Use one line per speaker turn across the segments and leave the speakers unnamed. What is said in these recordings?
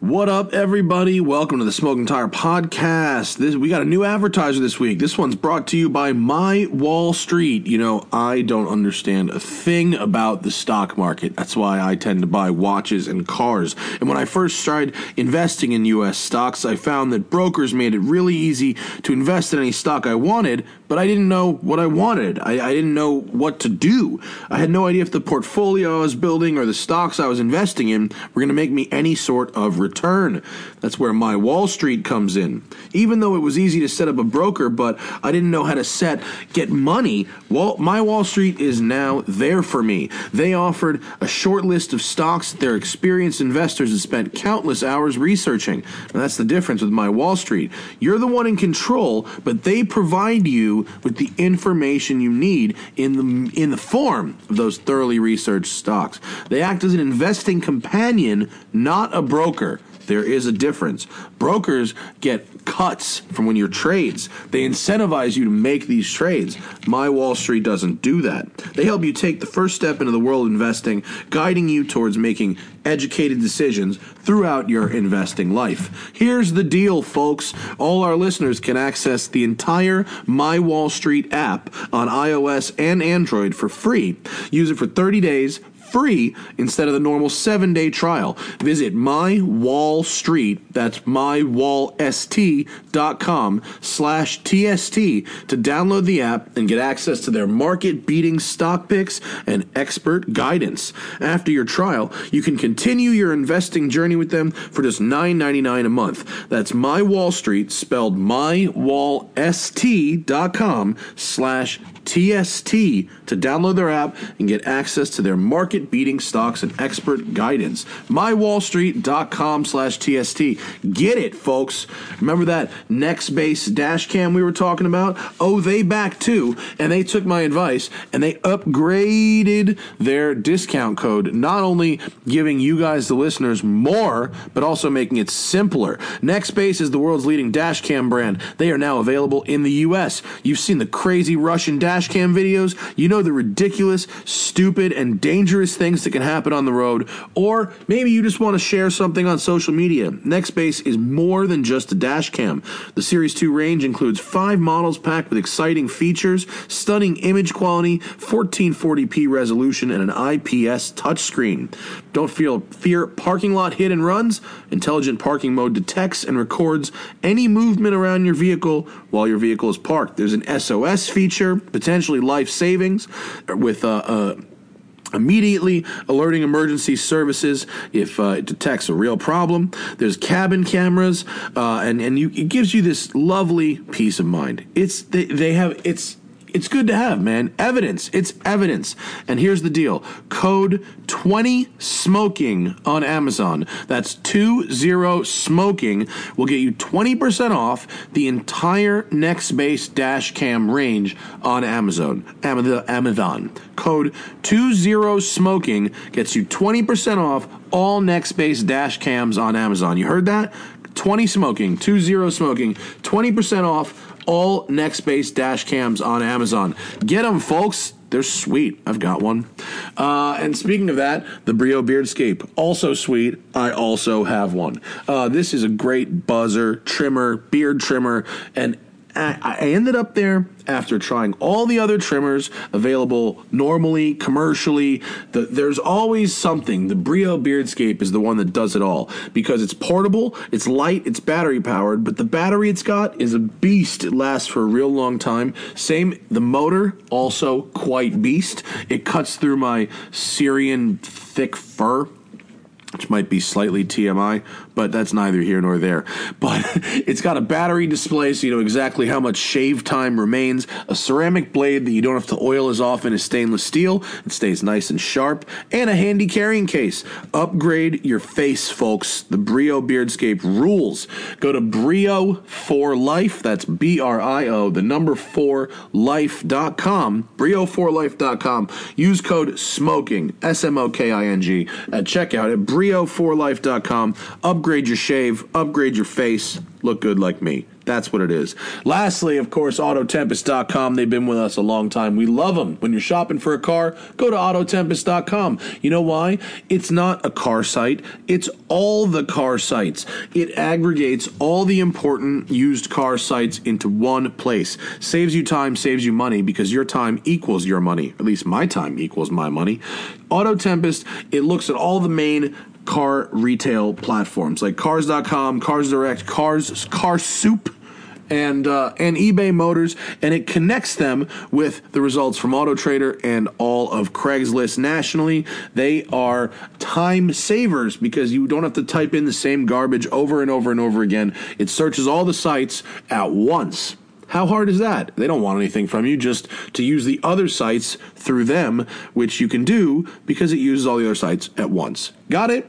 What up, everybody? Welcome to the Smoking Tire Podcast. This we got a new advertiser this week. This one's brought to you by My Wall Street. You know, I don't understand a thing about the stock market. That's why I tend to buy watches and cars. And when I first started investing in U.S. stocks, I found that brokers made it really easy to invest in any stock I wanted, but I didn't know what I wanted. I, I didn't know what to do. I had no idea if the portfolio I was building or the stocks I was investing in were going to make me any sort of return. That's where my Wall Street comes in. Even though it was easy to set up a broker, but I didn't know how to set get money. Well, my Wall Street is now there for me. They offered a short list of stocks that their experienced investors had spent countless hours researching. And that's the difference with my Wall Street. You're the one in control, but they provide you with the information you need in the in the form of those thoroughly researched stocks. They act as an investing companion, not a broker. There is a difference. Brokers get cuts from when your trades. They incentivize you to make these trades. My Wall Street doesn't do that. They help you take the first step into the world of investing, guiding you towards making educated decisions throughout your investing life. Here's the deal, folks. All our listeners can access the entire My Wall Street app on iOS and Android for free. Use it for 30 days free instead of the normal seven day trial. Visit my wall street, that's mywallst.com slash TST to download the app and get access to their market beating stock picks and expert guidance. After your trial, you can continue your investing journey with them for just $9.99 a month. That's my wall street spelled mywallst.com slash TST to download their app and get access to their market beating stocks and expert guidance. MyWallStreet.com slash TST. Get it, folks. Remember that Nextbase dash cam we were talking about? Oh, they back too. And they took my advice and they upgraded their discount code, not only giving you guys, the listeners, more, but also making it simpler. Nextbase is the world's leading dash cam brand. They are now available in the US. You've seen the crazy Russian dash cam videos. You know the ridiculous, stupid, and dangerous things that can happen on the road, or maybe you just want to share something on social media. Nextbase is more than just a dash cam. The Series 2 range includes five models packed with exciting features, stunning image quality, 1440p resolution, and an IPS touchscreen. Don't feel fear parking lot hit and runs. Intelligent parking mode detects and records any movement around your vehicle while your vehicle is parked. There's an SOS feature, potentially life savings, with a uh, uh, immediately alerting emergency services if uh, it detects a real problem. There's cabin cameras, uh, and and you, it gives you this lovely peace of mind. It's they, they have it's. It's good to have, man. Evidence. It's evidence. And here's the deal code 20 smoking on Amazon. That's 20 smoking will get you 20% off the entire Nextbase dash cam range on Amazon. Am- Amazon. Code 20 smoking gets you 20% off all Nextbase dash cams on Amazon. You heard that? 20 smoking, 20 smoking, 20% off all Nextbase dash cams on Amazon. Get them, folks. They're sweet. I've got one. Uh, and speaking of that, the Brio Beardscape, also sweet. I also have one. Uh, this is a great buzzer, trimmer, beard trimmer, and I I ended up there after trying all the other trimmers available normally, commercially. The, there's always something. The Brio Beardscape is the one that does it all because it's portable, it's light, it's battery powered, but the battery it's got is a beast. It lasts for a real long time. Same, the motor, also quite beast. It cuts through my Syrian thick fur which might be slightly TMI, but that's neither here nor there. But it's got a battery display so you know exactly how much shave time remains, a ceramic blade that you don't have to oil as often as stainless steel, it stays nice and sharp, and a handy carrying case. Upgrade your face, folks. The Brio Beardscape rules. Go to Brio for Life, that's B R I O, the number 4 life.com, Brio4Life.com. Use code SMOKING, S M O K I N G, at checkout at Brio4Life.com. Upgrade your shave, upgrade your face, look good like me. That's what it is. Lastly, of course, Autotempest.com. They've been with us a long time. We love them. When you're shopping for a car, go to Autotempest.com. You know why? It's not a car site, it's all the car sites. It aggregates all the important used car sites into one place. Saves you time, saves you money because your time equals your money. At least my time equals my money. Auto Tempest, it looks at all the main car retail platforms like cars.com, cars direct, cars car soup and uh, and eBay Motors, and it connects them with the results from Auto Trader and all of Craigslist nationally. They are time savers because you don't have to type in the same garbage over and over and over again. It searches all the sites at once. How hard is that? They don't want anything from you, just to use the other sites through them, which you can do because it uses all the other sites at once. Got it?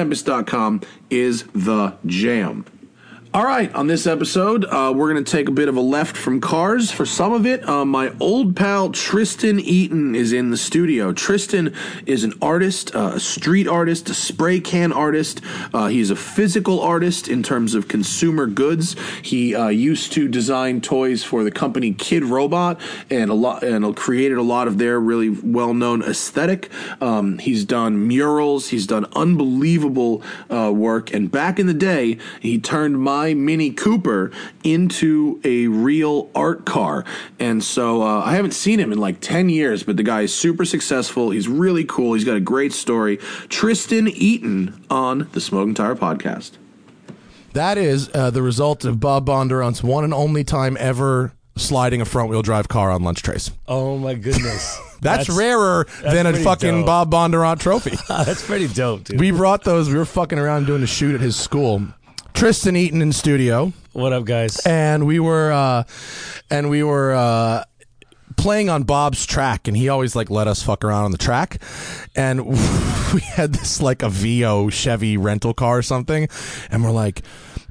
Autotempest.com is the jam. All right, on this episode, uh, we're going to take a bit of a left from cars for some of it. Uh, my old pal Tristan Eaton is in the studio. Tristan is an artist, uh, a street artist, a spray can artist. Uh, he's a physical artist in terms of consumer goods. He uh, used to design toys for the company Kid Robot and a lot and created a lot of their really well known aesthetic. Um, he's done murals, he's done unbelievable uh, work. And back in the day, he turned my my Mini Cooper into a real art car. And so uh, I haven't seen him in like 10 years, but the guy is super successful. He's really cool. He's got a great story. Tristan Eaton on the Smoking Tire Podcast.
That is uh, the result of Bob Bondurant's one and only time ever sliding a front wheel drive car on lunch trays.
Oh my goodness.
That's, rarer
that's
than a
pretty
fucking
dope.
Bob Bondurant trophy.
that's pretty dope, dude.
we brought those. We were fucking around doing a shoot at his school. Tristan Eaton in studio,
what up, guys?
and we were, uh, and we were. Uh, playing on Bob's track and he always like let us fuck around on the track and we had this like a VO Chevy rental car or something and we're like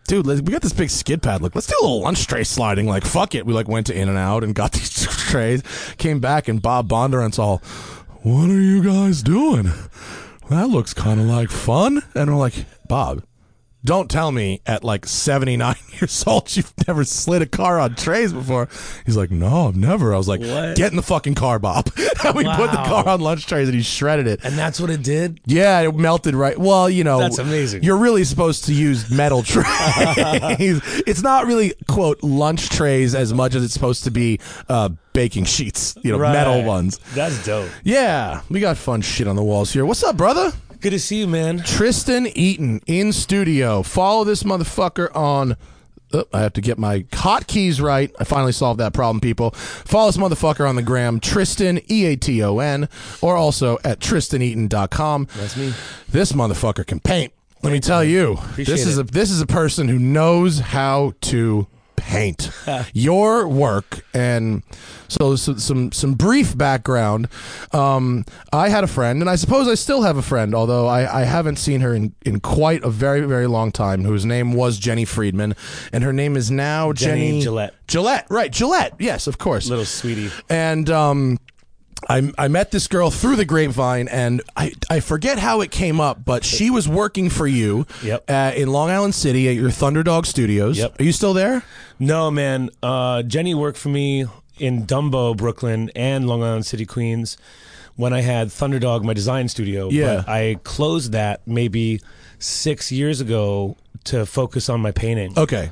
dude let we got this big skid pad like let's do a little lunch tray sliding like fuck it we like went to in and out and got these trays came back and Bob Bondurant's all what are you guys doing that looks kind of like fun and we're like Bob don't tell me at like 79 years old you've never slid a car on trays before. He's like, no, I've never. I was like,
What?
get in the fucking car, Bob. and we put the
Wow.
car on lunch trays and he shredded it.
and that's what it did.
yeah, it melted right. Well, you know,
That's amazing.
You're really supposed to use metal trays. it's not really quote lunch trays as much as it's supposed to be uh, baking sheets. You know, metal
Right.
ones.
That's dope.
Yeah, we got fun shit on the walls here. What's up, brother?
Good to see you, man.
Tristan Eaton in studio. Follow this motherfucker on. Oh, I have to get my hotkeys right. I finally solved that problem, people. Follow this motherfucker on the gram, Tristan, E A T O N, or also at tristaneaton.com.
That's me.
This motherfucker can paint. Let me tell you, this is a this is a person who knows how to paint your work. And so, so some some brief background. Um, I had a friend, and I suppose I still have a friend, although I, I haven't seen her in, in quite a very very long time. Whose name was Jenny Friedman, and her name is now Jenny,
Jenny Gillette.
Gillette, right? Gillette, yes, of course
Little sweetie.
and um I, I met this girl through the grapevine, and I, I forget how it came up, but she was working for you
Yep.
uh, in Long Island City at your Thunderdog Studios.
Yep.
Are you still there?
No, man. Uh, Jenny worked for me in Dumbo, Brooklyn, and Long Island City, Queens, when I had Thunderdog, my design studio.
Yeah.
But I closed that maybe six years ago to focus on my painting.
Okay.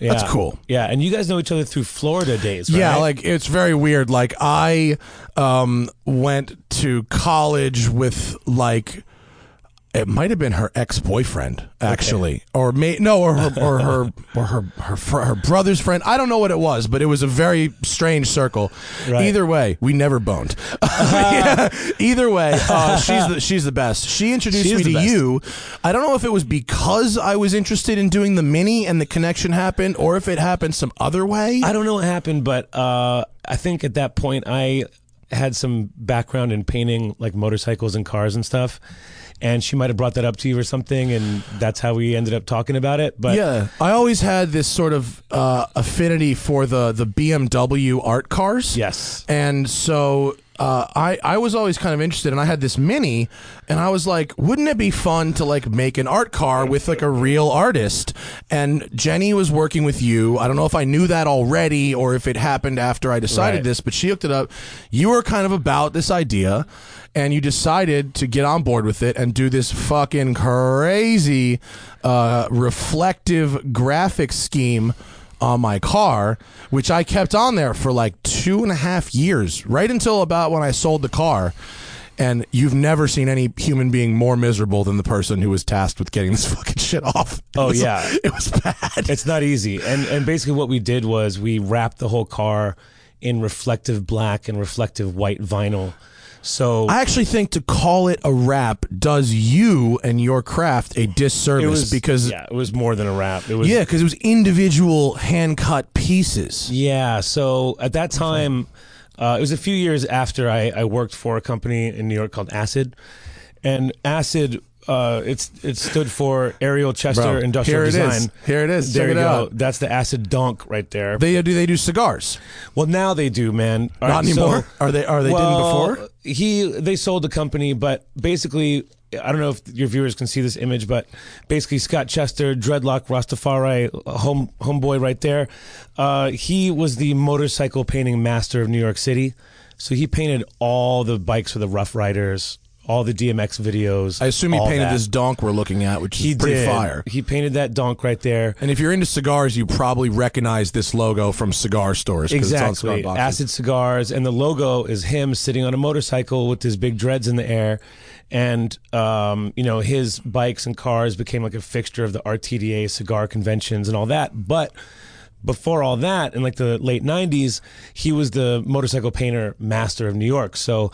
yeah.
that's cool.
Yeah, and you guys know each other through Florida days, right?
Yeah, like it's very weird. Like I um, went to college with like it might have been her ex boyfriend actually, or may no, or her or her or her her, fr- her brother's friend. I don't know what it was, but it was a very strange circle.
Right.
Either way, we never boned. Yeah. Either way, uh, she's the, she's the best. She introduced
She is
me
the
to
best.
you. I don't know if it was because I was interested in doing the mini and the connection happened, or if it happened some other way.
I don't know what happened, but uh, I think at that point I had some background in painting like motorcycles and cars and stuff. And she might have brought that up to you or something, and that's how we ended up talking about it. But
yeah, I always had this sort of uh, affinity for the the BMW art cars.
Yes.
and so uh, I I was always kind of interested, and I had this mini, and I was like, wouldn't it be fun to like make an art car with like a real artist? And Jenny was working with you. I don't know if I knew that already or if it happened after I decided
Right.
this, but she hooked it up. You were kind of about this idea, and you decided to get on board with it and do this fucking crazy uh, reflective graphic scheme on my car, which I kept on there for like two and a half years, right until about when I sold the car. And you've never seen any human being more miserable than the person who was tasked with getting this fucking shit off. It
Oh,
was-
yeah.
it was bad.
It's not easy. And and basically what we did was we wrapped the whole car in reflective black and reflective white vinyl. So
I actually think to call it a wrap does you and your craft a disservice
it was
because
yeah, it was more than a wrap. It was
Yeah, because it was individual hand cut pieces.
Yeah. So at that time, uh, it was a few years after I, I worked for a company in New York called Acid, and Acid. Uh, it's it stood for Ariel Chester
Bro,
Industrial
here it
Design.
is. Here it is.
There
Check
you
it
go.
out.
That's the Acid Donk right there.
They uh, do they do cigars?
well, now they do, man. All
Not
right, so-
anymore. are they are they didn't before?
he they sold the company, but basically, I don't know if your viewers can see this image, but basically, Scott Chester, dreadlock Rastafari, home homeboy right there. Uh, he was the motorcycle painting master of New York City, so he painted all the bikes for the Rough Riders, all the DMX videos.
I assume he
all
painted
that.
this donk we're looking at, which
He
is pretty
did.
fire.
He painted that donk right there.
And if you're into cigars, you probably recognize this logo from cigar stores because
Exactly.
it's on cigar boxes.
Acid cigars, and the logo is him sitting on a motorcycle with his big dreads in the air, and um, you know his bikes and cars became like a fixture of the RTDA cigar conventions and all that. But before all that, in like the late '90s, he was the motorcycle painter master of New York. So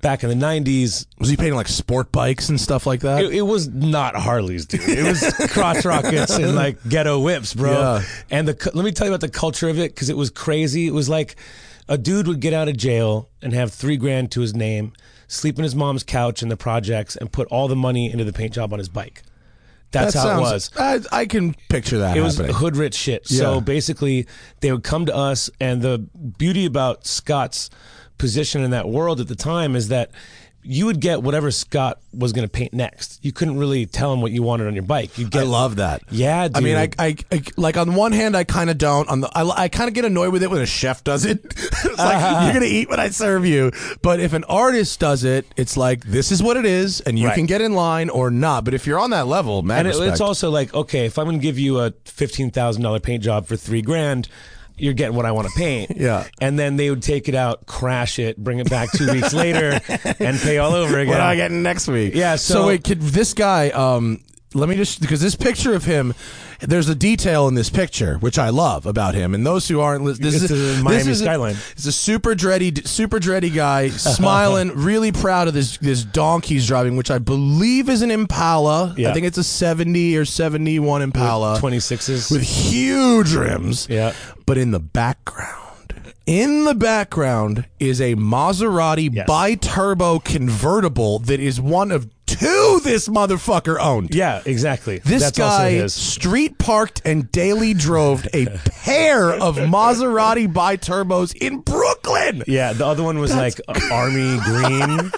back in the '90s,
Was he painting like sport bikes and stuff like that?
it, it was not Harleys, dude. It was crotch rockets and like ghetto whips, bro.
Yeah.
And the cu- let me tell you about the culture of it because it was crazy. It was like a dude would get out of jail and have three grand to his name, sleep in his mom's couch in the projects, and put all the money into the paint job on his bike. That's
that
how
sounds,
it was.
I, I can picture that
It was
happening.
hood rich shit.
Yeah.
So basically, they would come to us, and the beauty about Scott's position in that world at the time is that you would get whatever Scott was going to paint next. You couldn't really tell him what you wanted on your bike. You get
I love that.
Yeah,
I mean, I,
dude.
I, I like on one hand, I kind of don't. On the, I, I kind of get annoyed with it when a chef does it. it's like
Uh-huh.
you're gonna eat what I serve you. But if an artist does it, it's like this is what it is, and you
Right.
can get in line or not. But if you're on that level, man,
and it, it's also like okay, if I'm going to give you a fifteen thousand dollar paint job for three grand. You're getting what I want to paint.
Yeah.
And then they would take it out, crash it, bring it back two weeks later, and pay all over again.
what am I getting next week?
Yeah, so-
wait, could this guy? Um, let me just because this picture of him, there's a detail in this picture which I love about him, and those who aren't, lis- this
It's
is
the Miami
this is a-
skyline.
It's a super dready, super dready guy, smiling, really proud of this this donk he's driving, which I believe is an Impala. I
Yeah.
think it's a seventy or seventy one Impala
26s.
with huge rims.
Yeah.
But in the background, in the background is a Maserati
Yes.
bi-turbo convertible that is one of two this motherfucker owned.
yeah, exactly.
This
That's also
guy
his.
street parked and daily drove a pair of Maserati bi-turbos in Brooklyn.
Yeah, the other one was like army green.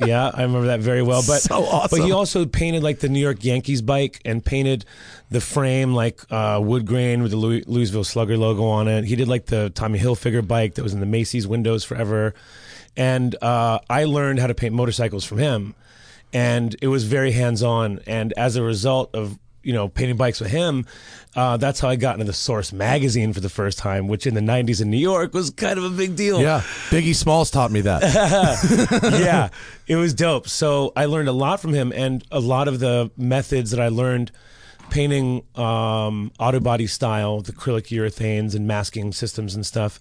yeah, I remember that very well. But
So awesome.
but he also painted like the New York Yankees bike and painted the frame like uh, wood grain with the Louis- Louisville Slugger logo on it. He did like the Tommy Hilfiger bike that was in the Macy's windows forever. And uh, I learned how to paint motorcycles from him, and it was very hands on. And as a result of you know, painting bikes with him. Uh, that's how I got into the Source magazine for the first time, which in the '90s in New York was kind of a big deal
Yeah, Oh. Biggie Smalls taught me that.
yeah, it was dope. So I learned a lot from him, and a lot of the methods that I learned painting um, auto body style, with acrylic urethanes and masking systems and stuff,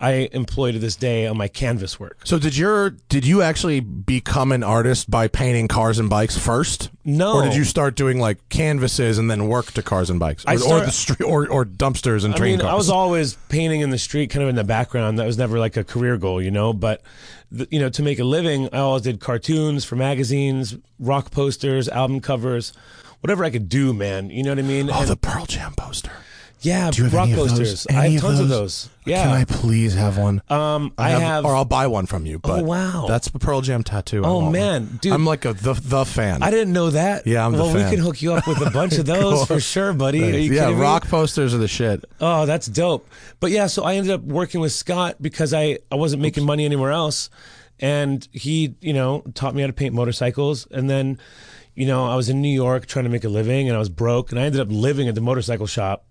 I employ to this day on my canvas work.
So did your did you actually become an artist by painting cars and bikes first?
No.
Or did you start doing like canvases and then work to cars and bikes, or,
I
or
start-
the street, or, or dumpsters and
I
train
mean,
cars?
I was always painting in the street, kind of in the background. That was never like a career goal, you know. But th- you know, to make a living, I always did cartoons for magazines, rock posters, album covers, whatever I could do, man. You know what I mean?
oh,
And-
the Pearl Jam poster.
Yeah,
Do you have
rock
any of
coasters.
those?
I
Any
have tons of those. Yeah.
Can I please have one?
Um, I have, Oh,
or I'll buy one from you. But
wow.
that's the Pearl Jam tattoo. I
Oh,
want one.
man, dude.
I'm like a the the fan.
I didn't know that.
Yeah, I'm the
Well,
fan.
we can hook you up with a bunch of those for sure, buddy. Are you
yeah,
kidding me?
rock posters are the shit.
Oh, that's dope. But yeah, so I ended up working with Scott because I, I wasn't making money anywhere else. And he, you know, taught me how to paint motorcycles. And then, you know, I was in New York trying to make a living and I was broke. And I ended up living at the motorcycle shop.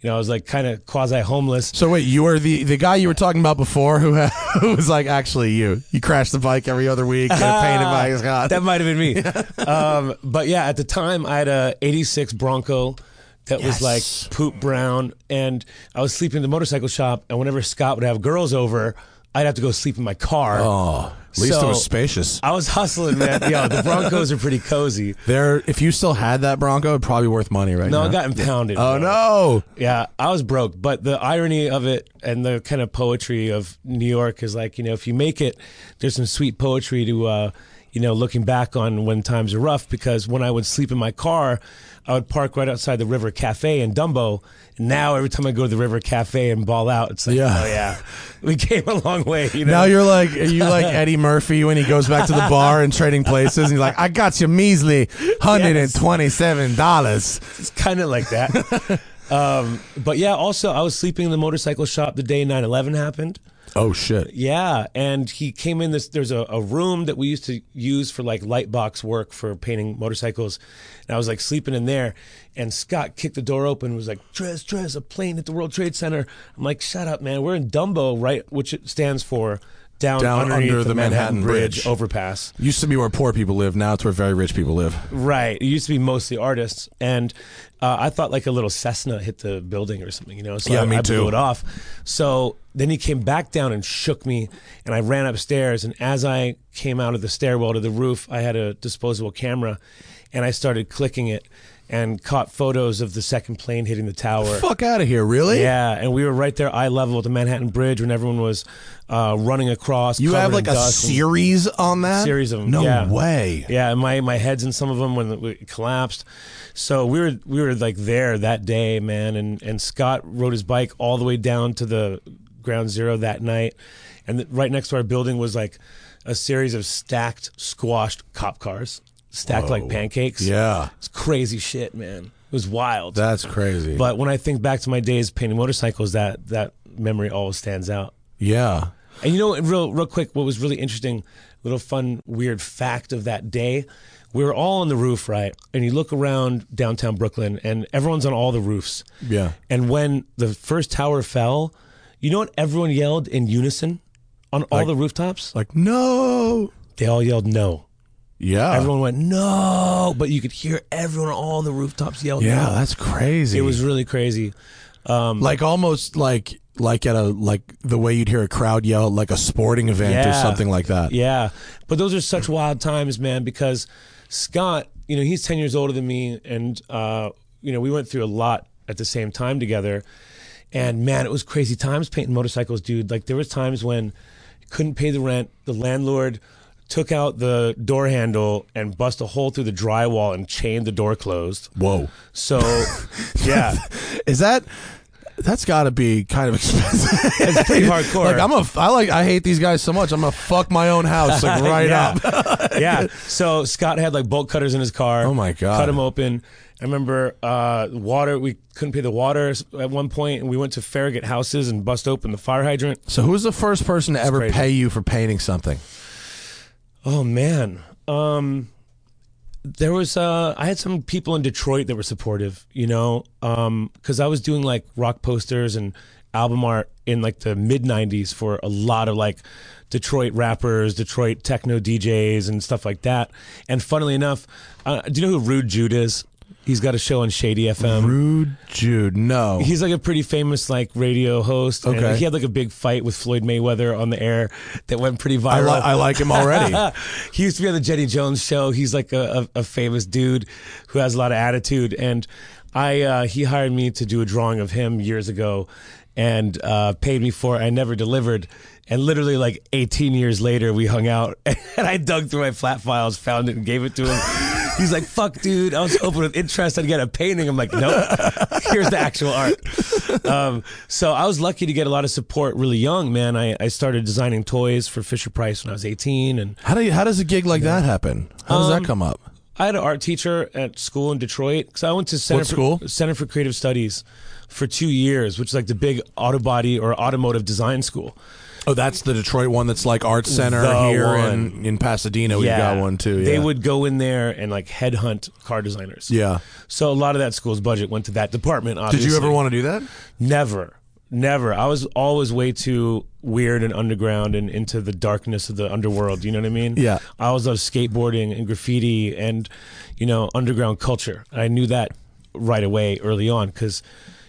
You know, I was like kind of quasi homeless.
So wait, you were the the guy you were talking about before who, had, who was like actually you. You crashed the bike every other week, get painted by Scott.
That might have been me. um, but yeah, at the time, I had a '86 Bronco that was
Yes.
like poop brown, and I was sleeping in the motorcycle shop. And whenever Scott would have girls over, I'd have to go sleep in my car.
oh, at least it
So-
was spacious.
I was hustling, man. Yo, the Broncos are pretty cozy.
There, if you still had that Bronco, it'd probably be worth money right
No,
now.
I got impounded. bro.
oh no.
Yeah, I was broke, but the irony of it and the kind of poetry of New York is like, you know, if you make it, there's some sweet poetry to, uh, you know, looking back on when times are rough. Because when I would sleep in my car, I would park right outside the River Cafe in Dumbo. Now every time I go to the River Cafe and ball out, it's like,
Yeah.
oh yeah, we came a long way. You know,
Now you're like are you like Eddie Murphy when he goes back to the bar and trading places and you're like, I got you measly hundred and twenty seven dollars.
it's kind of like that. um, but yeah, also I was sleeping in the motorcycle shop the day 9/11 happened.
Oh shit.
Yeah, and he came in this. There's a, a room that we used to use for like light box work for painting motorcycles, and I was like sleeping in there. And Scott kicked the door open, and was like, "Trez, Trez, a plane at the World Trade Center." I'm like, "Shut up, man. We're in Dumbo, right? Which it stands for down,
Down
underneath
under the Manhattan
Bridge,
Bridge.
overpass."
Used to be where poor people live, now it's where very rich people live.
Right. It used to be mostly artists, and uh, I thought like a little Cessna hit the building or something, you know. So
Yeah,
I,
me
I blew
too.
it off. So then he came back down and shook me, and I ran upstairs. And as I came out of the stairwell to the roof, I had a disposable camera, and I started clicking it, and caught photos of the second plane hitting the tower.
Fuck out of here, really?
Yeah, and we were right there, eye level at the Manhattan Bridge, when everyone was uh, running across.
You have
covered in
like a
dust and-
series on that?
Series of 'em,
No
yeah.
way.
yeah, and my my head's in some of them when it collapsed. So we were we were like there that day, man. And and Scott rode his bike all the way down to the ground zero that night, and th- right next to our building was like a series of stacked, squashed cop cars, stacked like pancakes.
Yeah.
it's crazy shit, man. It was wild.
That's crazy.
but when I think back to my days painting motorcycles, that that memory always stands out.
yeah.
And you know, and real real quick, what was really interesting, little fun, weird fact of that day, we were all on the roof, right? And you look around downtown Brooklyn, and everyone's on all the roofs.
Yeah.
And when the first tower fell, you know what? Everyone yelled in unison on all the rooftops.
Like, no.
They all yelled no.
Yeah.
Everyone went no, but you could hear everyone on all the rooftops yell
yeah,
no.
that's crazy.
It was um, really crazy.
like almost like like at a like the way you'd hear a crowd yell at like a sporting event or
Yeah.
something like that.
Yeah. But those are such wild times, man, because Scott, you know, he's 10 years older than me. And, uh, you know, we went through a lot at the same time together. And man, it was crazy times painting motorcycles, dude. Like there was times when you couldn't pay the rent. The landlord took out the door handle and bust a hole through the drywall and chained the door closed.
Whoa.
So, yeah,
Is that that's got to be kind of expensive.
it's pretty hardcore.
like I'm a I like I hate these guys so much. I'm gonna fuck my own house like right
yeah.
up.
yeah. So Scott had like bolt cutters in his car.
Oh, my God.
Cut them open. I remember uh, water. We couldn't pay the water s- at one point, and we went to Farragut houses and bust open the fire hydrant.
So who's the first person to ever
crazy.
pay you for painting something?
Oh man. Um, there was uh, I had some people in Detroit that were supportive, you know, because I was doing like rock posters and album art in like the mid '90s for a lot of like Detroit rappers, Detroit techno DJs, and stuff like that. And funnily enough, uh, do you know who Rude Jude is? He's got a show on Shady FM.
Rude Jude. No.
He's like a pretty famous like radio host. and
Okay.
he had like a big fight with Floyd Mayweather on the air that went pretty
I,
viral.
li- I like him already.
he used to be on the Jenny Jones show. He's like a, a, a famous dude who has a lot of attitude. And I uh, he hired me to do a drawing of him years ago and uh, paid me for it. I never delivered. And literally like 18 years later, we hung out and I dug through my flat files, found it and gave it to him. He's like, "Fuck, dude! I was hoping with interest I'd get a painting." I'm like, "Nope, here's the actual art." Um, so I was lucky to get a lot of support really young, man. I, I started designing toys for Fisher Price when I was 18, and
How do you, how does a gig like that happen? How does
Um,
that come up?
I had an art teacher at school in Detroit because I went to Center
What
for,
school?
Center for Creative Studies for two years, which is like the big auto body or automotive design school.
Oh, that's the Detroit one. That's like Art Center
The
here in
one.
in Pasadena. We've Oh, got one too. Yeah.
They would go in there and like headhunt car designers.
Yeah.
So a lot of that school's budget went to that department.
Did
Obviously.
you ever want to do that?
Never, never. I was always way too weird and underground and into the darkness of the underworld. You know what I mean?
Yeah.
I always loved skateboarding and graffiti and you know underground culture. I knew that right away early on because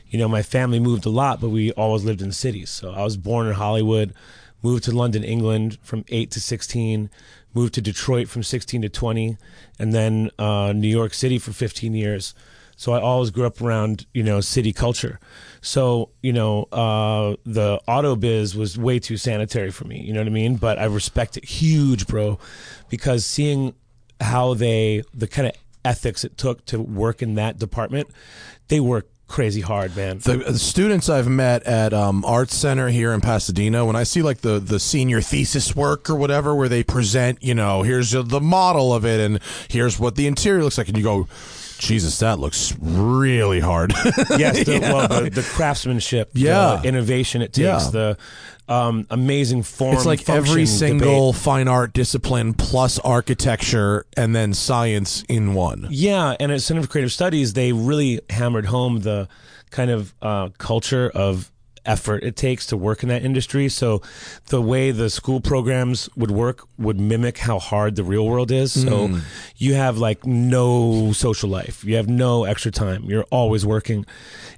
you know my family moved a lot, but we always lived in cities. So I was born in Hollywood, moved to London, England from eight to sixteen. Moved to Detroit from 16 to 20, and then uh, New York City for 15 years. So I always grew up around, you know, city culture. So, you know, uh, the auto biz was way too sanitary for me. You know what I mean? But I respect it huge, bro, because seeing how they, the kind of ethics it took to work in that department, they work crazy hard, man.
the uh, the students I've met at um, Art Center here in Pasadena, when I see like the the senior thesis work or whatever, where they present, you know, here's uh, the model of it, and here's what the interior looks like, and you go, Jesus, that looks really hard.
yes, the, well, the, the craftsmanship,
Yeah.
the innovation it takes,
Yeah.
the um, amazing form.
it's like every
function debate.
single fine art discipline plus architecture and then science in one.
Yeah, and at Center for Creative Studies, they really hammered home the kind of uh, culture of effort it takes to work in that industry. So the way the school programs would work would mimic how hard the real world is. So you have like no social life. You have no extra time. You're always working.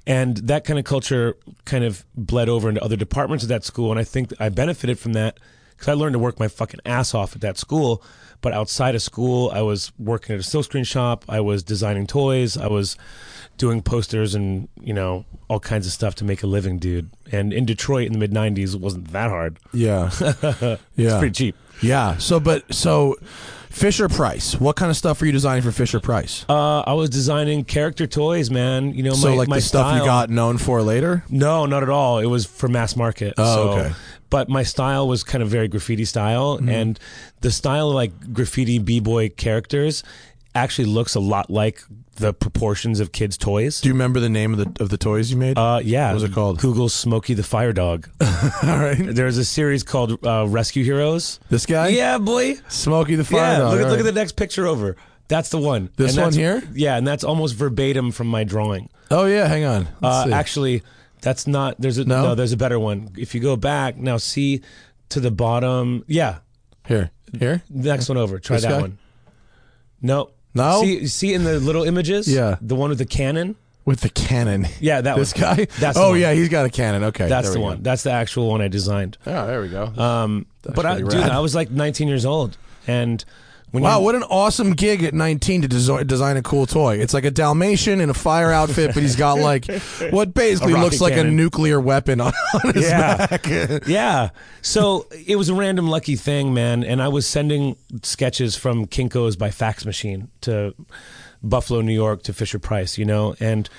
And that kind of culture kind of bled over into other departments of that school and I think I benefited from that because I learned to work my fucking ass off at that school. But outside of school, I was working at a silkscreen shop. I was designing toys. I was doing posters and you know all kinds of stuff to make a living, dude. And in Detroit in the mid '90s, it wasn't that hard.
Yeah, yeah,
It's pretty cheap.
Yeah. So, but so Fisher Price, what kind of stuff were you designing for Fisher Price?
Uh, I was designing character toys, man. You know,
so
my,
like
my
the stuff you
style-
got known for later.
No, not at all. It was for mass market.
Oh,
so,
okay. Mm-hmm.
But my style was kind of very graffiti style, and the style of like graffiti b boy characters actually looks a lot like the proportions of kids' toys.
Do you remember the name of the of the toys you made?
Uh, yeah. What
was it called?
Google Smokey the Fire Dog.
All right,
There's a series called uh, Rescue Heroes.
this guy,
Yeah, boy.
Smokey the Fire
Yeah.
Dog.
Look, at
all
look at
right.
the next picture over. That's the one.
This
And that's-
one here?
Yeah, and that's almost verbatim from my drawing.
Oh yeah, hang on. Let's
Uh,
see.
actually, that's not. There's a
No?
no? There's a better one. If you go back now, see to the bottom. Yeah,
here, here.
next one over. Try
This
that
guy?
one. No,
No?
See, see in the little images.
Yeah.
the one with the cannon.
With the cannon.
Yeah, that
This
one.
guy.
That's the
oh
one.
yeah, he's got a cannon. Okay,
That's
there
the
we
one. That's the actual one I designed.
Go. Oh, there we go.
Um, but I,
pretty
dude,
rad.
I was like 19 years old, and when
Wow,
you,
what an awesome gig at 19 to design, design a cool toy. It's like a Dalmatian in a fire outfit, but he's got like what basically
A rocket
looks like a
cannon.
nuclear weapon on, on his
Yeah.
back.
yeah. So it was a random lucky thing, man. And I was sending sketches from Kinko's by fax machine to Buffalo, New York, to Fisher Price. You know, and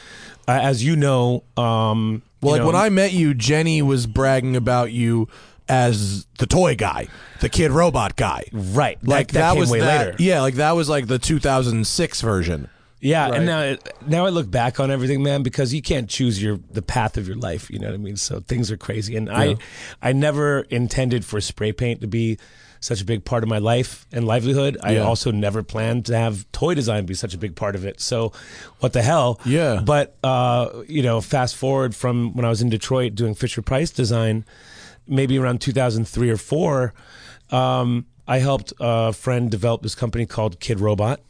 uh, as you know, um,
Well,
you
like when
know,
I met you, Jenny was bragging about you as the toy guy, the kid robot guy.
right,
Like that,
came
was
way
that,
later.
Yeah, like that was like the 2006 version.
Yeah,
Right.
and now now I look back on everything, man, because you can't choose your the path of your life. You know what I mean? So things are crazy, and I I never intended for spray paint to be such a big part of my life and livelihood. I
Yeah.
also never planned to have toy design be such a big part of it. So what the hell?
Yeah.
But uh, you know, fast forward from when I was in Detroit doing Fisher Price design, maybe around 2003 or four, um, I helped a friend develop this company called Kid Robot,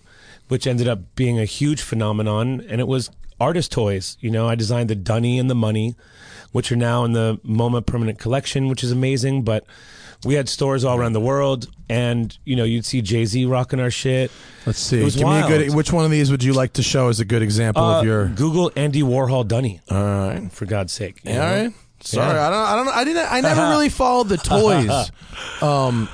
which ended up being a huge phenomenon, and it was artist toys. You know, I designed the Dunny and the Money, which are now in the MoMA permanent collection, which is amazing. But we had stores all around the world, and you know, you'd see Jay Z rocking our shit.
Let's see.
It was
Give me a good.
wild.
Which one of these would you like to show as a good example
Uh,
of your?
Google Andy Warhol Dunny,
All right.
for God's sake. you
All
know?
right. Sorry,
Yeah.
I don't. I don't. I didn't. I never really followed the toys. um,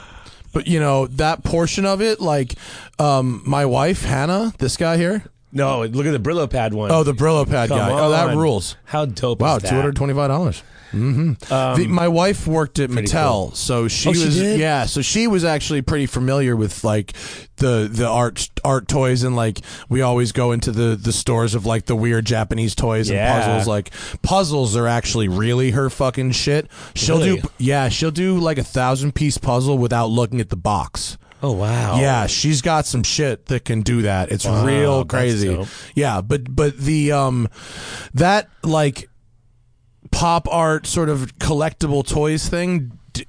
But you know that portion of it, like um, my wife Hannah, this guy here.
No, look at the Brillo pad one.
Oh, the Brillo pad
Come
guy. Oh, that
on.
rules.
How dope
Wow,
is that? Um,
two hundred twenty-five dollars. Mm-hmm. The, my wife worked at Mattel, so she
Oh, she
was
did?
yeah, so she was actually pretty familiar with like the the art art toys and like we always go into the the stores of like the weird Japanese toys
Yeah.
and puzzles. Like puzzles are actually really her fucking shit. She'll
Really?
do yeah, she'll do like a thousand piece puzzle without looking at the box.
Oh, wow.
Yeah, she's got some shit that can do that. It's
Wow,
real
that's
crazy.
dope.
Yeah, but but the um that like pop art sort of collectible toys thing d-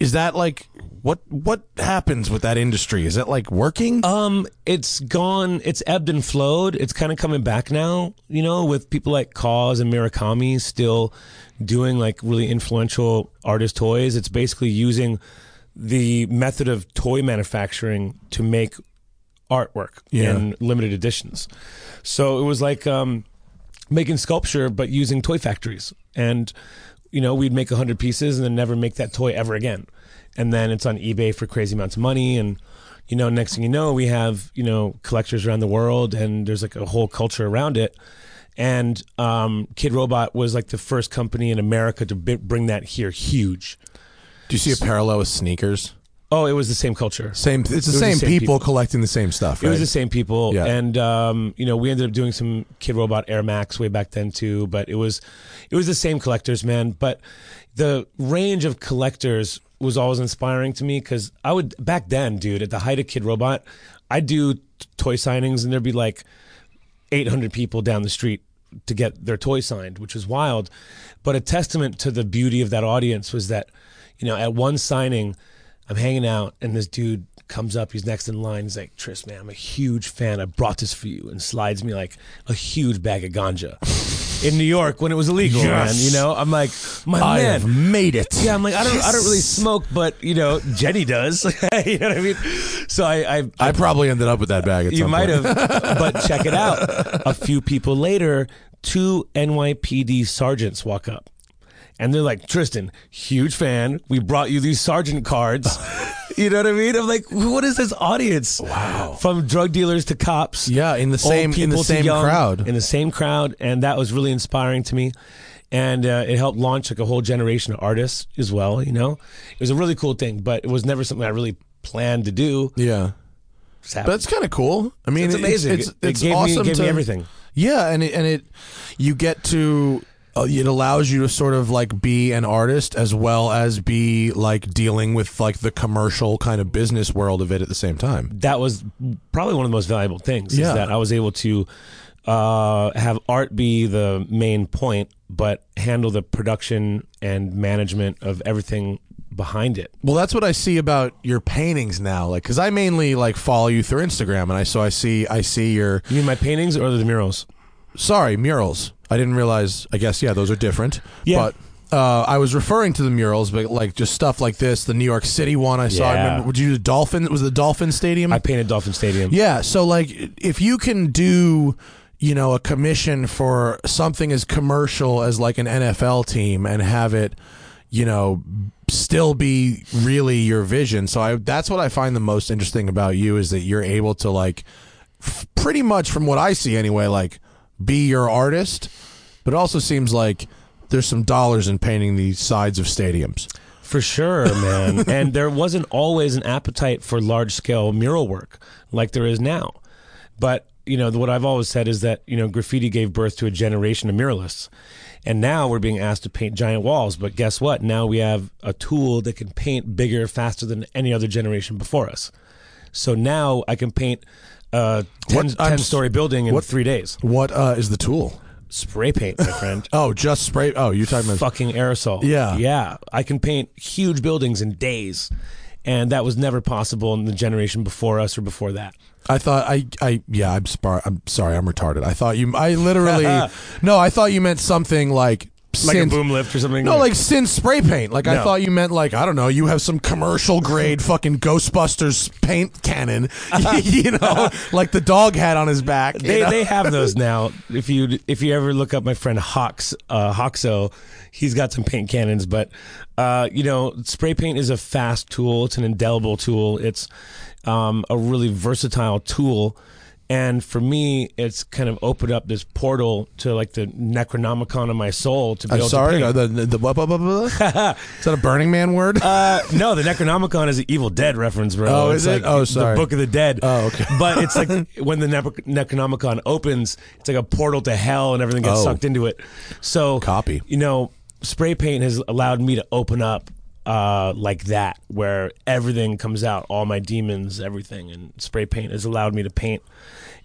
is that like what what happens with that industry? Is that like working?
Um, it's gone. It's ebbed and flowed. It's kind of coming back now. You know, with people like Cause and Murakami still doing like really influential artist toys. It's basically using the method of toy manufacturing to make artwork
Yeah.
in limited editions. So it was like um, making sculpture, but using toy factories. And you know, we'd make hundred pieces and then never make that toy ever again. And then it's on eBay for crazy amounts of money. And you know, next thing you know, we have you know collectors around the world, and there's like a whole culture around it. And um, Kid Robot was like the first company in America to bi- bring that here huge.
do you see a parallel with sneakers?
Oh, it was the same culture.
Same it's the
was the
same,
same
people,
people.
collecting the same stuff,
It
right?
was the same people,
Yeah.
and um, you know we ended up doing some Kid Robot Air Max way back then too. But it was, it was the same collectors, man. But the range of collectors was always inspiring to me because I would back then, dude, at the height of Kid Robot, I'd do t- toy signings, and there'd be like 800 people down the street to get their toy signed, which was wild. But a testament to the beauty of that audience was that, you know, at one signing, I'm hanging out and this dude comes up, he's next in line. He's like, Tris, man, I'm a huge fan. I brought this for you and slides me like a huge bag of ganja. In New York, when it was illegal,
Yes.
man, you know, I'm like, my
I
man,
have made it.
yeah, I'm like, I don't, I don't really smoke, but you know, Jenny does. you know what I mean? So I, I
I probably ended up with that bag at
you
some
might
point.
have, but check it out. A few people later, two NYPD sergeants walk up. And they're like, Tristan, huge fan. We brought you these sergeant cards. you know what I mean? I'm like, what is this audience? Wow. From drug dealers to cops.
Yeah, in the
old
same- in the
people to
same
young,
crowd.
In the same crowd. And that was really inspiring to me. And uh, it helped launch like a whole generation of artists as well, you know? It was a really cool thing, but it was never something I really planned to do.
Yeah.
Just happened.
But that's kind of cool. I mean,
It's amazing.
It's,
It- it
it's
gave me-
awesome
gave
to
me everything.
Yeah, and it, and it you get to uh, it allows you to sort of like be an artist as well as be like dealing with like the commercial kind of business world of it at the same time.
that was probably one of the most valuable things
Yeah.
is that I was able to uh, have art be the main point, but handle the production and management of everything behind it.
Well, that's what I see about your paintings now, like because I mainly like follow you through Instagram, and I so I see I see your
You mean my paintings or the murals?
sorry murals. I didn't realize. I guess yeah, those are different.
Yeah.
But uh, I was referring to the murals, but like just stuff like this, the New York City one I saw. I
Yeah.
remember, would you do the dolphin? Was it the Dolphin Stadium?
I painted Dolphin Stadium.
Yeah. So like, if you can do, you know, a commission for something as commercial as like an NFL team and have it, you know, still be really your vision. So I that's what I find the most interesting about you is that you're able to like, f- pretty much from what I see anyway, like be your artist, but it also seems like there's some dollars in painting the sides of stadiums.
For sure, man. and there wasn't always an appetite for large scale mural work like there is now. But, you know, what I've always said is that, you know, graffiti gave birth to a generation of muralists. And now we're being asked to paint giant walls. But guess what? Now we have a tool that can paint bigger, faster than any other generation before us. So now I can paint a 10,
What- I'm s-
story building in
what-
three days.
What uh, is the tool?
Spray paint, my friend.
Oh, just spray. Oh, you're talking about
fucking aerosol.
Yeah.
Yeah. I can paint huge buildings in days. And that was never possible in the generation before us or before that.
I thought I I yeah I'm spar- I'm sorry I'm retarded. I thought you I literally no I thought you meant something like
like a
since-
boom lift or something.
No, like sin spray paint. Like I
No.
thought you meant like I don't know. You have some commercial grade fucking Ghostbusters paint cannon, you know, like the dog had on his back. you
They,
know?
they have those now. If you if you ever look up my friend Hawks uh, Hawkso, he's got some paint cannons. But uh, you know, spray paint is a fast tool. It's an indelible tool. It's um, a really versatile tool. And for me, it's kind of opened up this portal to like the Necronomicon of my soul to be
I'm
able
sorry.
to
uh,
paint.
The, the, the blah, blah, blah, blah. Is that a Burning Man word?
Uh, no, the Necronomicon is an Evil Dead reference, bro.
Oh,
It's
is it?
like
Oh, sorry.
The Book of the Dead.
Oh, okay.
But it's like when the Nep- Necronomicon opens, it's like a portal to hell, and everything gets
Oh.
sucked into it. So
Copy.
You know, spray paint has allowed me to open up uh, like that, where everything comes out, all my demons, everything, and spray paint has allowed me to paint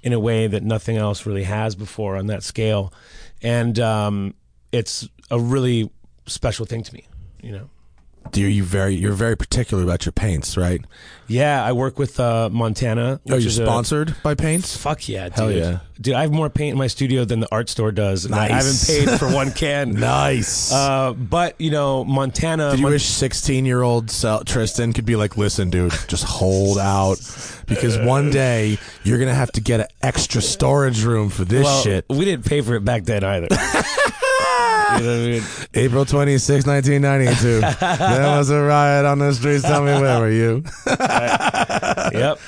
in a way that nothing else really has before on that scale, and um, it's a really special thing to me. You know.
Dear, you very you're very particular about your paints, right?
Yeah, I work with uh, Montana.
Are
which
you
is a-
sponsored by paints?
Fuck yeah, dude.
Oh, Hell yeah.
Dude, I have more paint in my studio than the art store does. and I haven't
Nice.
paid for one can.
Nice.
Uh, but, you know, Montana.
Did you
Mon-
wish 16 year old Sel- Tristan could be like, listen, dude, just hold out because one day you're going to have to get an extra storage room for this
well,
shit.
We didn't pay for it back then either. you know what I mean?
April 26, 1992. there was a riot on the streets. Tell me, where were you?
Yep.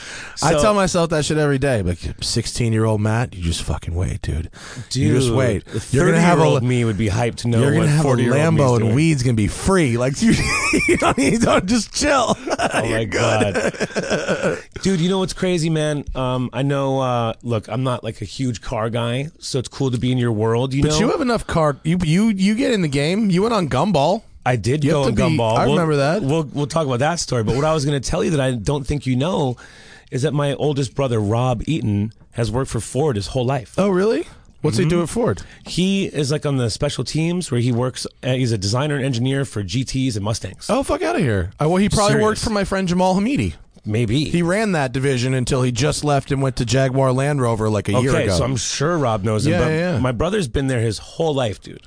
I
So-
tell myself that shit every day. Like 16 year old Matt, you just fucking wait, dude. you just
Dude,
wait.
the
You're going to have a.
old me would be hyped to know
You're gonna
what
have a
40 year old
Lambo and
doing.
weed's gonna be free. Like you, you don't, you don't just chill.
Oh my god, dude! You know what's crazy, man? Um, I know. Uh, look, I'm not like a huge car guy, so it's cool to be in your world. You
But
know,
you have enough card. You you you get in the game. You went on Gumball.
I did
You
go
have
on
to be-
Gumball.
I remember that.
We'll we'll talk about that story. But what I was going to tell you that I don't think you know is that my oldest brother Rob Eaton has worked for Ford his whole life.
Oh, really? What's he do at Ford?
He is like on the special teams where he works. Uh, he's a designer and engineer for GTS and Mustangs.
Oh, fuck out of here. I, well, he probably
Serious.
worked for my friend Jamal Hamidi.
Maybe
He ran that division until he just left and went to Jaguar Land Rover like a year
okay,
ago.
so I'm sure Rob knows him.
Yeah,
but
yeah, yeah.
My brother's been there his whole life, dude.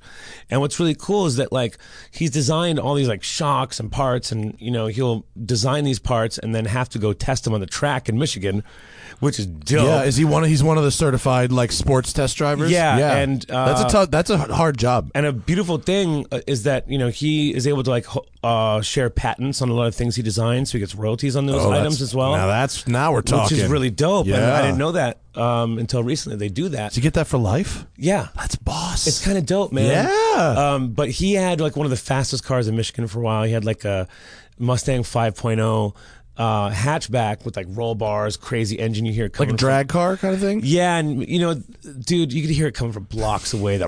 And what's really cool is that like he's designed all these like shocks and parts, and you know he'll design these parts and then have to go test them on the track in Michigan, which is dope.
yeah, is he one? Of, he's one of the certified like sports test drivers.
Oh. Yeah, and, uh,
that's a tough. That's a hard job.
and a beautiful thing uh, is that you know he is able to like ho- uh, share patents on a lot of things he designs, so he gets royalties on those
Oh,
items
that's-
as well,
Now that's now we're talking.
which is really dope. And
Yeah.
I didn't know that um, until recently. They do that.
Did you get that for life?
Yeah,
That's boss.
It's kind of dope, man.
Yeah.
Um, but he had like one of the fastest cars in Michigan for a while. He had like a Mustang 5.0 uh, hatchback with like roll bars, crazy engine. You hear it coming
like a drag car kind of thing.
From, yeah, and you know, dude, you could hear it coming from blocks away. The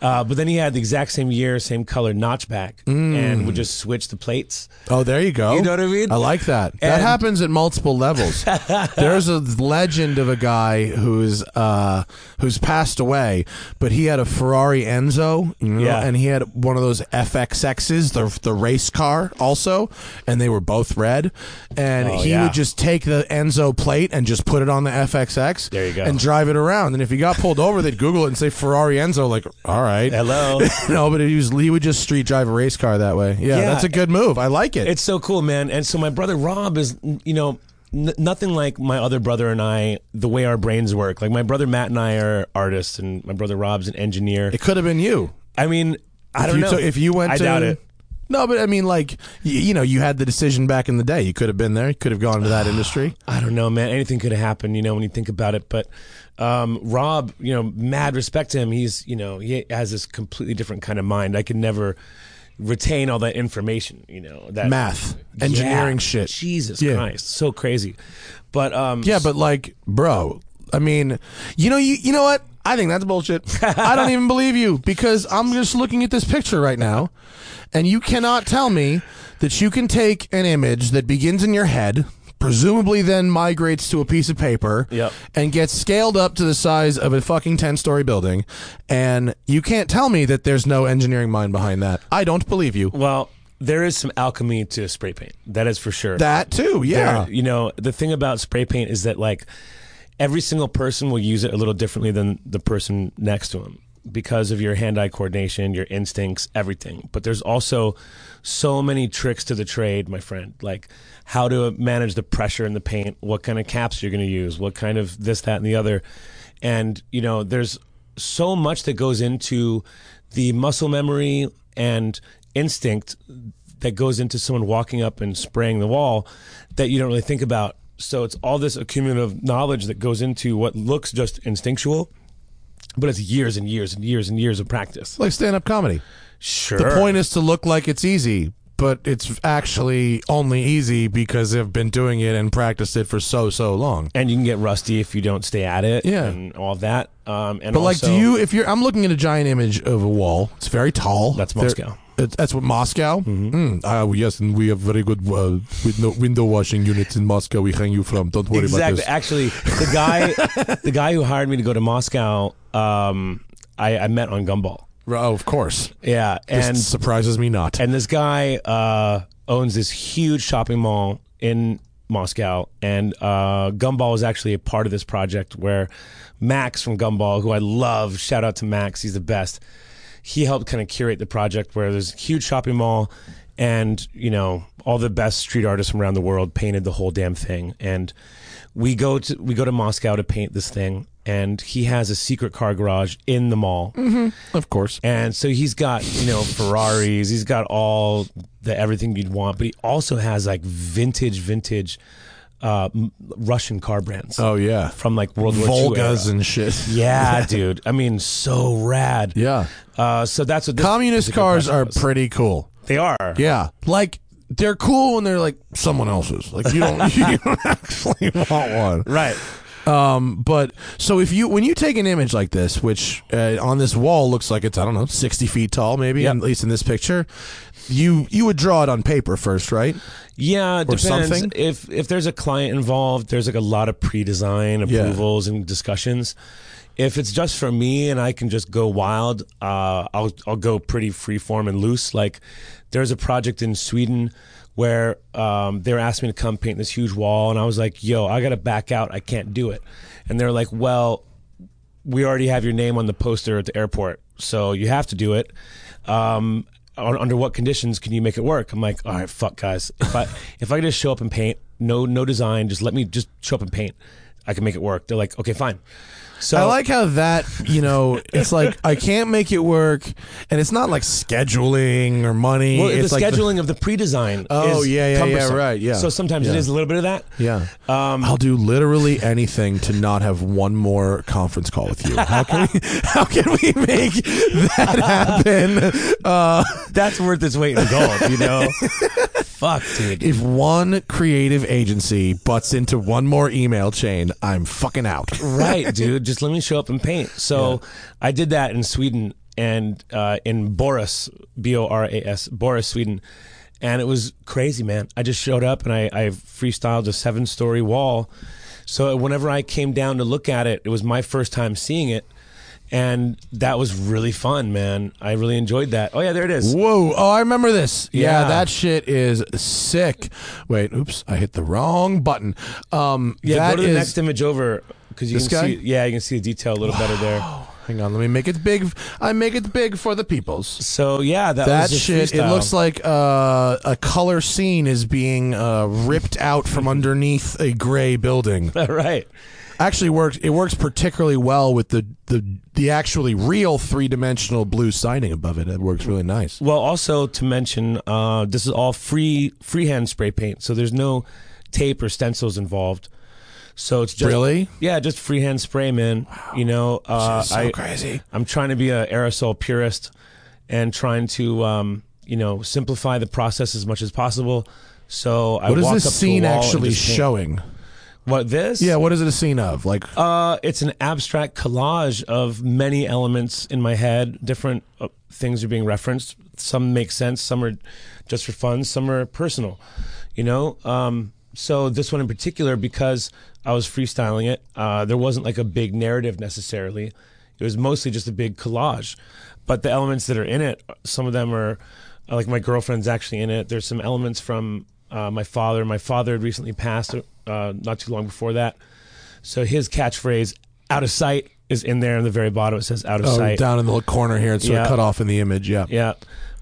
uh, but then he had the exact same year, same color notchback, and would just switch the plates.
Oh, there you go.
You know what I mean?
I like that. that
And-
happens at multiple levels. There's a legend of a guy who's uh, who's passed away, but he had a Ferrari Enzo, you know,
Yeah.
and he had one of those FXXs, the the race car also, and they were both red, and
Oh,
he
yeah.
would just take the Enzo plate and just put it on the FXX.
There you go.
And drive it around, and if he got pulled over, they'd Google it and say Ferrari Enzo. Like, all right,
Hello.
no, but he was he would just street drive a race car that way. Yeah,
Yeah.
that's a good move. I like it.
It's so cool, man. And so my brother Rob is, you know, n- nothing like my other brother and I. The way our brains work, like my brother Matt and I are artists, and my brother Rob's an engineer.
it could have been you.
I mean, I
If
don't
you
know
took- if you went,
I
to,
doubt it.
No, but I mean, like you, you know, you had the decision back in the day. You could have been there. You could have gone to that industry.
I don't know, man. Anything could have happened, you know, when you think about it. But um, Rob, you know, mad respect to him. He's, you know, he has this completely different kind of mind. I could never retain all that information, you know, that
Math, engineering
Yeah.
shit.
Jesus
Yeah.
Christ, so crazy. But um,
Yeah, but like, bro, I mean, you know, you you know what? I think that's bullshit. I don't even believe you because I'm just looking at this picture right now, and you cannot tell me that you can take an image that begins in your head, presumably then migrates to a piece of paper,
Yep.
and gets scaled up to the size of a fucking ten story building, and you can't tell me that there's no engineering mind behind that. I don't believe you.
Well, there is some alchemy to spray paint. That is for sure.
That too, yeah.
There- you know, the thing about spray paint is that like every single person will use it a little differently than the person next to them. because of your hand-eye coordination, your instincts, everything. But there's also so many tricks to the trade, my friend. Like how to manage the pressure in the paint, what kind of caps you're going to use, what kind of this, that, and the other. And you know, there's so much that goes into the muscle memory and instinct that goes into someone walking up and spraying the wall that you don't really think about. So it's all this accumulative knowledge that goes into what looks just instinctual, but it's years and years and years and years of practice.
like stand up comedy.
Sure.
The point is to look like it's easy, but it's actually only easy because they've been doing it and practiced it for so so long.
and you can get rusty if you don't stay at it.
Yeah.
and all that. Um, and
But like, do you? If you're, I'm looking at a giant image of a wall. It's very tall.
That's
There-
Moscow.
it- that's what Moscow. Mm-hmm. yes, and we have very good uh, with no window washing units in Moscow. We hang you from. Don't worry
exactly?
about this.
Actually, the guy, the guy who hired me to go to Moscow, um, I, I met on Gumball.
Oh, of course.
Yeah,
This
and
surprises me not.
And this guy uh, owns this huge shopping mall in Moscow. And uh, Gumball is actually a part of this project where Max from Gumball, who I love, shout out to Max, he's the best. He helped kind of curate the project where there's a huge shopping mall and, you know, all the best street artists from around the world painted the whole damn thing. And we go to we go to Moscow to paint this thing and he has a secret car garage in the mall.
of course.
And so he's got, you know, Ferraris, he's got all the everything you'd want, but he also has like vintage, vintage uh, m- Russian car brands
Oh yeah.
from like World War II. era.
Volgas and shit.
Yeah, dude. I mean, so rad.
Yeah.
Uh, so that's what this
Communist
particular
cars are
project was.
pretty cool.
They are.
Yeah, like they're cool when they're like someone else's. Like you don't, you don't actually want one.
Right.
Um, but so if you when you take an image like this, which uh, on this wall looks like it's I don't know sixty feet tall, maybe
Yep.
at least in this picture, you you would draw it on paper first, right?
Yeah, it
Or
depends.
something?
If if there's a client involved, there's like a lot of pre-design
Yeah.
approvals and discussions. If it's just for me and I can just go wild, uh, I'll I'll go pretty freeform and loose. Like there's a project in Sweden where um, they were asking me to come paint this huge wall, and I was like, "Yo, I gotta back out. I can't do it." And they're like, "Well, we already have your name on the poster at the airport, so you have to do it. Um, on, under what conditions can you make it work? I'm like, all right, fuck, guys. If I if I could just show up and paint, no no design, just let me just show up and paint. I can make it work. They're like, okay, fine. So
I like how that you know it's like I can't make it work, and it's not like scheduling or money.
well,
it's
the
like
scheduling of the pre-design.
Oh,
is
yeah, yeah, yeah,
cumbersome.
right, yeah.
So sometimes it
Yeah.
is a little bit of that.
yeah.
Um,
I'll do literally anything to not have one more conference call with you. How can we? How can we make that happen? Uh,
That's worth its weight in gold, you know. fuck, dude.
if one creative agency butts into one more email chain, I'm fucking out.
right, dude. Just let me show up and paint. So I did that in Sweden and uh, in Boris, B O R A S, Boris, Sweden. And it was crazy, man. I just showed up and I, I freestyled a seven story wall. So whenever I came down to look at it, it was my first time seeing it. And that was really fun, man. I really enjoyed that. Oh, yeah, there it is.
Whoa! Oh, I remember this. Yeah,
Yeah.
that shit is sick. Wait, oops, I hit the wrong button. Um,
Yeah, go
that
to the
is-
next image over because you
This
can see.
guy?
Yeah, you can see the detail a little better there.
Hang on, let me make it big. I make it big for the peoples.
So yeah, that,
That
was a
shit, it
freestyle.
looks like uh, a color scene is being uh, ripped out from underneath a gray building.
right.
Actually, works. It works particularly well with the the, the actually real three dimensional blue signing above it. It works really nice.
Well, also to mention, uh, this is all free freehand spray paint, so there's no tape or stencils involved. So it's just
Really?
yeah, just freehand spray, man. You know, uh,
so
I,
crazy.
I'm trying to be an aerosol purist and trying to um, you know simplify the process as much as possible. So I
What is
walked up
this
to a
scene
wall and
actually
just paint.
showing?
What this?
Yeah, what is it a scene of? Like,
Uh, it's an abstract collage of many elements in my head. Different uh, things are being referenced. Some make sense. Some are just for fun. Some are personal. You know. Um, so this one in particular, because I was freestyling it, uh, there wasn't like a big narrative necessarily. It was mostly just a big collage. But the elements that are in it, some of them are uh, like my girlfriend's actually in it. There's some elements from uh, my father. My father had recently passed uh, not too long before that. So his catchphrase "out of sight" is in there in the very bottom. It says out of
Oh,
sight.
down in the little corner here, it's sort
Yeah.
of cut off in the image. Yeah.
Yeah.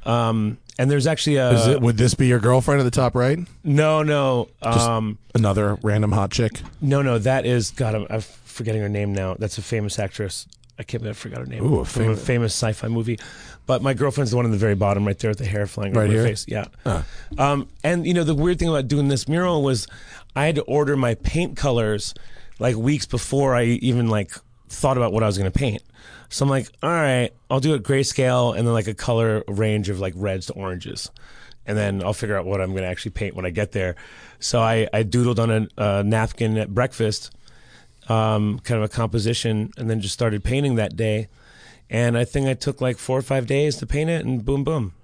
Um, and there's actually a
Is it, would this be your girlfriend at the top right?
no, no, um,
Another random hot chick.
no, no. That is God. I'm, I'm forgetting her name now. That's a famous actress. I can't believe I forgot her name.
Ooh, a
from a famous sci-fi movie. But my girlfriend's the one in the very bottom, right there, with the hair flying
Right
over
here?
her face. Yeah. Um, and you know the weird thing about doing this mural was I had to order my paint colors like weeks before I even like thought about what I was going to paint. So I'm like, all right, I'll do a grayscale and then like a color range of like reds to oranges. And then I'll figure out what I'm going to actually paint when I get there. So I, I doodled on a, a napkin at breakfast, um, kind of a composition, and then just started painting that day. And I think I took like four or five days to paint it, and boom, boom.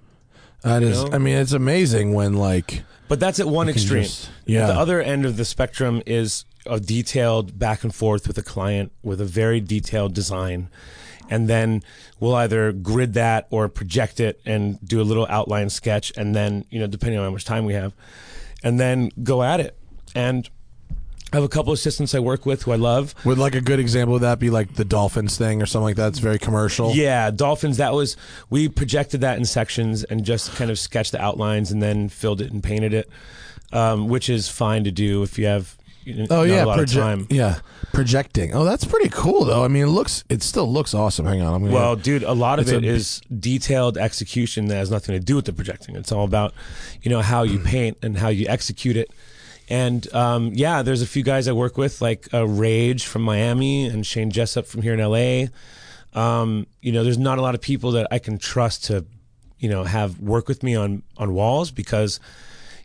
That is,
know?
I mean, it's amazing when like
But that's at one
can
extreme.
just- yeah.
At the other end of the spectrum is a detailed back and forth with a client with a very detailed design. And then we'll either grid that or project it and do a little outline sketch. And then, you know, depending on how much time we have, and then go at it. And I have a couple assistants I work with who I love.
would like a good example of that be like the dolphins thing or something like that. It's very commercial.
Yeah, dolphins. That was we projected that in sections and just kind of sketched the outlines and then filled it and painted it, um, which is fine to do if you have. you know,
Oh
not
yeah,
a lot of
proje-
time.
yeah, projecting. Oh, that's pretty cool though. I mean, it looks it still looks awesome. Hang on, I'm gonna
Well, dude, a lot of
It's a
it
b-
is detailed execution that has nothing to do with the projecting. It's all about, you know, how you paint and how you execute it. And um, yeah, there's a few guys I work with, like uh, Rage from Miami and Shane Jessup from here in LA. Um, you know, there's not a lot of people that I can trust to, you know, have work with me on on walls because,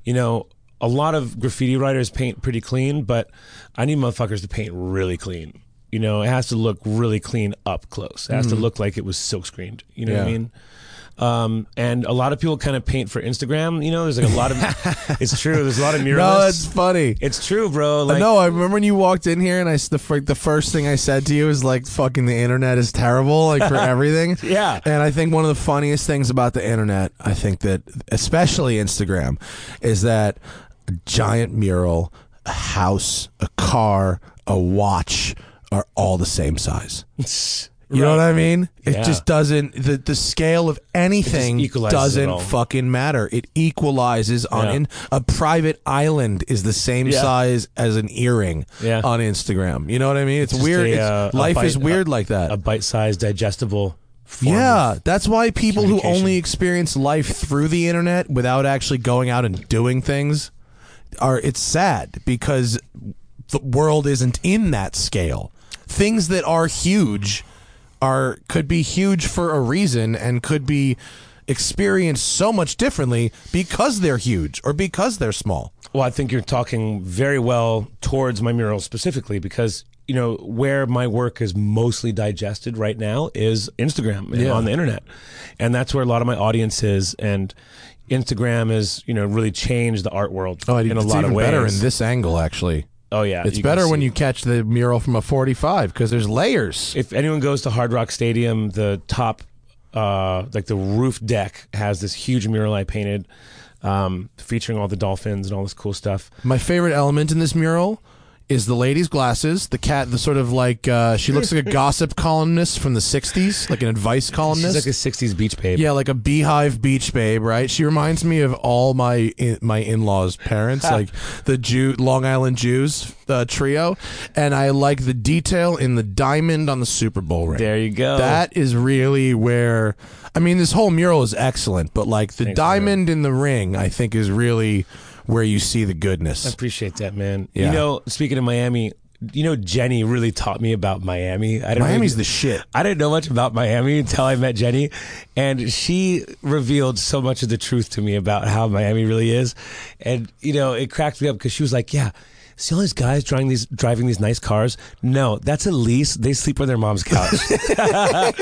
you know, a lot of graffiti writers paint pretty clean, but I need motherfuckers to paint really clean. You know, it has to look really clean up close. It has to look like it was silk screened. You know what I
Mm. Yeah.
mean? Um, and a lot of people kind of paint for Instagram. You know, there's like a lot of. it's true. There's a lot of murals.
no, it's funny.
it's true, bro. Like,
no, I remember when you walked in here and I s- the fir- the first thing I said to you is like fucking the internet is terrible like for everything.
Yeah.
And I think one of the funniest things about the internet, I think that especially Instagram is that a giant mural, a house, a car, a watch are all the same size. You know what I mean? It
Yeah.
just doesn't the, the scale of anything
equalizes it
doesn't
all.
fucking matter. It equalizes on
Yeah.
in, a private island is the same
Yeah.
size as an earring
Yeah.
on Instagram. You know what I mean? It's, weird.
a,
It's-
uh, a
life is
bite-
weird like that.
a bite-sized, digestible. Form of-
yeah, that's why people who
communication.
only experience life through the internet without actually going out and doing things are it's sad because the world isn't in that scale. Things that are huge are could be huge for a reason and could be experienced so much differently because they're huge or because they're small.
Well, I think you're talking very well towards my mural specifically because you know where my work is mostly digested right now is Instagram and
Yeah.
on the internet, and that's where a lot of my audience is. And Instagram has you know really changed the art world in a
Oh, it's
lot
even
of ways.
better in this angle actually.
oh yeah,
It's
you can
better when
see.
you catch the mural from a 45 because there's layers.
If anyone goes to Hard Rock Stadium, the top, uh, like the roof deck has this huge mural I painted, um, featuring all the dolphins and all this cool stuff.
My favorite element in this mural is the lady's glasses. The cat, the sort of like uh, she looks like a gossip columnist from the '60s, like an advice
She's
columnist.
like a '60s beach babe.
yeah, like a beehive beach babe, right? She reminds me of all my in, my in laws' parents, like the Jew Long Island Jews uh, trio, and I like the detail in the diamond on the Super Bowl ring.
There you go.
That is really where I mean this whole mural is excellent, but like the diamond in the ring, I think is really where you see the goodness.
Appreciate that, man.
Yeah.
You know, speaking of Miami, you know, Jenny really taught me about Miami. I didn't really-
Miami's the shit.
I didn't know much about Miami until I met Jenny, and she revealed so much of the truth to me about how Miami really is. And you know, it cracked me up because she was like, "Yeah, see all these guys driving these driving these nice cars? No, that's a lease. They sleep on their mom's couch."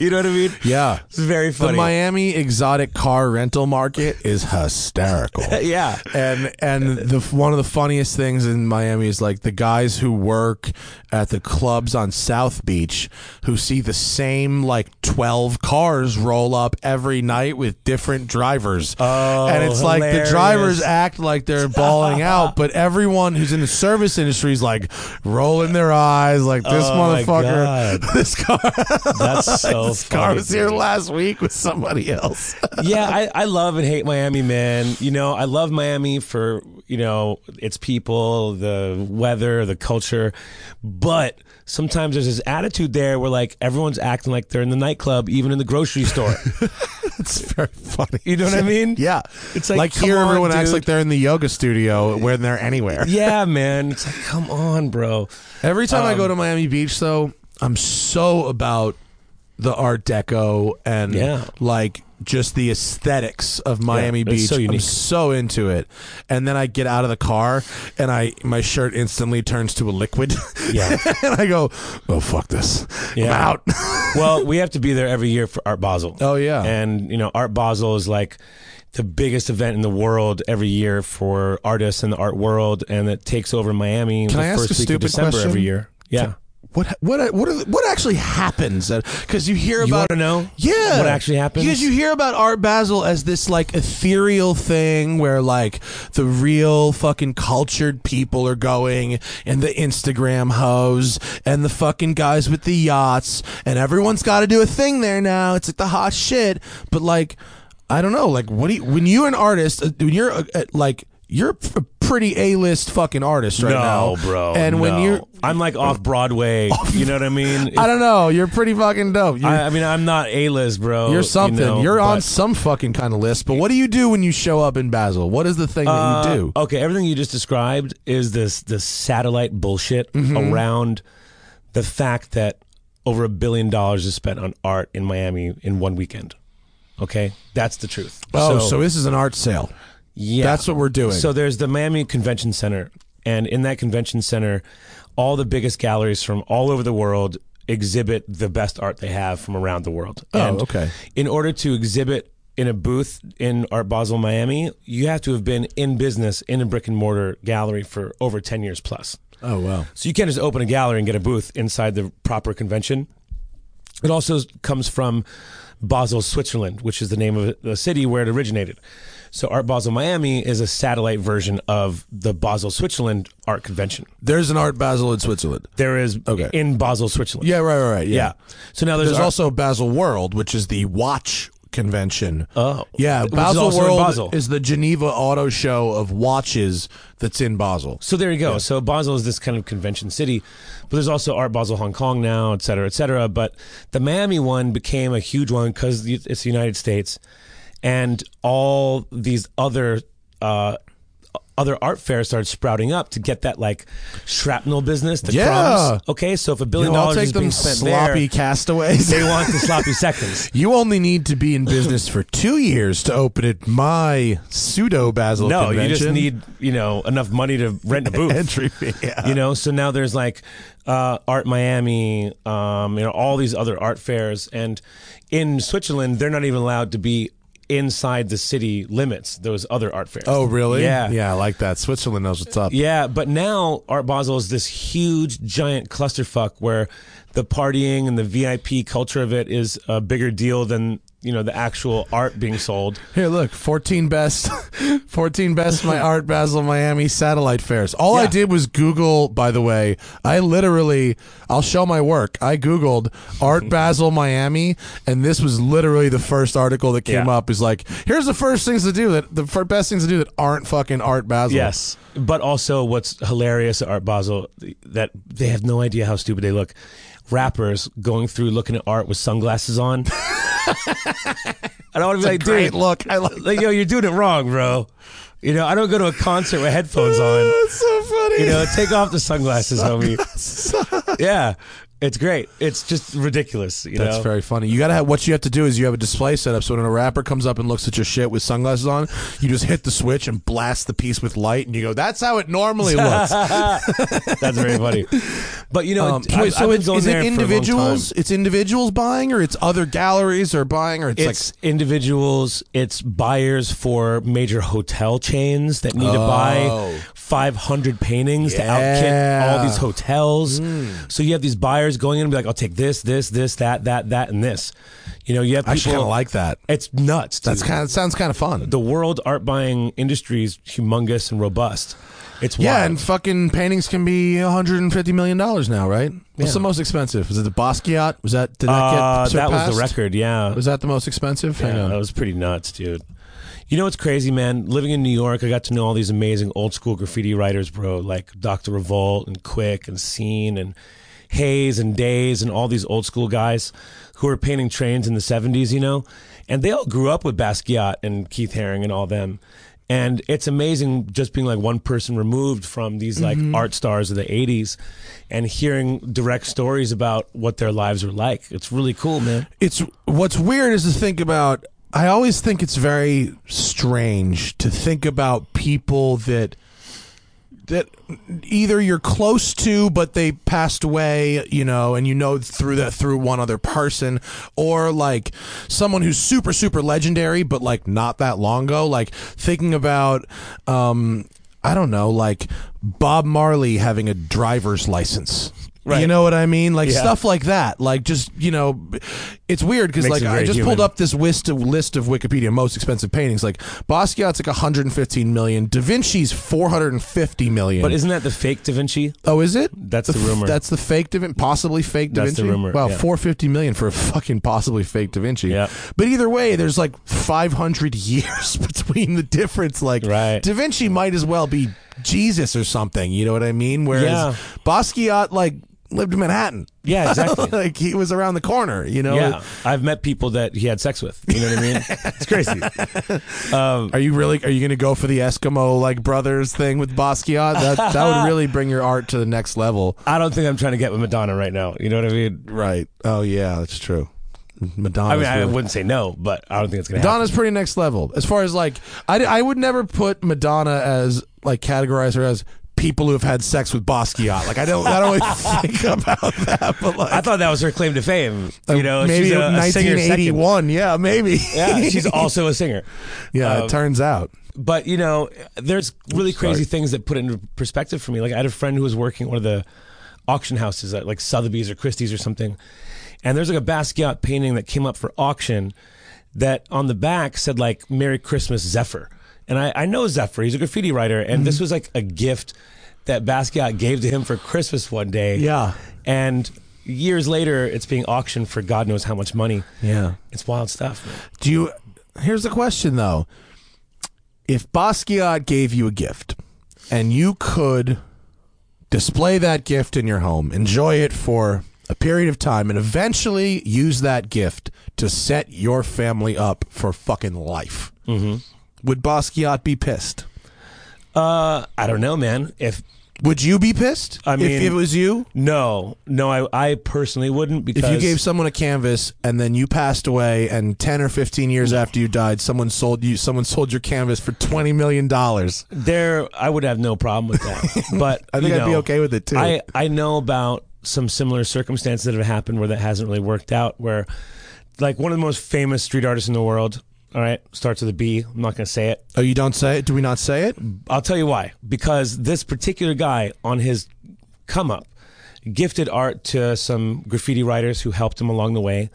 you know what I mean?
Yeah.
It's very funny.
The Miami exotic car rental market is hysterical.
Yeah.
And and the one of the funniest things in Miami is like the guys who work at the clubs on South Beach who see the same like 12 cars roll up every night with different drivers.
Oh,
and it's like the
hilarious.
drivers act like they're balling out, but everyone who's in the service industry is like rolling their eyes like this
Oh, my
motherfucker
God.
this car
That's so
this car
funny,
was here
dude.
last week with somebody else.
yeah, I, I love and hate Miami, man. You know, I love Miami for, you know, its people, the weather, the culture. But sometimes there's this attitude there where, like, everyone's acting like they're in the nightclub, even in the grocery store.
it's very funny.
You know what I mean?
Yeah.
It's like, come
here
on,
everyone acts
dude.
like they're in the yoga studio when they're anywhere.
yeah, man. It's like, come on, bro.
Every time I go to Miami Beach though, I'm so about the art deco and
Yeah.
like just the aesthetics of Miami
it's
Beach.
so
I'm
unique.
so into it. And then I get out of the car and I my shirt instantly turns to a liquid.
Yeah.
and I go, "Oh fuck this. I'm
Yeah.
out."
well, we have to be there every year for Art Basel.
Oh, yeah.
and you know Art Basel is like the biggest event in the world every year for artists in the art world, and it takes over Miami.
Can
the
I ask
first
a
week
stupid
of December
question?
every year? Yeah.
What what what are- what actually happens? Because you hear
You
about
want to know?
yeah,
What actually happens?
Because you hear about Art Basel as this like ethereal thing where like the real fucking cultured people are going, and the Instagram hoes, and the fucking guys with the yachts, and everyone's got to do a thing there now. It's like the hot shit, but like I don't know, like what do you, when you're an artist, uh, when you're uh, uh, like you're a pretty a list fucking artist right now,
no, bro.
And when
no.
you're
I'm like off Broadway. you know what I mean?
I don't know. You're pretty fucking dope. You're,
I, I mean, I'm not A list, bro.
you're something.
You know,
you're on
but-
some fucking kind of list. But what do you do when you show up in Basel? What is the thing that you do?
Uh, Okay, everything you just described is this this satellite bullshit around the fact that over a billion dollars is spent on art in Miami in one weekend. Okay, that's the truth.
oh, so, this is an art sale.
yeah,
That's what we're doing.
So there's the Miami Convention Center, and in that convention center, all the biggest galleries from all over the world exhibit the best art they have from around the world.
Oh,
and
okay.
In order to exhibit in a booth in Art Basel, Miami, you have to have been in business in a brick and mortar gallery for over ten years plus.
oh wow.
So you can't just open a gallery and get a booth inside the proper convention. It also comes from Basel, Switzerland, which is the name of the city where it originated. So Art Basel Miami is a satellite version of the Basel, Switzerland art convention.
There's an art Basel in Switzerland.
There is
Okay.
in Basel, Switzerland.
Yeah, right, right, right. Yeah.
Yeah. So now there's,
There's
art-
also Basel World, which is the watch convention.
Oh.
yeah.
Which is
Basel
also in
World
Basel.
is the Geneva Auto Show of watches that's in Basel.
So there you go. So Basel is this kind of convention city, but there's also Art Basel Hong Kong now, et cetera, et cetera. But the Miami one became a huge one because it's the United States, and all these other uh, other art fairs started sprouting up to get that like shrapnel business. The
Yeah.
crumbs. Okay, so if a billion
You know, I'll
dollars
take
is being
them
spent
sloppy castaways.
there, they want the sloppy seconds.
You only need to be in business for two years to open at my pseudo Basel
No,
convention.
you just need you know enough money to rent a booth.
entry fee. Yeah.
you know so now there's like uh, art miami um, you know all these other art fairs and in switzerland they're not even allowed to be inside the city limits those other art fairs
Oh, really?
yeah
Yeah, I like that. Switzerland knows what's up.
yeah, but now Art Basel is this huge, giant clusterfuck where the partying and the VIP culture of it is a bigger deal than you know the actual art being sold.
Here, look, 14 best, 14 best my Art Basel Miami satellite fairs. All I
Yeah.
did was Google, by the way, I literally, I'll show my work. I Googled Art Basel Miami, and this was literally the first article that came
Yeah.
up is like, here's the first things to do that, the fir- best things to do that aren't fucking Art Basel.
Yes, but also what's hilarious at Art Basel that they have no idea how stupid they look. Rappers going through looking at art with sunglasses on. I don't want to be like,
Great
dude,
look. I like
like, yo, you're doing it wrong, bro. You know, I don't go to a concert with headphones on.
That's so funny.
You know, take off the sunglasses, homie. yeah, it's great. It's just ridiculous. You
That's
know,
very funny. You gotta have what you have to do is you have a display set up so when a rapper comes up and looks at your shit with sunglasses on, you just hit the switch and blast the piece with light and you go, That's how it normally looks.
That's very funny. But you know,
Um,
I-
wait,
I've
so
been
it's,
going
is it
there for a long time.
individuals? It's individuals buying, or it's other galleries are buying, or it's,
It's individuals, it's buyers for major hotel chains that need to
Oh.
buy 500 paintings to
Yeah. Hmm.
outkick all these hotels. So you have these buyers going in and be like, I'll take this, this, this, that, that, that, and this. You know, you have
like I kind
people
of like that.
It's nuts. Dude.
That's kind of sounds kind of fun.
the world art buying industry is humongous and robust. It's
yeah,
wild.
and fucking paintings can be 150 million dollars now, right? What's
Yeah.
the most expensive? Was it the Basquiat? Was that did that
Uh,
get
that
surpassed?
was the record. Yeah,
Was that the most expensive? Hang
Yeah,
on.
that was pretty nuts, dude. You know what's crazy, man? Living in New York, I got to know all these amazing old school graffiti writers, bro, like Dr. Revolt and Quick and Scene and Hayes and Days and all these old school guys who were painting trains in the 70s, you know? And they all grew up with Basquiat and Keith Haring and all them. And it's amazing just being like one person removed from these like art stars of the 80s and hearing direct stories about what their lives were like. It's really cool, man.
it's what's weird is to think about I always think it's very strange to think about people that that either you're close to but they passed away, you know, and you know through that through one other person or like someone who's super super legendary but like not that long ago, like thinking about um I don't know, like Bob Marley having a driver's license. You
Right.
know what I mean? Like
Yeah.
stuff like that. Like just, you know, it's weird because
Makes
like
it
I
very
just
human.
pulled up this list of, list of Wikipedia most expensive paintings. Like Basquiat's like 115 million, Da Vinci's 450 million.
But isn't that the fake Da Vinci?
oh, is it?
That's the
f-
rumor.
That's the fake Da Vinci, possibly fake Da
That's the
Vinci.
rumor,
Wow,
yeah.
450 million for a fucking possibly fake Da Vinci.
Yeah.
But either way, there's like 500 years between the difference. Like
Right.
Da Vinci might as well be Jesus or something. You know what I mean? Whereas
Yeah.
Basquiat like lived in Manhattan.
Yeah, exactly.
like he was around the corner, you know.
yeah, I've met people that he had sex with. You know what I mean? Um, it's crazy.
Are you really? Are you going to go for the Eskimo like brothers thing with Basquiat? That that would really bring your art to the next level,
I don't think I'm trying to get with Madonna right now. You know what I mean?
right? Oh yeah, that's true. Madonna.
I mean, I wouldn't say no, but I don't think it's gonna happen.
Madonna's pretty next level as far as like I, I would never put Madonna as like categorize her as people who have had sex with Basquiat. Like I don't I don't really think about that, but like
I thought that was her claim to fame. You know,
maybe
she's a, a singer second.
1981. Yeah, maybe.
Yeah, she's also a singer.
yeah.
um,
it turns out.
But you know, there's really crazy
sorry.
things that put it into perspective for me. Like I had a friend who was working at one of the auction houses at like Sotheby's or Christie's or something, and there's like a Basquiat painting that came up for auction that on the back said like "Merry Christmas, Zephyr." And I, I know Zephyr; he's a graffiti writer, and this
Mm-hmm.
was like a gift that Basquiat gave to him for Christmas one day.
Yeah.
and years later, it's being auctioned for God knows how much money.
Yeah.
It's wild stuff. man.
Do you? Here's the question though: If Basquiat gave you a gift, and you could display that gift in your home, enjoy it for a period of time, and eventually use that gift to set your family up for fucking life,
Mm-hmm.
would Basquiat be pissed?
Uh, I don't know, man. If
Would you be pissed?
I mean-
if it was you,
No, no, I, I personally wouldn't because
if you gave someone a canvas and then you passed away and 10 or 15 years after you died someone sold you someone sold your canvas for 20 million dollars
there, I would have no problem with that. But
I think
you
I'd be
know,
okay with it, too.
I I know about some similar circumstances that have happened where that hasn't really worked out. Where, like, one of the most famous street artists in the world. All right, starts with a B. I'm not going to say it.
Oh, you don't say it? Do we not say it?
I'll tell you why. Because this particular guy on his come up gifted art to some graffiti writers who helped him along the way.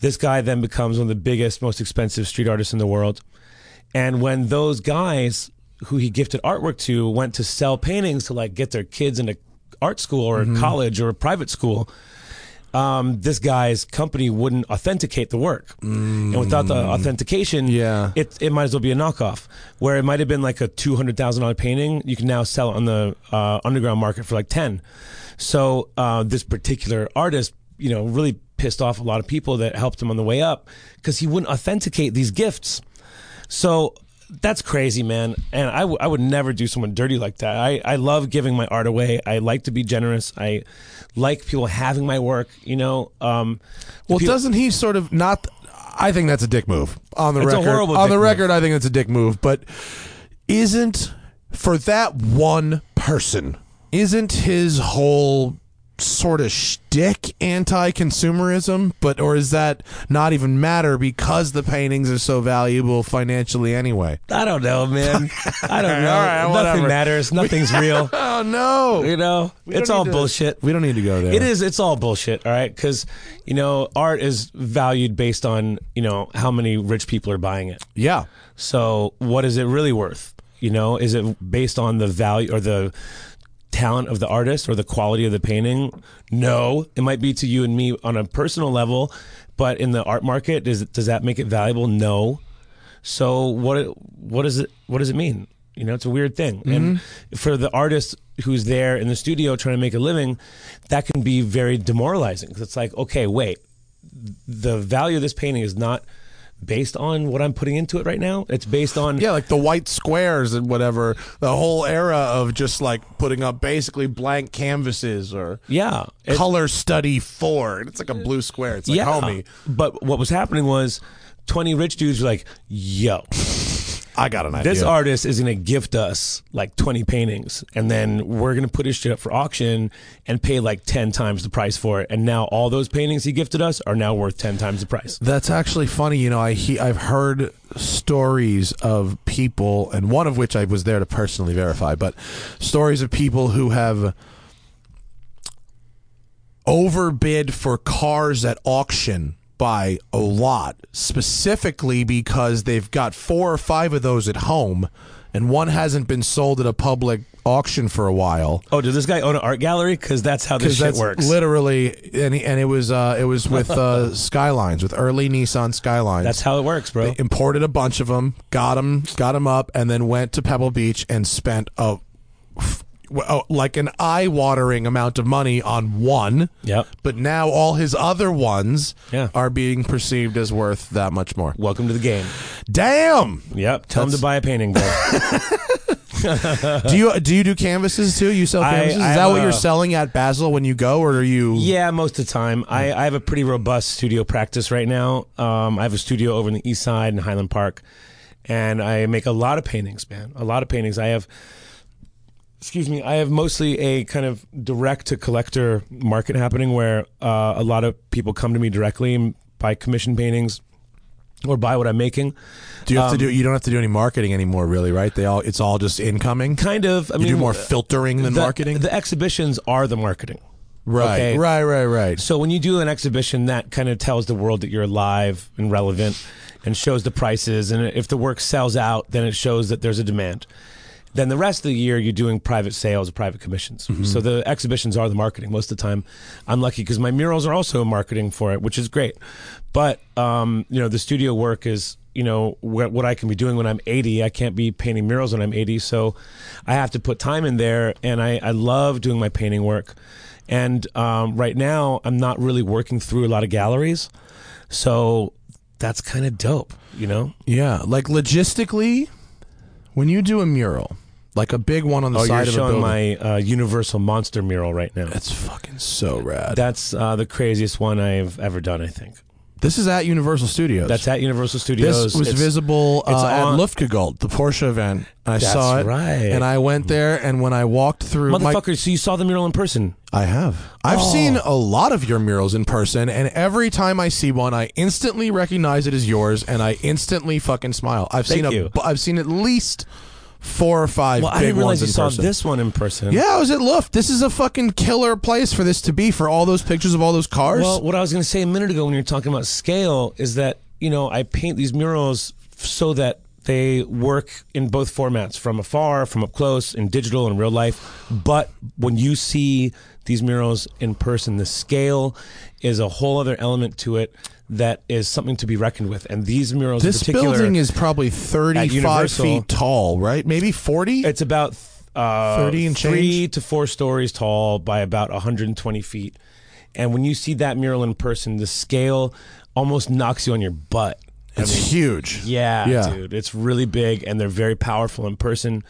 This guy then becomes one of the biggest, most expensive street artists in the world. And when those guys who he gifted artwork to went to sell paintings to like get their kids into art school or college or a private school, um, this guy's company wouldn't authenticate the work. And without the authentication,
Yeah.
it, it might as well be a knockoff. Where it might have been like a two hundred thousand dollar painting, you can now sell it on the uh, underground market for like ten. So uh, this particular artist, you know, really pissed off a lot of people that helped him on the way up because he wouldn't authenticate these gifts. So that's crazy, man. And I, w- I would never do someone dirty like that. I, I love giving my art away. I like to be generous. I like people having my work, you know. Um,
Well,
people-
doesn't he sort of not? I think that's a dick move on the
It's a
record.
horrible
on
dick
the
move.
record, I think it's a dick move. But isn't for that one person? Isn't his whole sort of shtick anti-consumerism, but or is that not even matter because the paintings are so valuable financially anyway?
I don't know, man. I don't know.
All right,
Nothing
whatever.
matters. Nothing's real.
Oh no,
You know,
don't
it's all
need to-
bullshit.
we don't need to go there.
It is. It's all bullshit. All right, because you know, art is valued based on you know how many rich people are buying it.
yeah.
So, what is it really worth? You know, is it based on the value or the talent of the artist or the quality of the painting? No, it might be to you and me on a personal level, but in the art market, does does that make it valuable? No. So, what it- what does it what does it mean? You know, it's a weird thing. And
Mm-hmm.
for the artist who's there in the studio trying to make a living, that can be very demoralizing 'Cause it's like, okay, wait, the value of this painting is not based on what I'm putting into it right now. It's based on
Yeah, like the white squares and whatever. The whole era of just like putting up basically blank canvases or
yeah, it-
color study four. It's like a blue square. It's like
yeah.
homie,
But what was happening was 20 rich dudes were like, "Yo,
I got an idea.
this artist is going to gift us like 20 paintings and then we're going to put his shit up for auction and pay like 10 times the price for it." And now all those paintings he gifted us are now worth 10 times the price.
That's actually funny. You know, I he, I've heard stories of people, and one of which I was there to personally verify, but stories of people who have overbid for cars at auction by a lot, specifically because they've got four or five of those at home, and one hasn't been sold at a public auction for a while.
Oh, does this guy own an art gallery? Because that's how this
Because
shit
that's
works.
literally, and, he- and it was uh, it was with uh, Skylines, with early Nissan Skylines
that's how it works, bro.
imported a bunch of them, got them, got them up, and then went to Pebble Beach and spent a, well, like an eye-watering amount of money on one.
Yep.
But now all his other ones
Yeah.
are being perceived as worth that much more.
Welcome to the game.
Damn!
Yep. Tell him to buy a painting, bro.
do you do you do canvases too? You sell
I-
canvases?
I
Is that
have
what
a-
you're selling at Basel when you go, or are you?
Yeah, most of the time.
Mm.
I, I have a pretty robust studio practice right now. Um, I have a studio over in the east side in Highland Park, and I make a lot of paintings, man. A lot of paintings. I have, excuse me, I have mostly a kind of direct to collector market happening where uh, a lot of people come to me directly and buy commission paintings or buy what I'm making.
Do
um,
you have to do? You don't have to do any marketing anymore, really, right? They all it's all just incoming.
Kind of. I
You
mean,
do more filtering than
Mm, the-
marketing,
The exhibitions are the marketing.
right?
okay.
Right, right, right.
So when you do an exhibition, that kind of tells the world that you're alive and relevant, and shows the prices. And if the work sells out, then it shows that there's a demand. Then the rest of the year, you're doing private sales, private commissions. So the exhibitions are the marketing most of the time. I'm lucky because my murals are also marketing for it, which is great. But um, you know, the studio work is you know what, what I can be doing when I'm 80. I can't be painting murals when I'm 80, so I have to put time in there. And I, I love doing my painting work. And um, right now, I'm not really working through a lot of galleries, so that's kind of dope, you know.
Yeah, like logistically, when you do a mural, like a big one on the
Oh,
side
you're
of a
showing
building,
my uh, Universal Monster mural right now.
that's fucking so rad.
That's uh, the craziest one I've ever done. I think
this is at Universal Studios.
that's at Universal Studios.
this was
It's-
visible uh,
it's on-
at Luftgegold, the Porsche event. I
That's
saw it,
right.
and I went there. And when I walked through, my-
Motherfucker, so you saw the mural in person?
I have. I've
Oh.
seen a lot of your murals in person, and every time I see one, I instantly recognize it as yours, and I instantly fucking smile. I've seen
Thank
a,
you.
have seen at least four or five
Well,
big
I didn't realize
ones
you
in
saw
person.
this one in person.
Yeah, I was at Luft. This is a fucking killer place for this to be for all those pictures of all those cars.
Well, what I was going to say a minute ago when you were talking about scale is that, you know, I paint these murals so that they work in both formats from afar, from up close, in digital and real life. But when you see these murals in person, the scale is a whole other element to it that is something to be reckoned with. And these murals
this
in particular
building is probably
At
35
Universal-
feet tall, right? Maybe 40?
It's about uh,
30 and
three
change?
to four stories tall by about 120 feet. And when you see that mural in person, the scale almost knocks you on your butt. I
It's
mean,
huge.
yeah,
Yeah.
dude, it's really big, and they're very powerful in person.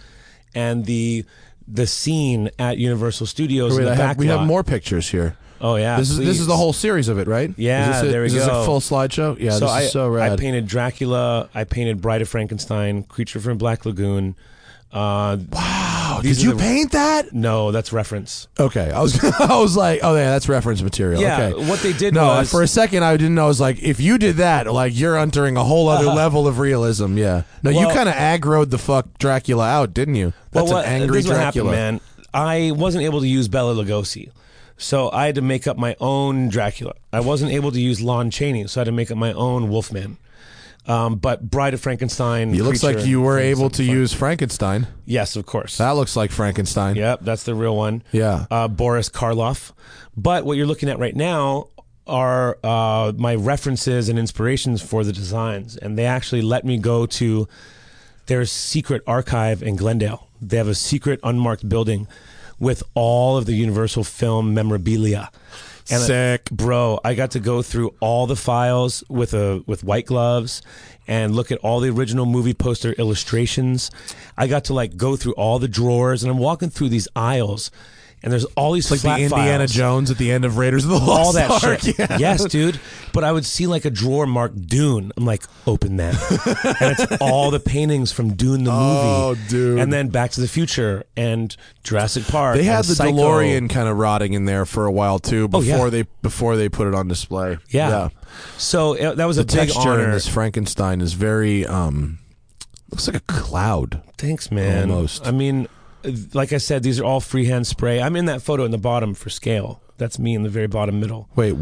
And the the scene at Universal Studios
Wait,
in the
I
back
have, we have
lot-
more pictures here.
Oh yeah,
this is this is
please.
the whole series of it, right?
Yeah,
is this a,
there we
is this
go.
a full slideshow? Yeah,
so
this
I,
is so rad.
I painted Dracula. I painted Bride of Frankenstein, Creature from Black Lagoon. Uh,
wow, Wow, Oh, did
These are
you
the-
paint that?
No, that's reference.
Okay, I was I was like, oh yeah, that's reference material.
Yeah,
okay.
what they did
No,
was-
for a second I didn't know. I was like, if you did that, like you're entering a whole other level of realism. Yeah. No, you
Uh-huh. Well-
kind of aggroed the fuck Dracula out, didn't you? That's
well, what-
an angry
this is what
Dracula.
happened, man. I wasn't able to use Bella Lugosi, so I had to make up my own Dracula. I wasn't able to use Lon Chaney, so I had to make up my own Wolfman. Um, but Bride of Frankenstein.
It looks like
Creature,
you were
and
able
some
to
fun-
use Frankenstein.
Yes, of course.
That looks like Frankenstein.
Yep, that's the real one.
Yeah.
Uh, Boris Karloff. But what you're looking at right now are uh, my references and inspirations for the designs. And they actually let me go to their secret archive in Glendale. They have a secret unmarked building with all of the Universal film memorabilia. And
Sick.
bro, I got to go through all the files with a with white gloves and look at all the original movie poster illustrations. I got to like go through all the drawers and I'm walking through these aisles and there's all these
Like
flat
the Indiana
files
Jones at the end of Raiders of the Lost
all that
Ark.
shit.
Yeah.
Yes, dude. But I would see like a drawer marked Dune. I'm like, open that, and it's all the paintings from Dune the
Oh,
movie.
dude.
And then Back to the Future and Jurassic Park.
They
and
had the
Psycho. Oh,
DeLorean kind of rotting in there for a while too before
yeah.
they before they put it on display.
Yeah. So uh, that was a big
texture in
honor.
this Frankenstein is very um looks like a cloud.
Thanks, man.
Almost.
I mean, uh, like I said, these are all freehand spray. I'm in that photo in the bottom for scale. That's me in the very bottom middle,
Wait,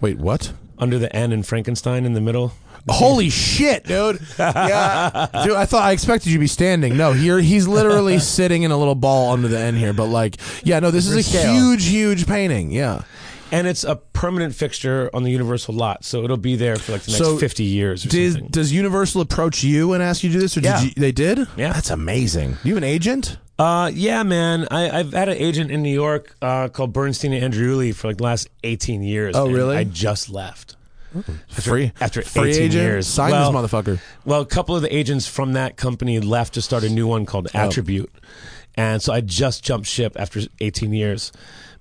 wait, what?
under the N and Frankenstein in the middle.
Holy shit, dude! Yeah, dude. I thought I expected you to be standing. No, here he's literally sitting in a little ball under the end here. But like, yeah, no, this is a
scale.
huge, huge painting. Yeah,
And it's a permanent fixture on the Universal lot, so it'll be there for like the next
So,
50 years. Or
Does
something.
does Universal approach you and ask you to do this, or
Yeah.
did you, they did?
Yeah.
that's amazing. You an agent?
Uh, yeah, man. I, I've had an agent in New York uh, called Bernstein and Andreuli for like the last 18 years.
Oh,
and
really?
I just left.
free
after
free
18
agent?
years.
Sign
Well-
this motherfucker.
Well, a couple of the agents from that company left to start a new one
Oh.
called Attribute. And so I just jumped ship after 18 years.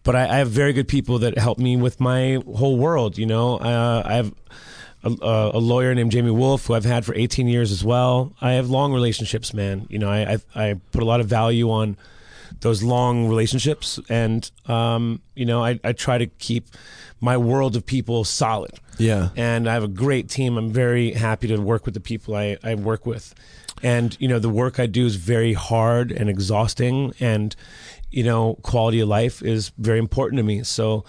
But I, I have very good people that help me with my whole world, you know. Uh, I have a, a a lawyer named Jamie Wolf who I've had for 18 years as well. I have long relationships, man. You know, I, I, I put a lot of value on those long relationships. And, um, you know, I, I try to keep my world of people solid
Yeah.
and I have a great team. I'm very happy to work with the people I, I work with. And, you know, the work I do is very hard and exhausting, and, you know, quality of life is very important to me. So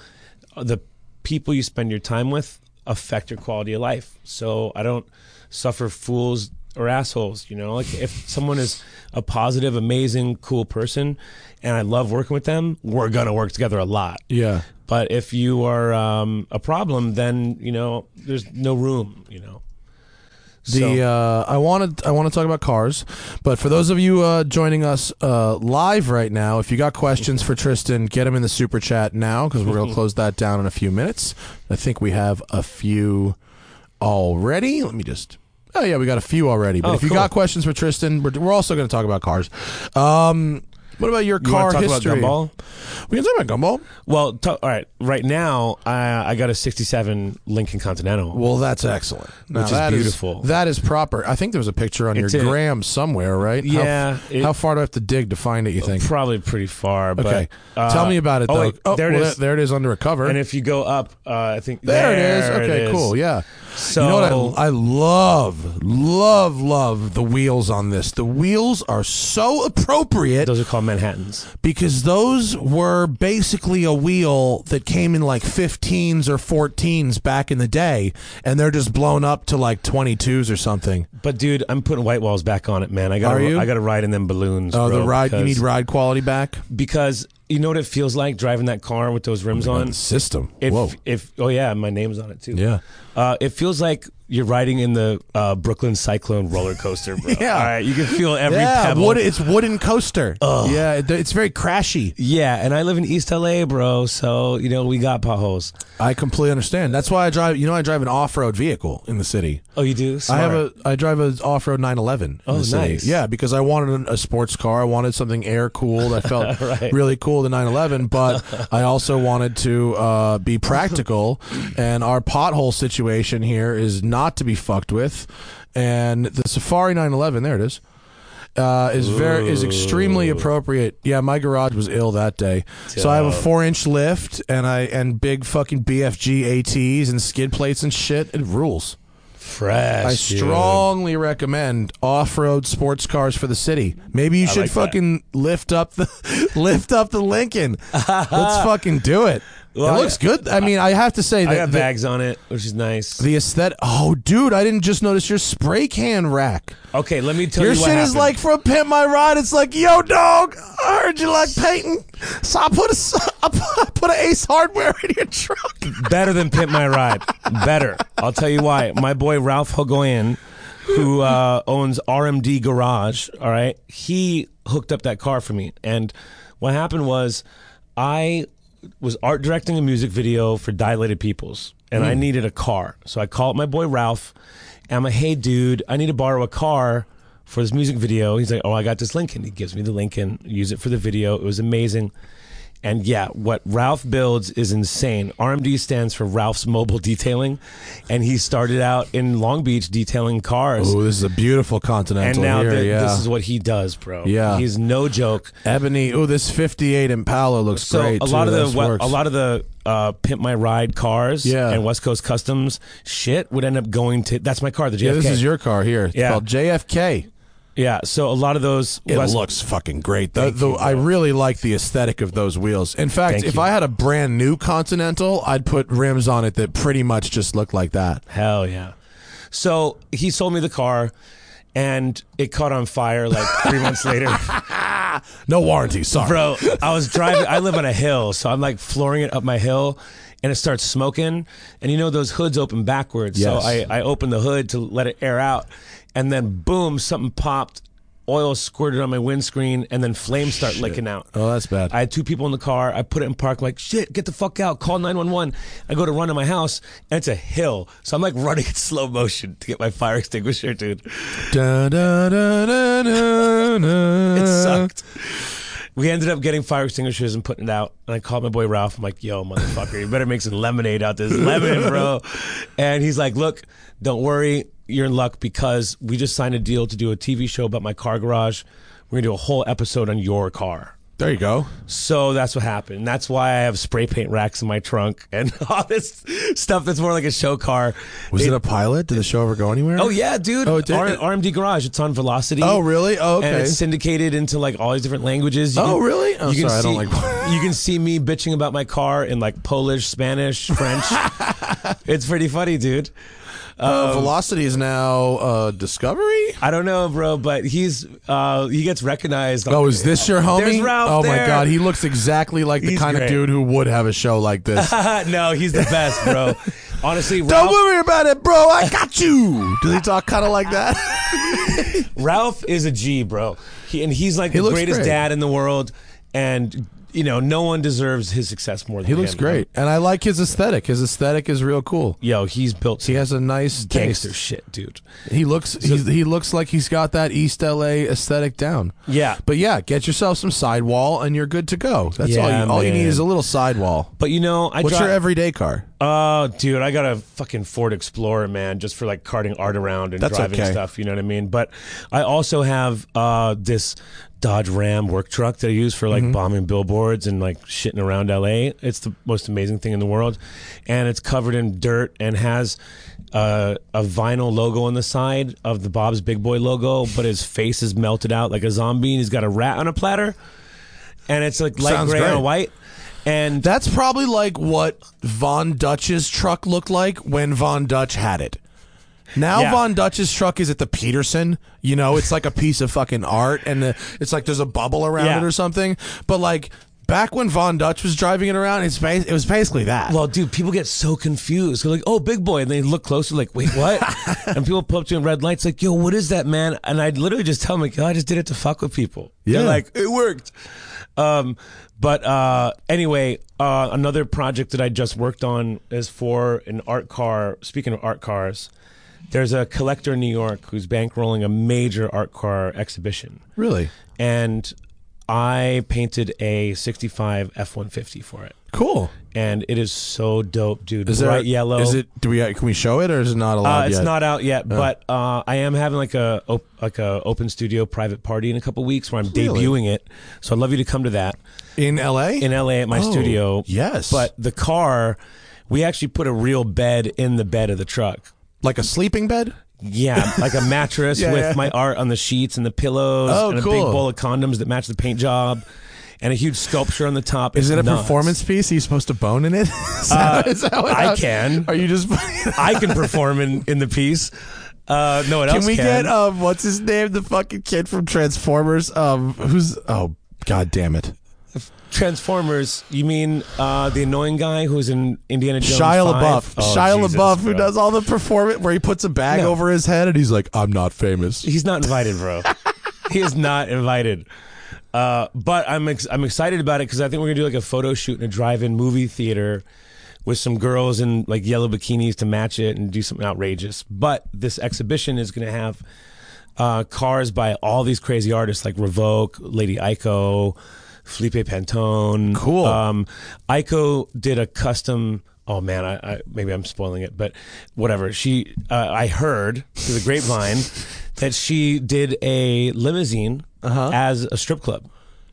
uh, the people you spend your time with affect your quality of life. So I don't suffer fools or assholes, you know? Like if someone is a positive, amazing, cool person and I love working with them, we're going to work together a lot.
Yeah.
But if you are um, a problem, then you know there's no room. You know.
The uh, I wanted I want to talk about cars, but for those of you uh, joining us uh, live right now, if you got questions for Tristan, get them in the super chat now because we're gonna close that down in a few minutes. I think we have a few already. Let me just. Oh yeah, we got a few already. But
Oh,
if you
cool.
got questions for Tristan, we're, we're also going to talk about cars. Um, what about your
you
car
want to talk
history?
about gumball?
We can talk about gumball.
Well, t- all right. Right now, I, I got a '67 Lincoln Continental.
Well, that's excellent. Now,
Which is
that
beautiful.
that is proper. I think there was a picture on
It's
your
in-
gram somewhere, right? How-
Yeah,
How,
it-
far do I have to dig to find it? You think?
Probably pretty far.
okay.
But, uh,
Tell me about it.
Oh,
though.
wait,
oh
there it is.
well, There it is under a cover.
And if you go up, uh, I think
there, it is. Okay,
it is.
cool. Yeah.
So
you know what? I, I love, love, love the wheels on this. The wheels are so appropriate
those are called Manhattans.
because those were basically a wheel that came in like 15s or 14s back in the day, and they're just blown up to like 22s or something.
But dude, I'm putting white walls back on it, man. I got
Are you?
I got to ride in them balloons.
Oh, the
bro,
ride. You
because-
need ride quality back.
because you know what it feels like driving that car with those
Oh
rims on.
System.
If,
Whoa.
if oh yeah, my name's on it too.
Yeah.
Uh, it feels like you're riding in the uh, Brooklyn Cyclone roller coaster, bro.
Yeah.
All right, you can feel every
Yeah,
pebble.
wood, it's wooden coaster. Yeah, it- it's very crashy.
yeah, and I live in East LA, bro. So you know we got potholes.
I completely understand. That's why I drive. You know, I drive an off-road vehicle in the city.
Oh, you do?
I have
Smart.
a I drive an off-road 911. in
Oh,
the city.
nice.
Yeah, because I wanted a sports car. I wanted something air cooled. I felt really cool the 911, but I also wanted to uh, be practical. And our pothole situation here is not to be fucked with. And the Safari 911, there it is. uh, is very is extremely appropriate. Yeah, my garage was ill that day, so I have a four inch lift and I and big fucking BFG ATs and skid plates and shit. It rules.
Fresh.
I
dude.
strongly recommend off-road sports cars for the city. Maybe you should
like that.
fucking lift up the lift up the Lincoln. Let's fucking do it.
Well,
it looks good. I mean, I have to say
I
that
got
the,
bags on it, which is nice.
the aesthetic. Oh, dude, I didn't just notice your spray can rack.
okay, let me tell
Your
you what
shit is
happened.
like from Pimp My Ride. It's like, yo, dog, I heard you like painting, so I put a I put, I put an Ace Hardware in your truck.
better than Pimp My Ride. Better. I'll tell you why. My boy Ralph Hagoyan, who uh, owns RMD Garage, all right, he hooked up that car for me. And what happened was I was art directing a music video for Dilated Peoples, and I needed a car. So I called my boy Ralph, and I'm like, hey, dude, I need to borrow a car. For this music video, he's like, "Oh, I got this Lincoln." He gives me the Lincoln, use it for the video. It was amazing. And yeah, what Ralph builds is insane. RMD stands for Ralph's Mobile Detailing, and he started out in Long Beach detailing cars.
this is a beautiful continental
and now th- this is what he does, bro.
Yeah.
he's no joke.
Ebony. Oh, this '58 Impala looks
So
great.
a
too.
lot of
This
the we-
works.
a lot of the uh, pimp my ride cars
Yeah.
and West Coast Customs shit would end up going to that's my car, the JFK.
Yeah, this is your car here. It's
Yeah.
called JFK.
yeah. So a lot of those
It
West-
looks fucking great. The, the, I really like the aesthetic of those wheels. In fact,
Thank
if
you.
I had a brand new Continental, I'd put rims on it that pretty much just look like that.
Hell yeah. So he sold me the car, and it caught on fire like three months later.
No warranty, sorry.
bro. I was driving. I live on a hill, so I'm like flooring it up my hill, and it starts smoking. And you know those hoods open backwards,
Yes.
so I I opened the hood to let it air out, and then boom, something popped. Oil squirted on my windscreen, and then flames start licking out.
Oh, that's bad.
I had two people in the car. I put it in park, like, shit, get the fuck out. Call 911. I go to run to my house, and it's a hill. So I'm like running in slow motion to get my fire extinguisher, dude.
Da, da, da, da, da, da.
It sucked. We ended up getting fire extinguishers and putting it out. And I called my boy Ralph. I'm like, yo, motherfucker, you better make some lemonade out this lemon, bro. And he's like, look, don't worry. You're in luck because we just signed a deal to do a TV show about my car garage. We're going to do a whole episode on your car.
There you go.
So that's what happened. That's why I have spray paint racks in my trunk and all this stuff that's more like a show car.
Was it, a pilot? Did the show ever go anywhere?
Oh yeah, dude.
Oh, it did-
R- RMD Garage. It's on Velocity.
Oh, really? Oh, okay.
And it's syndicated into like all these different languages. You
Oh, really? Oh,
you can
sorry, I don't
see-
like-
you can see me bitching about my car in like Polish, Spanish, French. it's pretty funny, dude.
Uh, Velocity is now uh, Discovery?
I don't know, bro, but he's uh he gets recognized.
Oh, is this your homie?
There's Ralph
oh my
there.
god, he looks exactly like the
He's
kind of
great.
dude who would have a show like this.
no, he's the best, bro. Honestly,
Don't
Ralph,
worry about it, bro. I got you. Do they talk kind of like that?
Ralph is a G, bro. He, and he's like the
looks
greatest
great.
dad in the world. And, you know, no one deserves his success more than
He looks
him, bro.
great, and I like his aesthetic. His aesthetic is real cool.
Yo, he's built
He has a nice
gangster
taste.
shit, dude.
He looks he's, he looks like he's got that East LA aesthetic down.
Yeah.
But yeah, get yourself some sidewall and you're good to go. That's all
Yeah,
you all you need
man.
is a little sidewall.
But you know, I
What's
dri-
your everyday car?
Oh, dude, I got a fucking Ford Explorer, man, just for like carting art around and
That's
driving
okay.
stuff. You know what I mean? But I also have uh, this Dodge Ram work truck that I use for like
Mm-hmm.
bombing billboards and like shitting around LA. It's the most amazing thing in the world, and it's covered in dirt and has uh, a vinyl logo on the side of the Bob's Big Boy logo, but his face is melted out like a zombie, and he's got a rat on a platter, and it's like light
Sounds
gray
great.
on white. And
That's probably like what Von Dutch's truck looked like when Von Dutch had it. Now
Yeah.
Von Dutch's truck is at the Peterson. You know, it's like a piece of fucking art, and the, it's like there's a bubble around
Yeah.
it or something. But like back when Von Dutch was driving it around, it's bas- it was basically that.
Well, dude, people get so confused. They're like, "Oh, big boy," and they look closer, like, "Wait, what?" and people pull up to you in red lights, like, "Yo, what is that, man?" And I literally just tell them, like, "Yo, I just did it to fuck with people." Yeah,
Yeah.
like it worked. Um, but uh, anyway, uh, another project that I just worked on is for an art car. Speaking of art cars, there's a collector in New York who's bankrolling a major art car exhibition,
really
and I painted a '65 F-150 for it
cool.
and it is so dope, dude.
Is there
Bright yellow.
Is it? Do we? uh, Can we show it, or is it not allowed
Uh, it's
yet?
not out yet, but uh, I am having like a op- like a open studio private party in a couple weeks where I'm
Really?
debuting it. So I'd love you to come to that
in L.A.
in LA at my
Oh,
studio.
yes.
but the car, we actually put a real bed in the bed of the truck.
like a sleeping bed.
Yeah, like a mattress
Yeah,
with
yeah.
my art on the sheets and the pillows
Oh,
and a
cool.
big bowl of condoms that match the paint job and a huge sculpture on the top.
Is it a
Nuts. Uh,
performance piece? Are you supposed to bone in it? Is that- is that what
I
hap-
can.
Are you just?
I can perform in, in the piece. Uh, no one else
can we
can.
get um? What's his name? The fucking kid from Transformers. Um, who's? Oh, god damn it!
Transformers? You mean uh, the annoying guy who's in Indiana Jones?
Shia
5?
LaBeouf.
Oh,
Shia
Jesus,
LaBeouf, who
bro.
does all the performance where he puts a bag
No.
over his head and he's like, "I'm not famous."
He's not invited, bro. he is not invited. Uh, but I'm ex- I'm excited about it because I think we're gonna do like a photo shoot in a drive-in movie theater with some girls in like yellow bikinis to match it and do something outrageous. But this exhibition is gonna have uh, cars by all these crazy artists like Revoke, Lady Ico, Felipe Pantone.
Cool.
Um, Ico did a custom. Oh man, I, I maybe I'm spoiling it, but whatever. She, uh, I heard through the grapevine that she did a limousine as a strip club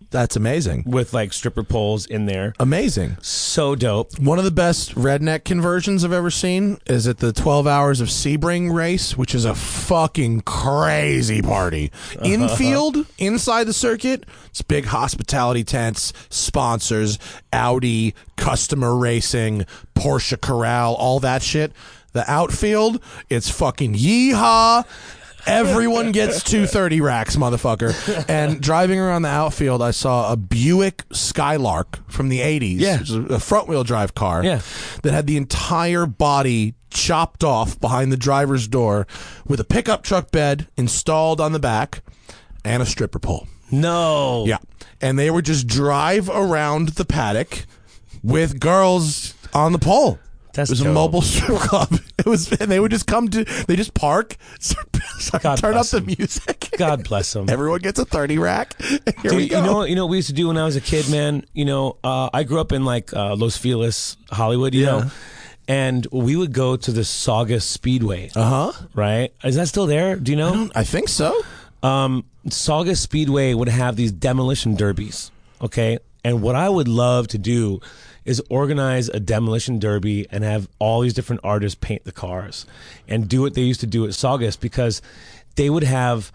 That's amazing.
with like stripper poles in there.
Amazing.
So dope.
One of the best redneck conversions I've ever seen is at the 12 hours of Sebring race, which is a fucking crazy party. Infield, inside the circuit, it's big hospitality tents, sponsors, Audi, customer racing, Porsche Corral, all that shit. The outfield, it's fucking yeehaw. Everyone gets 230 racks, motherfucker. And driving around the outfield, I saw a Buick Skylark from the 80s.
Yeah.
which is a front wheel drive car
Yeah.
that had the entire body chopped off behind the driver's door with a pickup truck bed installed on the back and a stripper pole.
No.
Yeah. And they would just drive around the paddock with girls on the pole.
That's
it was a
dope.
mobile strip club. It was, and they would just come to. They just park, sorry,
God
turn up
bless
the
them.
music.
God bless them.
Everyone gets a thirty rack. Here we
Dude,
go.
you know, you know what we used to do when I was a kid, man. You know, uh, I grew up in like uh, Los Feliz, Hollywood. You
Yeah.
know, and we would go to the Saugus Speedway.
uh huh.
right? Is that still there? Do you know?
I think so.
Um, Saugus Speedway would have these demolition derbies. Okay, and what I would love to do is organize a demolition derby and have all these different artists paint the cars and do what they used to do at Saugus because they would have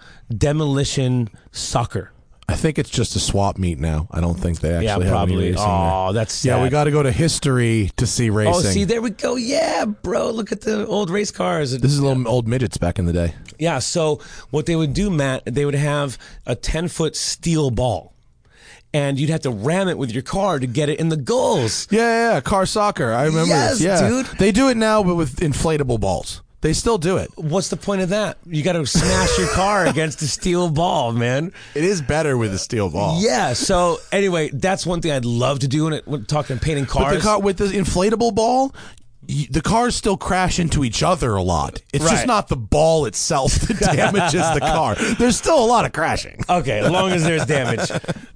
demolition soccer.
I think it's just a swap meet now. I don't think they actually
Yeah,
have any
probably.
racing there.
Oh, that's
Yeah, we
sad.
got to go to history to see racing.
Oh, see, there we go. Yeah, bro. Look at the old race cars.
this is little old midgets back in the day.
Yeah. So what they would do, Matt, they would have a ten foot steel ball, and you'd have to ram it with your car to get it in the goals.
Yeah, yeah, yeah, car soccer. I remember.
Yes,
this. Yeah.
dude.
They do it now, but with inflatable balls. They still do it.
What's the point of that? You got to smash your car against a steel ball, man.
It is better with a steel ball.
Yeah. So anyway, that's one thing I'd love to do when, it, when talking painting
But
cars.
the car with the inflatable ball. y- The cars still crash into each other a lot. It's just
Right.
not the ball itself that damages the car. There's still a lot of crashing.
Okay, as long as there's damage.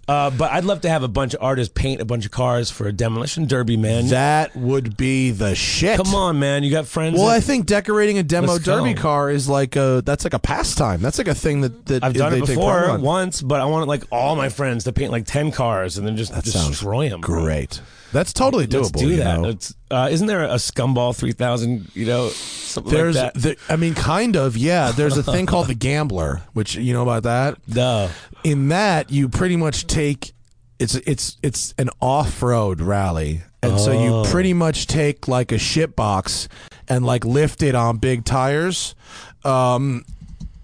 Uh, but I'd love to have a bunch of artists paint a bunch of cars for a demolition derby, man.
That would be the shit.
Come on, man. You got friends.
Well,
in-
I think decorating a demo
Let's
derby
go.
car is like a that's like a pastime. That's like a thing that that
I've done
they
it
take part
before
on.
once, but I wanted like all my friends to paint like ten cars and then just
sounds
destroy them.
Great. That's totally doable.
Let's do
you
that.
know?
It's, uh, isn't there a scumball three thousand? You know, something
There's,
like that.
the, I mean, kind of, yeah. There's a thing called the gambler, which you know about that.
No.
In that, you pretty much take it's it's it's an off-road rally, and so
Oh.
you pretty much take like a shit box and like lift it on big tires, um,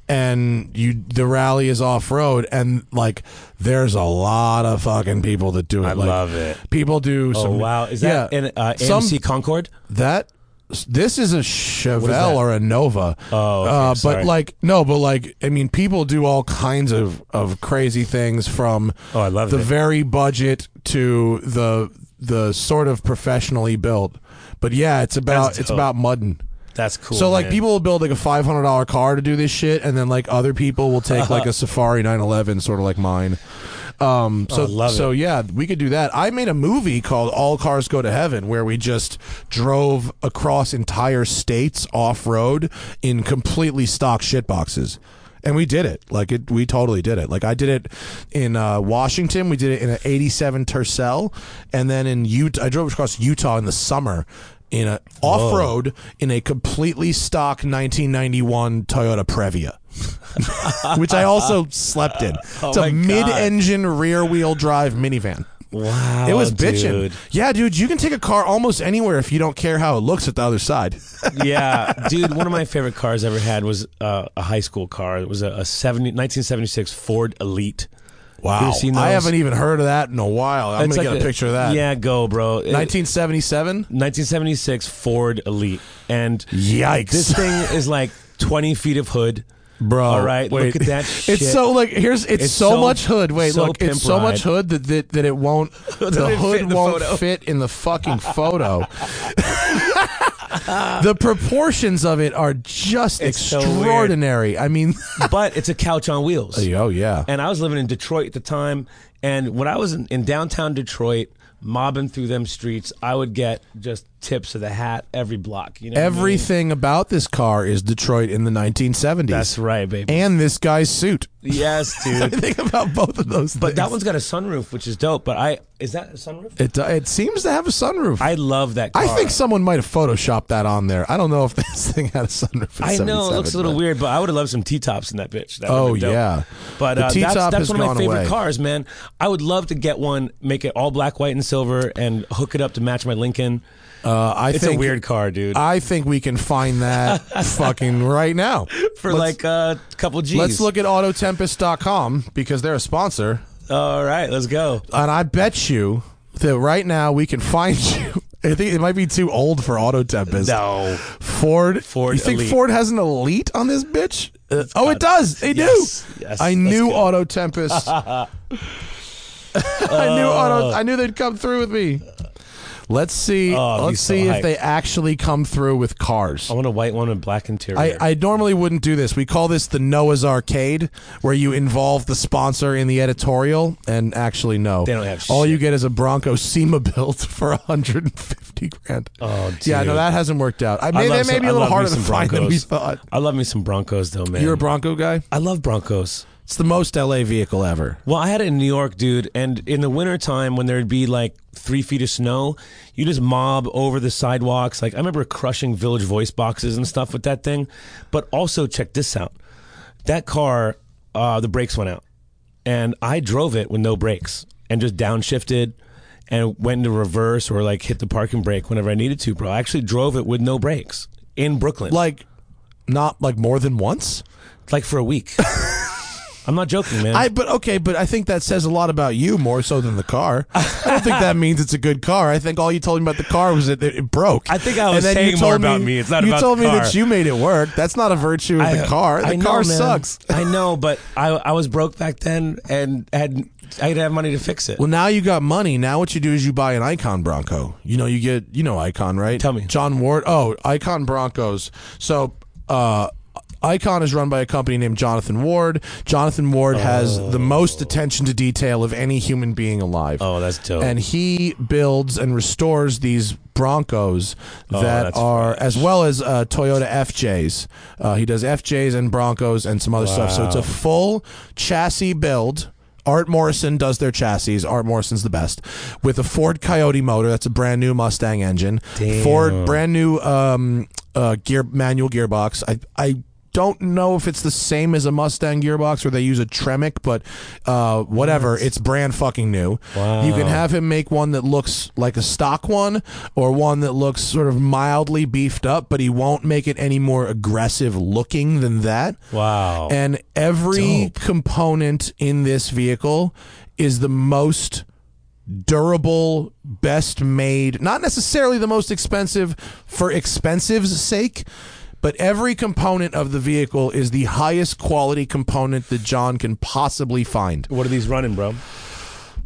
and you the rally is off-road, and like there's a lot of fucking people that do it. I
love it.
People do.
Oh
some,
wow! Is that
yeah,
in uh, AMC
some
Concord?
that this is a Chevelle
that?
or a Nova.
Oh, okay,
uh, but
sorry.
like no, but like I mean, people do all kinds of of crazy things from
Oh, I love
the
it.
very budget to the the sort of professionally built. But yeah, it's about
That's
it's
dope.
about mudding.
That's cool.
So like
man.
people will build like a five hundred dollar car to do this shit, and then like other people will take like a Safari nine eleven, sort of like mine, Um, so
Oh, I love
so yeah, we could do that. I made a movie called All Cars Go to Heaven where we just drove across entire states off road in completely stock shit boxes. And we did it. Like it we totally did it. Like I did it in uh, Washington, we did it in an 87 Tercel and then in Utah I drove across Utah in the summer in a off-road in a completely stock 1991 Toyota Previa. which I also slept in. it's
my
a
God.
mid-engine rear-wheel drive minivan.
Wow,
It was bitching.
dude.
Yeah, Oh, dude, you can take a car almost anywhere if you don't care how it looks at the other side.
yeah, dude. One of my favorite cars I ever had was uh, a high school car. It was a, a 70, 1976 Ford Elite. Have you seen those?
I haven't even heard of that in a while. I'm
It's
gonna
like
get a picture of that.
Yeah, go, bro. It-
1977.
1976 Ford Elite, and
Yikes,
this thing is like 20 feet of hood.
bro.
All right,
wait.
look at that shit.
It's so like here's it's,
It's
so,
so-
much hood. Wait,
so
look, it's
pimp
so much
ride.
hood that that, that it won't the
didn't fit
hood
in the
won't
photo.
fit in the fucking photo. the proportions of it are just
It's so weird.
extraordinary. I mean,
but it's a couch on wheels.
oh yeah.
And I was living in Detroit at the time. And when I was in, in downtown Detroit, mobbing through them streets, I would get just tips of the hat every block. You know what I mean?
Everything about this car is Detroit in the 1970s.
That's right, baby.
And this guy's suit.
yes, dude.
Think about both of those
But that one's got a sunroof, which is dope. But I is that a sunroof?
It, it seems to have a sunroof. I,
I love that. Car.
think someone might have photoshopped that on there. I don't know if this thing had a sunroof. in
I know it
77,
looks a little
but-
weird, but I would have loved some T tops in that bitch. That
Oh,
would've been dope.
yeah.
but
The
uh, that's,
T-top
that's
has
one of my
gone
favorite
away.
cars, man. I would love to get one, make it all black, white, and silver, and hook it up to match my Lincoln.
Uh, I
It's
think,
a weird car, dude.
I think we can find that fucking right now.
for
let's,
like a couple G's.
Let's look at autotempest.com because they're a sponsor.
All right, let's go.
and I bet you that right now we can find you. I think it might be too old for Auto Tempest.
No.
Ford.
Ford
You think
Elite. Uh,
Ford has an Elite on this bitch? oh, it does. They
Yes.
do.
Yes.
I
Let's
knew
go.
Auto Tempest. I knew
Uh.
Auto. I knew they'd come through with me. Let's see.
Oh, I'd be
let's
so
see if
hyped.
they actually come through with cars.
I want a white one with black interior.
I, I normally wouldn't do this. We call this the Noah's Arcade, where you involve the sponsor in the editorial, and actually, no,
They don't have
All
shit.
you get is a Bronco SEMA built for 150 grand.
Oh, dude.
yeah, no, that hasn't worked out. I may,
love
they may
some-
be
I
a little
love me
harder to
some
find than we
Broncos.
thought.
I love me some Broncos though, man.
You're a Bronco guy.
I love Broncos.
It's the most LA vehicle ever.
Well, I had it in New York, dude, and in the wintertime when there'd be like three feet of snow, you just mob over the sidewalks. Like I remember crushing village voice boxes and stuff with that thing. But also check this out. That car, uh, the brakes went out. And I drove it with no brakes and just downshifted and went into reverse or like hit the parking brake whenever I needed to, bro. I actually drove it with no brakes in Brooklyn. Like,
Like, not like more than once.
for a week. I'm not joking, man.
I but okay, but I think that says a lot about you more so than the car. I don't think that means it's a good car. I think all you told me about the car was that it broke.
I think I was
And then you
saying more
told
about me. It's not
you
about
told
the
me
car.
that you made it work. That's not a virtue of the car. The
I know,
car
man.
sucks.
I know, but I I was broke back then and had I didn't have money to fix it.
Well, now you got money. Now what you do is you buy an Icon Bronco. You know you get you know Icon, right?
Tell me.
John Ward. Oh, Icon Broncos. So, uh Icon is run by a company named Jonathan Ward. Jonathan Ward has the most attention to detail of any human being alive.
oh, that's dope.
and he builds and restores these Broncos that
that's
are as well as uh, Toyota FJs. Uh, he does FJs and Broncos and some other stuff. So it's a full chassis build. Art Morrison does their chassis. Art Morrison's the best. With a Ford Coyote motor, that's a brand new Mustang engine. Ford brand new um, uh, gear manual gearbox. I I don't know if it's the same as a Mustang gearbox or they use a Tremec, but uh, whatever. It's brand fucking new. You can have him make one that looks like a stock one or one that looks sort of mildly beefed up, but he won't make it any more aggressive looking than that.
wow.
And every component in this vehicle is the most durable, best made, not necessarily the most expensive for expensive's sake, but every component of the vehicle is the highest quality component that John can possibly find.
what are these running, bro?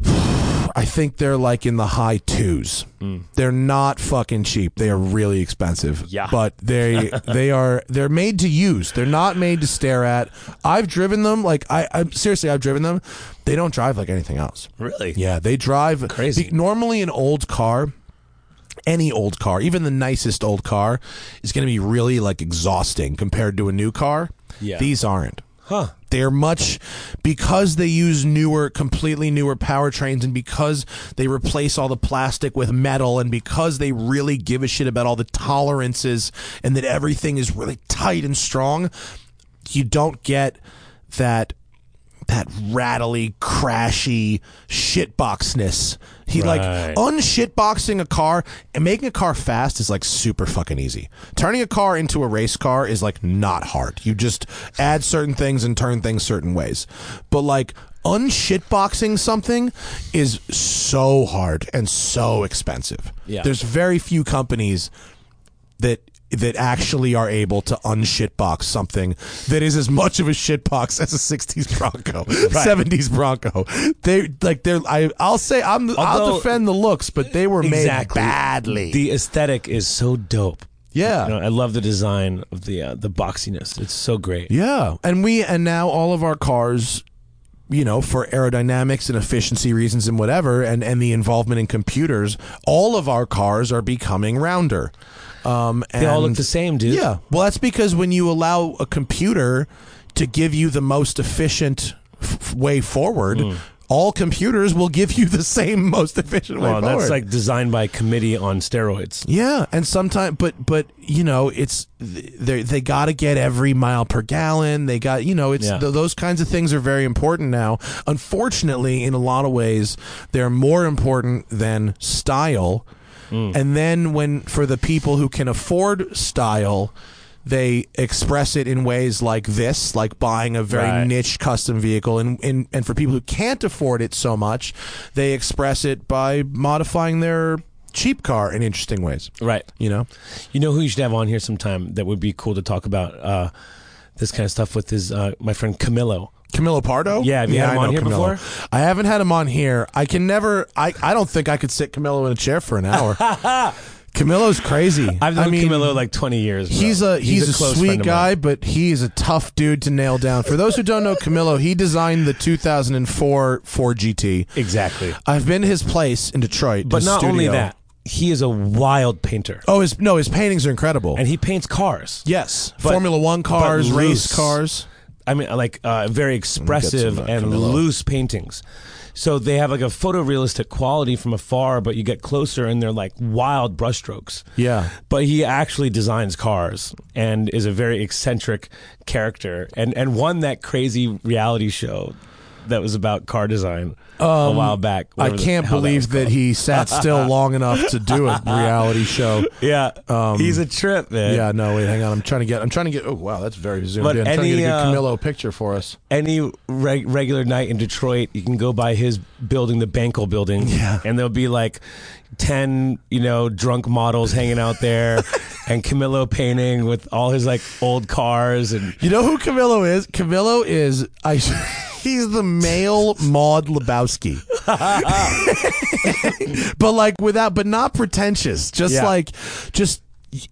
I I think they're like in the high twos.
Hmm.
They're not fucking cheap. They are really expensive.
Yeah.
But they they are they're made to use. They're not made to stare at. I've driven them like I I'm seriously I've driven them. They don't drive like anything else.
Really?
Yeah, they drive
Crazy.
the- normally, an old car, any old car, even the nicest old car, is going to be really like exhausting compared to a new car.
Yeah.
These aren't.
Huh.
They're much because they use newer, completely newer powertrains, and because they replace all the plastic with metal, and because they really give a shit about all the tolerances and that everything is really tight and strong. You don't get that that rattly, crashy shitboxness. He
Right.
like unshitboxing a car and making a car fast is like super fucking easy. Turning a car into a race car is like not hard. You just add certain things and turn things certain ways. But like unshitboxing something is so hard and so expensive.
Yeah.
There's very few companies that that actually are able to unshitbox something that is as much of a shitbox as a 60s Bronco, 70s Bronco. They like they're I I'll say I'm I'll
Although-
defend the looks, but they were
Exactly.
made badly.
The aesthetic is so dope.
yeah.
You know, I love the design of the uh, the boxiness. It's so great.
Yeah, and we and now all of our cars, you know, for aerodynamics and efficiency reasons and whatever, and and the involvement in computers, all of our cars are becoming rounder. Um, and
They all look the same, dude.
Yeah, well, that's because when you allow a computer to give you the most efficient f- f- way forward. All computers will give you the same most efficient way
Well,
forward.
Oh, that's like designed by committee on steroids.
Yeah, and sometimes, but but you know, it's they they got to get every mile per gallon. They got you know, it's
Yeah.
th- those kinds of things are very important now. Unfortunately, in a lot of ways, they're more important than style. And then when for the people who can afford style. They express it in ways like this, like buying a very
Right.
niche custom vehicle, and, and and for people who can't afford it so much, they express it by modifying their cheap car in interesting ways.
Right.
You know,
You know who you should have on here sometime that would be cool to talk about uh, this kind of stuff with is uh, my friend Camilo.
Camilo Pardo.
Yeah, have you had him
I
on
know
here
Camilo. I haven't had him on here. I can never. I I don't think I could sit Camilo in a chair for an hour. Camilo's crazy.
I've known
I mean,
Camilo like 20 years. bro.
He's a he's, a,
close friend
sweet
of mine.
guy, but he is a tough dude to nail down. For those who don't know Camilo, he designed the 2004 Ford GT.
Exactly.
I've been to his place in Detroit,
But
his
not only
studio.
that, he is a wild painter.
Oh, his no, his paintings are incredible.
And he paints cars.
yes,
But-
Formula One
but
cars, race
loose.
cars.
I mean, like uh, very expressive
uh,
and
Camillo.
loose paintings. So they have like a photorealistic quality from afar, but you get closer and they're like wild brushstrokes.
Yeah.
But he actually designs cars and is a very eccentric character and, and won that crazy reality show that was about car design a while back.
Um, I
whatever the
can't
hell that was
believe that,
called.
he sat still long enough to do a reality show.
Yeah. he's a trip, man.
Yeah, no, wait, hang on. I'm trying to get. I'm trying to get. Oh wow, that's very zoomed
But
in. I'm trying to
any,
get a
uh,
good Camilo picture for us.
any reg- regular night in Detroit, you can go by his building, the Bankel building,
Yeah.
and there'll be like 10, you know, drunk models hanging out there and Camillo painting with all his like old cars and
You know who Camilo is? Camilo is I. He's the male Maud Lebowski, but like without, but not pretentious. Just
Yeah.
like, just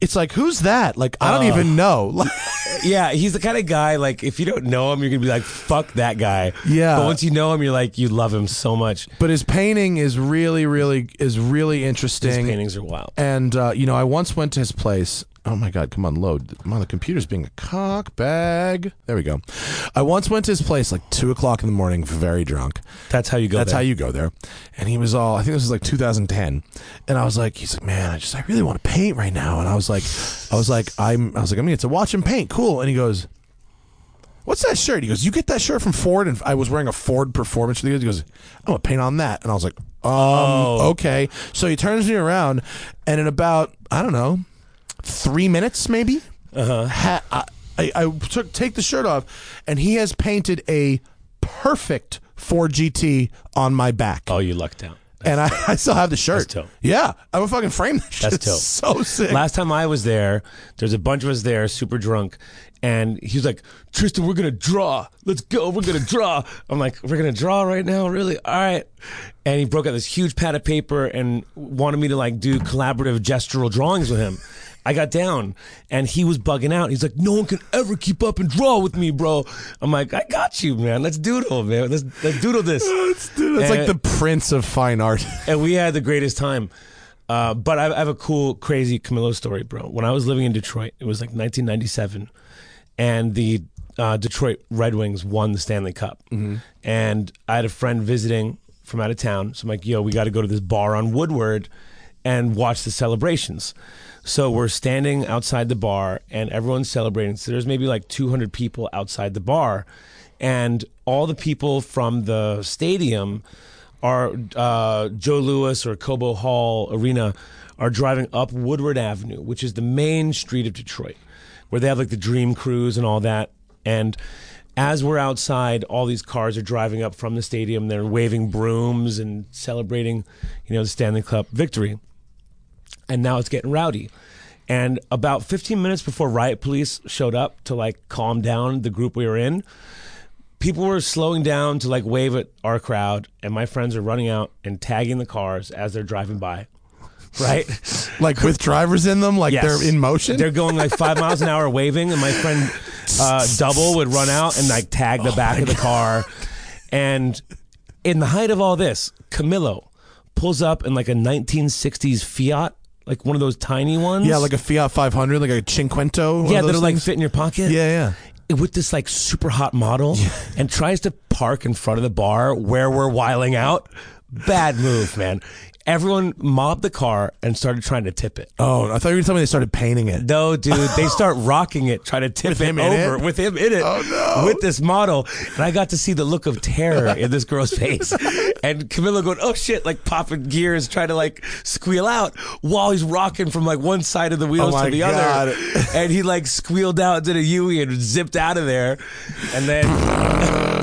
it's like who's that? Like I don't
Uh.
even know. Like,
yeah, he's the kind of guy like if you don't know him, you're going to be like fuck that guy.
Yeah.
But once you know him, you're like you love him so much.
but his painting is really, really is really
His
interesting.
paintings are wild.
And uh, you know, I once went to his place. Oh my god, come on, load. Come on, the computer's being a cock bag. There we go. I once went to his place like two o'clock in the morning, very drunk.
That's how you go
That's
there.
how you go there. And he was all I think this was like 2010. And I was like, he's like, Man, I just I really want to paint right now. And I was like I was like, I'm I was like, I'm gonna get to watch him paint, cool. And he goes, What's that shirt? He goes, You get that shirt from Ford and I was wearing a Ford performance shirt. He goes, I'm gonna paint on that. And I was like, Um
Oh.
okay. So he turns me around and in about, I don't know, three minutes maybe. Uh-huh. Ha- I, I, I took take the shirt off, and he has painted a perfect 4GT on my back,
Oh, you lucked out.
and I, I still have the shirt.
dope.
Yeah, I would fucking frame that shit.
That's dope.
so sick.
Last time I was there, there's a bunch of us there, super drunk, and he's like, Tristan, we're gonna draw. Let's go. We're gonna draw. I'm like, we're gonna draw right now, really? All right. And he broke out this huge pad of paper and wanted me to like do collaborative gestural drawings with him. I got down and he was bugging out. He's like, no one can ever keep up and draw with me, bro. I'm like, I got you, man. Let's doodle, man. Let's, let's doodle this.
It's, it's like
And-
the prince of fine art.
and we had the greatest time. Uh, but I, I have a cool, crazy Camilo story, bro. When I was living in Detroit, it was like 1997, and the uh, Detroit Red Wings won the Stanley Cup. And I had a friend visiting from out of town, so I'm like, "Yo, we got to go to this bar on Woodward and watch the celebrations." So we're standing outside the bar, and everyone's celebrating. So there's maybe like 200 people outside the bar, and all the people from the stadium are uh, Joe Lewis or Cobo Hall Arena are driving up Woodward Avenue, which is the main street of Detroit, where they have like the Dream Cruise and all that. And as we're outside, all these cars are driving up from the stadium. They're waving brooms and celebrating, you know, the Stanley Cup victory and now it's getting rowdy. And about 15 minutes before riot police showed up to like calm down the group we were in, people were slowing down to like wave at our crowd, and my friends are running out and tagging the cars as they're driving by. Right?
like with drivers in them, like
Yes.
they're in motion.
They're going like five miles an hour waving, and my friend uh, Double would run out and like tag
Oh
the back of the car. And in the height of all this, Camilo pulls up in like a 1960s Fiat, like one of those tiny ones.
yeah, like a Fiat 500, like a Cinquecento. one
yeah,
of
that'll
those
like
things.
fit in your pocket.
yeah,
With this like super hot model, and tries to park in front of the bar where we're whiling out. Bad move, man. Everyone mobbed the car and started trying to tip it.
yeah. Oh, I thought you were telling me they started painting it.
No, dude, they start rocking it, try to tip it
him in
over
it?
with him in it.
Oh, no.
With this model, and I got to see the look of terror in this girl's face, and Camilla going, "Oh shit!" Like popping gears, trying to like squeal out while he's rocking from like one side of the wheels
Oh my
to the
God.
other, and he like squealed out, did a Yui, E and zipped out of there, and then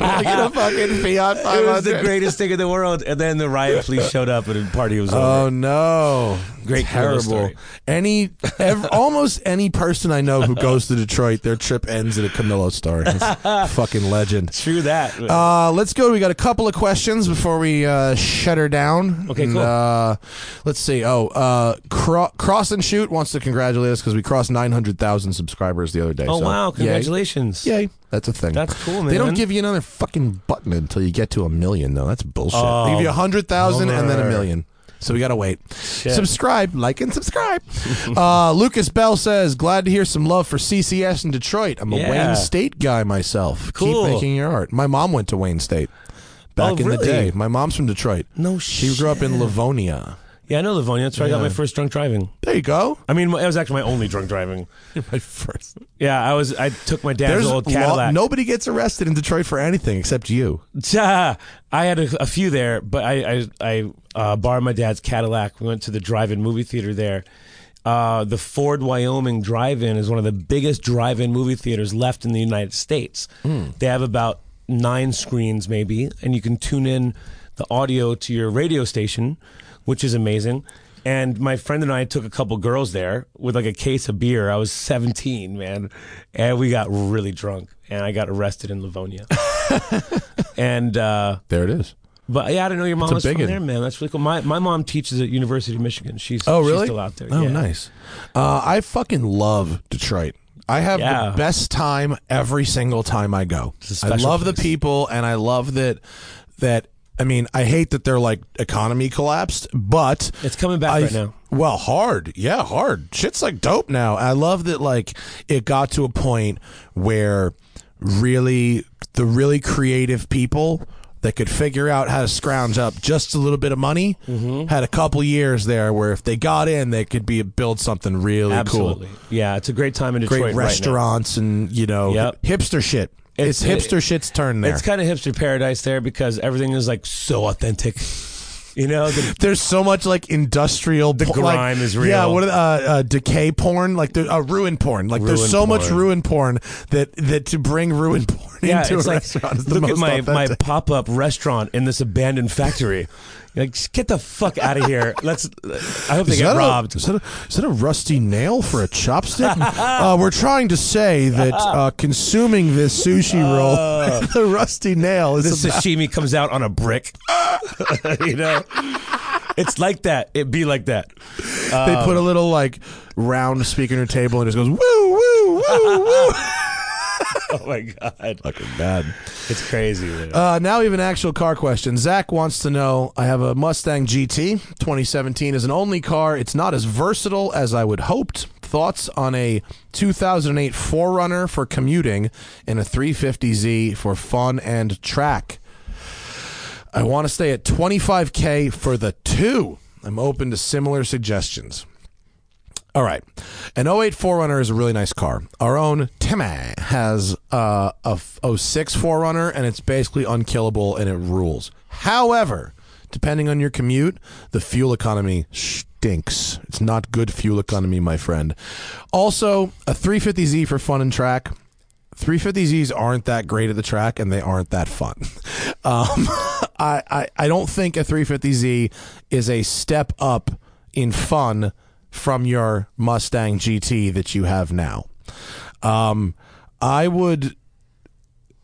Like in a fucking Fiat
it was
500.
the greatest thing in the world. And then the riot police showed up, and the party was over.
Oh no!
Great Camilo
terrible.
story.
Any, ev- almost any person I know who goes to Detroit, their trip ends at a Camillo story. It's fucking legend.
True that.
Uh, let's go. We got a couple of questions before we uh, shut her down.
Okay,
And,
cool.
Uh, let's see. Oh, uh, Cro- Cross and Shoot wants to congratulate us because we crossed nine hundred thousand subscribers the other day.
oh
so
wow!
yay.
Congratulations.
Yay. That's a thing.
That's cool,
They don't
man.
give you another fucking button until you get to a million, though. That's bullshit.
Oh,
they give you a hundred thousand and then a
bummer.
million. So we gotta wait. Subscribe, like, and subscribe. uh, Lucas Bell says, "Glad to hear some love for CCS in Detroit. I'm a
Yeah.
Wayne State guy myself.
Cool.
Keep making your art. My mom went to Wayne State back
Oh,
in the
really?
day. My mom's from Detroit.
No
She grew up in Livonia.
Yeah, I know Livonia. That's where I got
Yeah.
my first drunk driving.
There you go.
I mean, it was actually my only drunk driving.
My first.
Yeah, I was. I took my dad's
There's
old
law-
Cadillac.
nobody gets arrested in Detroit for anything except you.
Ah, I had a, a few there, but I I, I uh, borrowed my dad's Cadillac. We went to the drive-in movie theater there. Uh, the Ford Wyoming Drive-In is one of the biggest drive-in movie theaters left in the United States. They have about nine screens, maybe, and you can tune in the audio to your radio station, which is amazing. And my friend and I took a couple girls there with like a case of beer. I was 17, man, and we got really drunk, and I got arrested in Livonia. And uh,
There it is.
but yeah, I don't know your mom
a
was from
big 'un.
there, man. That's really cool. My my mom teaches at University of Michigan. She's
Oh,
she's
really?
still out there.
Oh,
yeah.
nice. Uh, I fucking love Detroit. I have
Yeah.
the best time every single time I go.
It's a
I
special
love the
place.
people, and I love that that. I mean, I hate that their like economy collapsed, but
It's coming back
I-
right now.
Well, hard, yeah, hard. Shit's like dope now. I love that like it got to a point where really the really creative people that could figure out how to scrounge up just a little bit of money
Mm-hmm.
had a couple years there where if they got in, they could be build something really cool.
Absolutely. Yeah, it's a great time in Detroit.
Great
right now.
restaurants and you know
Yep.
hipster shit. It's,
It's-
hipster shit's turn there.
It's kind of hipster paradise there because everything is like so authentic. You know, the,
There's so much like industrial. The
grime is real.
Yeah, what are the, uh, uh, decay porn, like the uh, ruin porn. Like there's
Ruin
so much
porn.
ruin porn that that to bring ruin porn morning
Yeah,
to a
it's like
restaurant is the
look
most
at my my
authentic.
pop up restaurant in this abandoned factory. You're like, "Just get the fuck out of here. Let's. I hope they
Is
get
that,
robbed.
A, is, that a, is that a rusty nail for a chopstick? uh, we're trying to say that uh, consuming this sushi roll, with the rusty nail is
Uh. this
about-
sashimi comes out on a brick. you know, it's like that. It be like that.
they
uh,
put a little like round speaker on your table and it just goes woo woo woo woo.
Oh my god, fucking bad. It's crazy. man.
Uh, now we have an actual car question. Zach wants to know I have a Mustang GT 2017 as an only car. It's not as versatile as I would hoped. Thoughts on a 2008 Forerunner for commuting and a 350Z for fun and track? I want to stay at 25K for the two. I'm open to similar suggestions. All right. An 08 4Runner is a really nice car. Our own Timmy has uh, a f- 06 4Runner, and it's basically unkillable and it rules. However, depending on your commute, the fuel economy stinks. It's not good fuel economy, my friend. Also, a 350Z for fun and track. 350Zs aren't that great at the track and they aren't that fun. Um, I, I, I don't think a 350Z is a step up in fun from your Mustang GT that you have now. Um, I would,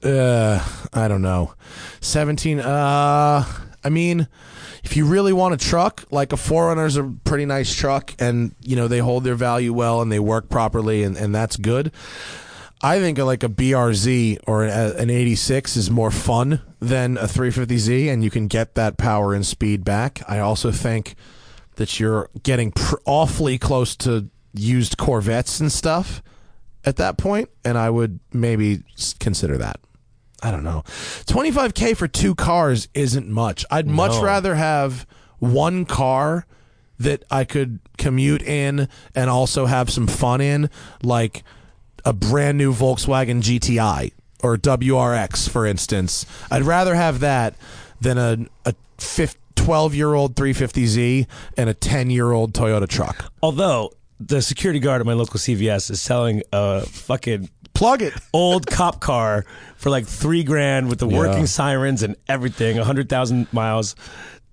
uh, I don't know, 17. Uh, I mean, if you really want a truck, like a Forerunner is a pretty nice truck and, you know, they hold their value well and they work properly and, and that's good. I think like a BRZ or an an 86 is more fun than a 350Z, and you can get that power and speed back. I also think that you're getting pr- awfully close to used Corvettes and stuff at that point, and I would maybe s- consider that. I don't know. 25K for two cars isn't much. I'd much rather have one car that I could commute in and also have some fun in, like a brand new Volkswagen GTI or WRX, for instance. I'd rather have that than a, a 12 year old 350Z and a 10 year old Toyota truck.
Although the security guard at my local CVS is selling a fucking
Plug it.
old cop car for like three grand with the working sirens and everything, hundred thousand miles.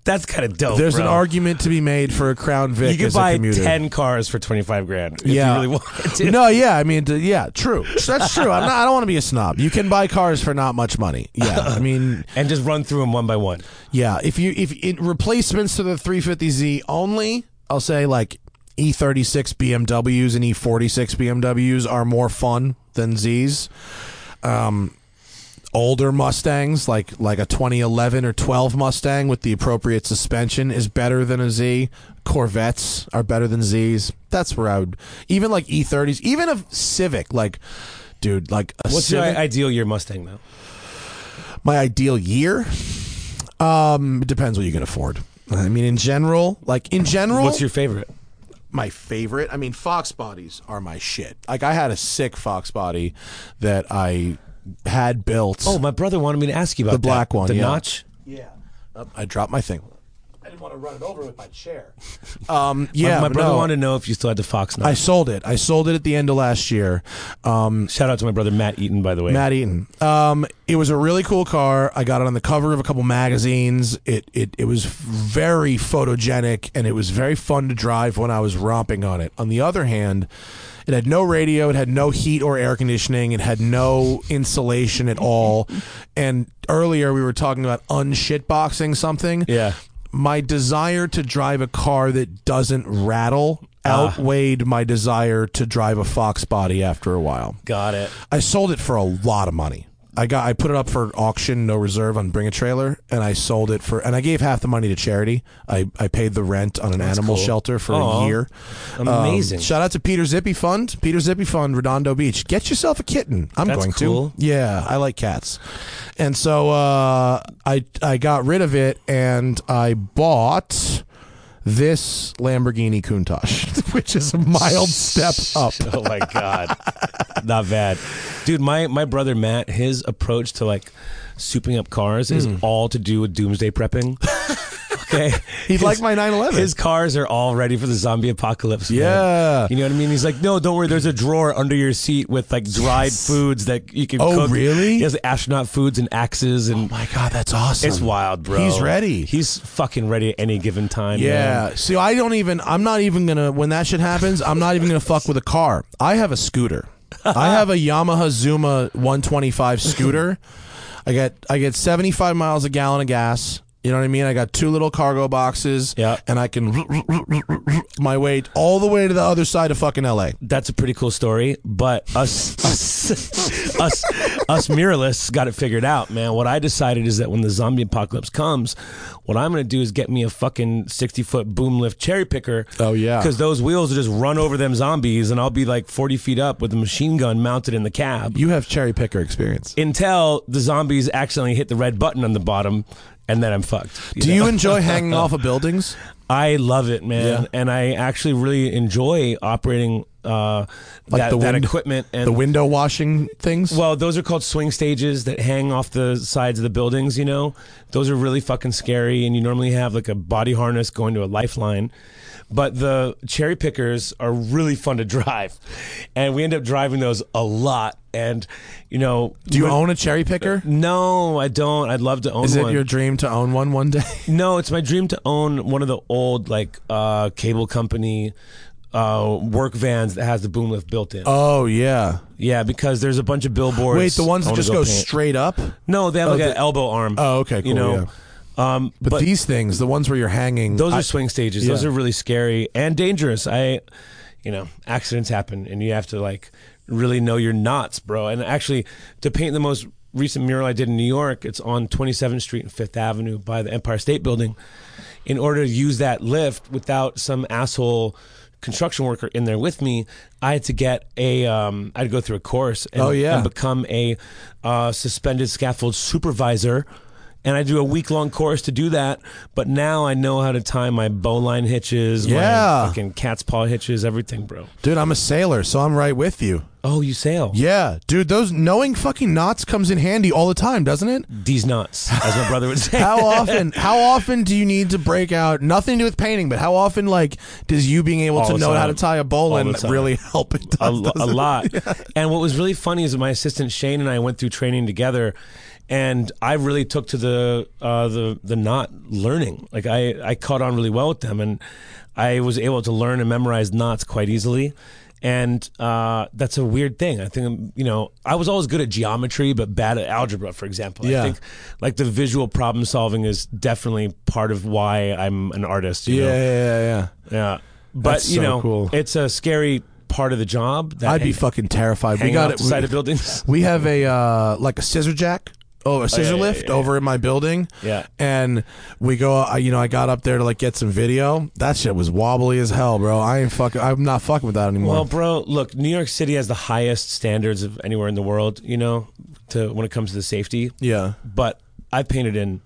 That's kind of dope.
There's an
Oh, bro.
argument to be made for a Crown Vic
You could
as a
buy
commuter.
ten cars for twenty five grand if
yeah.
you really wanted to.
No, yeah, I mean, d- yeah, true. That's true. I'm not, I don't want to be a snob. You can buy cars for not much money. Yeah, I mean,
And just run through them one by one.
yeah. If you if it, replacements to the 350Z only, I'll say like E E36 BMWs and E E46 BMWs are more fun than Zs. Um, older Mustangs, like like a 2011 or 12 Mustang with the appropriate suspension, is better than a Z. Corvettes are better than Zs. That's where I would even like E30s, even a Civic. Like, dude, like a
What's your
Civic.
ideal year Mustang though?
my ideal year? Um, it depends what you can afford. I mean, in general, like in general,
What's your favorite?
my favorite. I mean, Fox bodies are my shit. Like, I had a sick Fox body that I had built.
Oh, my brother wanted me to ask you about
The black
that.
one,
the
yeah.
notch.
Yeah. Oh, I dropped my thing. I didn't want to run it over with my chair. Um, yeah,
my
but
brother
no.
wanted to know if you still had the Fox
I
notch.
sold it. I sold it at the end of last year. Um,
Shout out to my brother Matt Eaton, by the way.
Matt Eaton. Um, it was a really cool car. I got it on the cover of a couple magazines. It it it was very photogenic and it was very fun to drive when I was romping on it. On the other hand, it had no radio, it had no heat or air conditioning, it had no insulation at all. And earlier we were talking about unshitboxing something.
Yeah.
My desire to drive a car that doesn't rattle outweighed my desire to drive a Fox body after a while.
Got it.
I sold it for a lot of money. I got I put it up for auction, no reserve on Bring a Trailer, and I sold it for and I gave half the money to charity. I, I paid the rent on an animal
cool.
shelter for
Aw.
a year. Um,
Amazing.
shout out to Peter Zippy Fund. Peter Zippy Fund, Redondo Beach. Get yourself a kitten. I'm
That's
going
cool.
to. Yeah, I like cats. And so uh, I I got rid of it and I bought this Lamborghini Countach, which is a mild step up.
oh my god not bad dude my my brother matt
Hmm.
his approach to like souping up cars is all to do with doomsday prepping Okay,
He'd like my 911.
His cars are all ready for the zombie apocalypse. man.
Yeah.
you know what I mean. He's like, no, don't worry. There's a drawer under your seat with like dried foods that you can.
Oh,
cook.
really? Oh
He has astronaut foods and axes and.
my god, that's awesome.
it's wild, bro.
He's ready.
He's fucking ready at any given time. man.
Yeah. See, I don't even. I'm not even gonna. When that shit happens, I'm not even gonna fuck with a car. I have a scooter. I have a Yamaha Zuma 125 scooter. I get I get 75 miles a gallon of gas. You know what I mean? I got two little cargo boxes.
Yeah.
And I can my way all the way to the other side of fucking LA.
that's a pretty cool story. But us, us, us, us muralists got it figured out, man. What I decided is that when the zombie apocalypse comes, what I'm going to do is get me a fucking 60 foot boom lift cherry picker.
Oh, yeah.
Because those wheels will just run over them zombies, and I'll be like 40 feet up with a machine gun mounted in the cab
You have cherry picker experience.
until the zombies accidentally hit the red button on the bottom, and then I'm fucked.
Do
know?
you enjoy hanging off of buildings?
I love it, man,
Yeah.
and I actually really enjoy operating uh, that,
the
that
wind-
equipment and
The window washing things?
Well, those are called swing stages that hang off the sides of the buildings, you know? Those are really fucking scary, and you normally have like a body harness going to a lifeline. But the cherry pickers are really fun to drive. And we end up driving those a lot. And, you know.
Do you own a cherry picker?
No, I don't. I'd love to own
Is
one.
it your dream to own one one day?
No, it's my dream to own one of the old like uh, cable company uh, work vans that has the boom lift built in.
Oh yeah.
yeah, because there's a bunch of billboards.
Wait, the
I
ones that
wanna
just go
paint.
straight up?
No, they have like
the-
an elbow arm.
Oh, okay,
you
cool,
know, um,
But,
but,
these things, the ones where you're hanging,
those are
I-
swing stages. Those
yeah.
are really scary and dangerous. I, you know, accidents happen, and you have to like really know your knots, bro. And actually, to paint the most recent mural I did in New York, it's on 27th Street and Fifth Avenue by the Empire State Building. In order to use that lift without some asshole construction worker in there with me, I had to get a. Um, I had to go through a course. And,
Oh, yeah.
and become a uh, suspended scaffold supervisor. And I do a week long course to do that. But now I know how to tie my bowline hitches,
Yeah.
my fucking cat's paw hitches, everything, bro.
dude. I'm a sailor, so I'm right with you.
Oh, you sail.
Yeah, dude. Those knowing fucking knots comes in handy all the time, doesn't it?
These knots, as my brother would say.
How often? how often do you need to break out? Nothing to do with painting, but how often like does you being able
All
to
the
know how to
time.
tie a
All
bowline
the time.
really help? It
a,
does,
lo- a
doesn't it?
lot. And what was really funny is that my assistant Shane and I went through training together, and I really took to the uh, the the knot learning. Like I I caught on really well with them, and I was able to learn and memorize knots quite easily. And uh, that's a weird thing. I think um, you know I was always good at geometry, but bad at algebra, for example.
Yeah.
I think like the visual problem solving is definitely part of why I'm an artist. You
Yeah,
know?
yeah, yeah, yeah.
yeah. But
That's
you
so
know,
cool.
it's a scary part of the job. That
I'd be
hang-
fucking terrified. We
hanging
got
off
it.
the side
we-
of buildings.
We have a uh, like a scissor jack. Oh, a scissor
yeah,
lift
yeah,
over in my building.
Yeah.
and we go. I, you know, I got up there to like get some video. That shit was wobbly as hell, bro. I ain't fucking. I'm not fucking with that anymore.
Well, bro, look, New York City has the highest standards of anywhere in the world. You know, to when it comes to the safety.
yeah.
But I painted in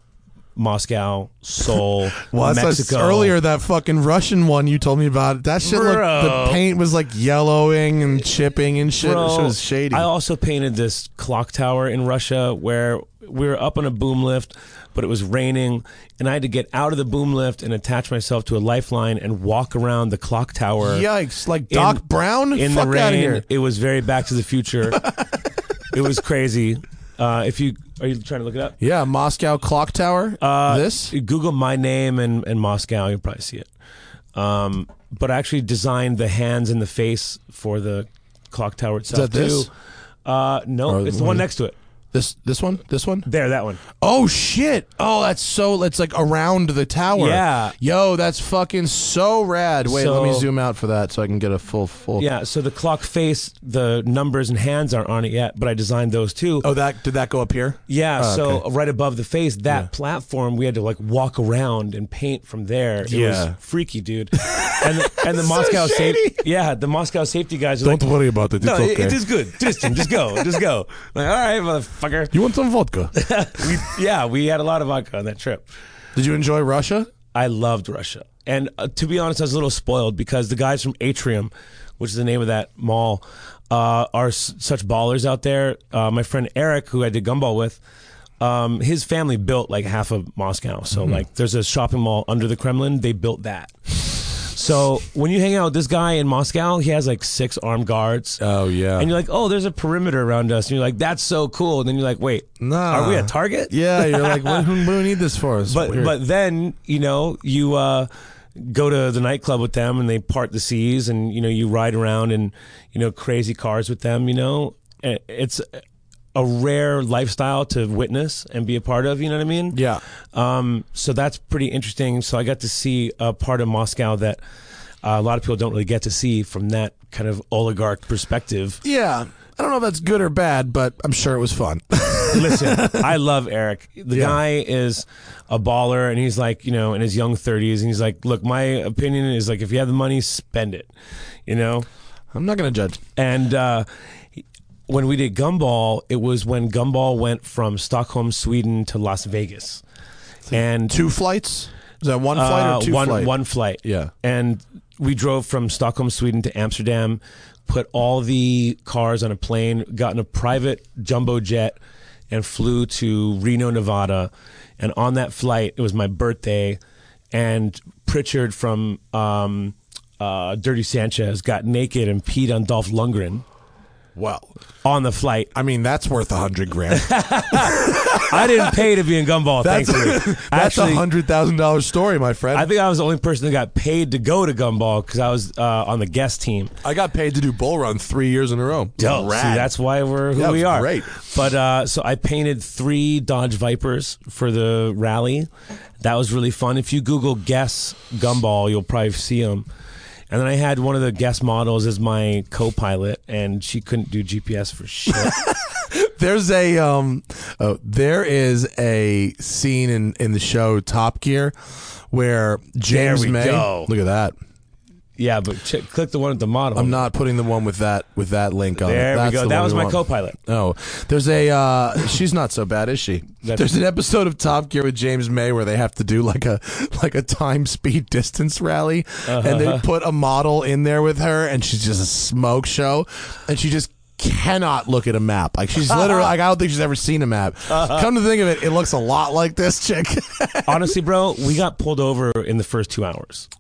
Moscow, Seoul,
Well, that's
Mexico
that's earlier that fucking Russian one you told me about. That shit looked. The
Bro.
paint was like yellowing and chipping and shit.
Bro,
it was shady.
I also painted this clock tower in Russia where we were up on a boom lift, but it was raining, and I had to get out of the boom lift and attach myself to a lifeline and walk around the clock tower.
Yikes! Like Doc
in-
Brown.
in
Fuck
the
out
rain.
of here.
It was very Back to the Future. it was crazy. Uh, if you are you trying to look it up,
Yeah, Moscow clock tower. Uh, this.
Google my name and, and Moscow. You'll probably see it. Um, but I actually designed the hands and the face for the clock tower itself
that this?
too. Uh, no,
Or
it's the
what
one
is-
next to it.
This. This one. This one.
There, that one.
Oh shit! Oh, that's so. That's like around the tower.
Yeah.
Yo, that's fucking so rad. Wait, let me
So-
zoom out for that so I can get a full full.
Yeah. So the clock face, the numbers and hands aren't on it yet, but I designed those too.
Oh, that did that go up here?
Yeah,
Oh,
so
okay.
right above the face, that platform, we had to like walk around and paint from there. It
Yeah.
was freaky, dude. And the, and the Moscow safety, yeah, the Moscow safety guys. Are like,
worry about it.
no, it, it is good. Tristan, just go, just go. Like, all right, motherfucker.
you want some vodka?
We, yeah, we had a lot of vodka on that trip.
did you enjoy Russia?
I loved Russia. And uh, to be honest, I was a little spoiled because the guys from Atrium, which is the name of that mall, uh, are s- such ballers out there. Uh, my friend Eric, who I did gumball with, um, his family built like half of Moscow. So
Mm-hmm.
like, there's a shopping mall under the Kremlin. They built that. So when you hang out with this guy in Moscow, he has like six armed guards.
Oh, yeah.
And you're like, oh, there's a perimeter around us. And you're like, that's so cool. And then you're like, wait,
Nah.
are we a target?
Yeah, you're like, what, who, who need this for? It's
But
weird.
but then you know you uh, go to the nightclub with them and they part the seas and you know you ride around in you know crazy cars with them. You know I- it's a rare lifestyle to witness and be a part of. You know what I mean?
yeah,
Um, so that's pretty interesting. So I got to see a part of Moscow that. Uh, a lot of people don't really get to see from that kind of oligarch perspective.
yeah. I don't know if that's good or bad, but I'm sure it was fun.
Listen, I love Eric. The
Yeah.
guy is a baller, and he's like, you know, in his young 30s, and he's like, look, my opinion is like, if you have the money, spend it, you know?
I'm not gonna judge.
And uh, he- when we did Gumball, it was when Gumball went from Stockholm, Sweden to Las Vegas. And
Two flights? Is that one flight
uh,
or two
one
flight?
one flight.
Yeah.
And we drove from Stockholm, Sweden to Amsterdam, put all the cars on a plane, got in a private jumbo jet and flew to Reno, Nevada. And on that flight, it was my birthday and Pritchard from um, uh, Dirty Sanchez got naked and peed on Dolph Lundgren
Well,
on the flight.
I mean that's worth a hundred grand.
I didn't pay to be in Gumball,
That's
thankfully.
that's a
Actually,
hundred thousand dollar story, my friend.
I think I was the only person that got paid to go to Gumball because I was uh, on the guest team.
I got paid to do bull run three years in a row.
Dope. See, that's why we're who
That
we
was
are.
great.
But uh, so I painted three Dodge Vipers for the rally. That was really fun. If you Google Guess Gumball, you'll probably see them. And then I had one of the guest models as my co-pilot, and she couldn't do GPS for shit.
There's a um, oh, there is a scene in in the show Top Gear where James
we
May.
go.
Look at that.
yeah, but ch- click the one with the model.
I'm not putting the one with that with that link on. it.
there
That's
we
the
go. That
one
was
we
my
want.
co-pilot.
Oh, there's a uh, she's not so bad, is she?
That's-
there's an episode of Top Gear with James May where they have to do like a like a time, speed, distance rally, and they put a model in there with her, and she's just a smoke show, and she just cannot look at a map. Like she's literally like I don't think she's ever seen a map. Come to think of it, it looks a lot like this chick.
Honestly, bro, we got pulled over in the first two hours.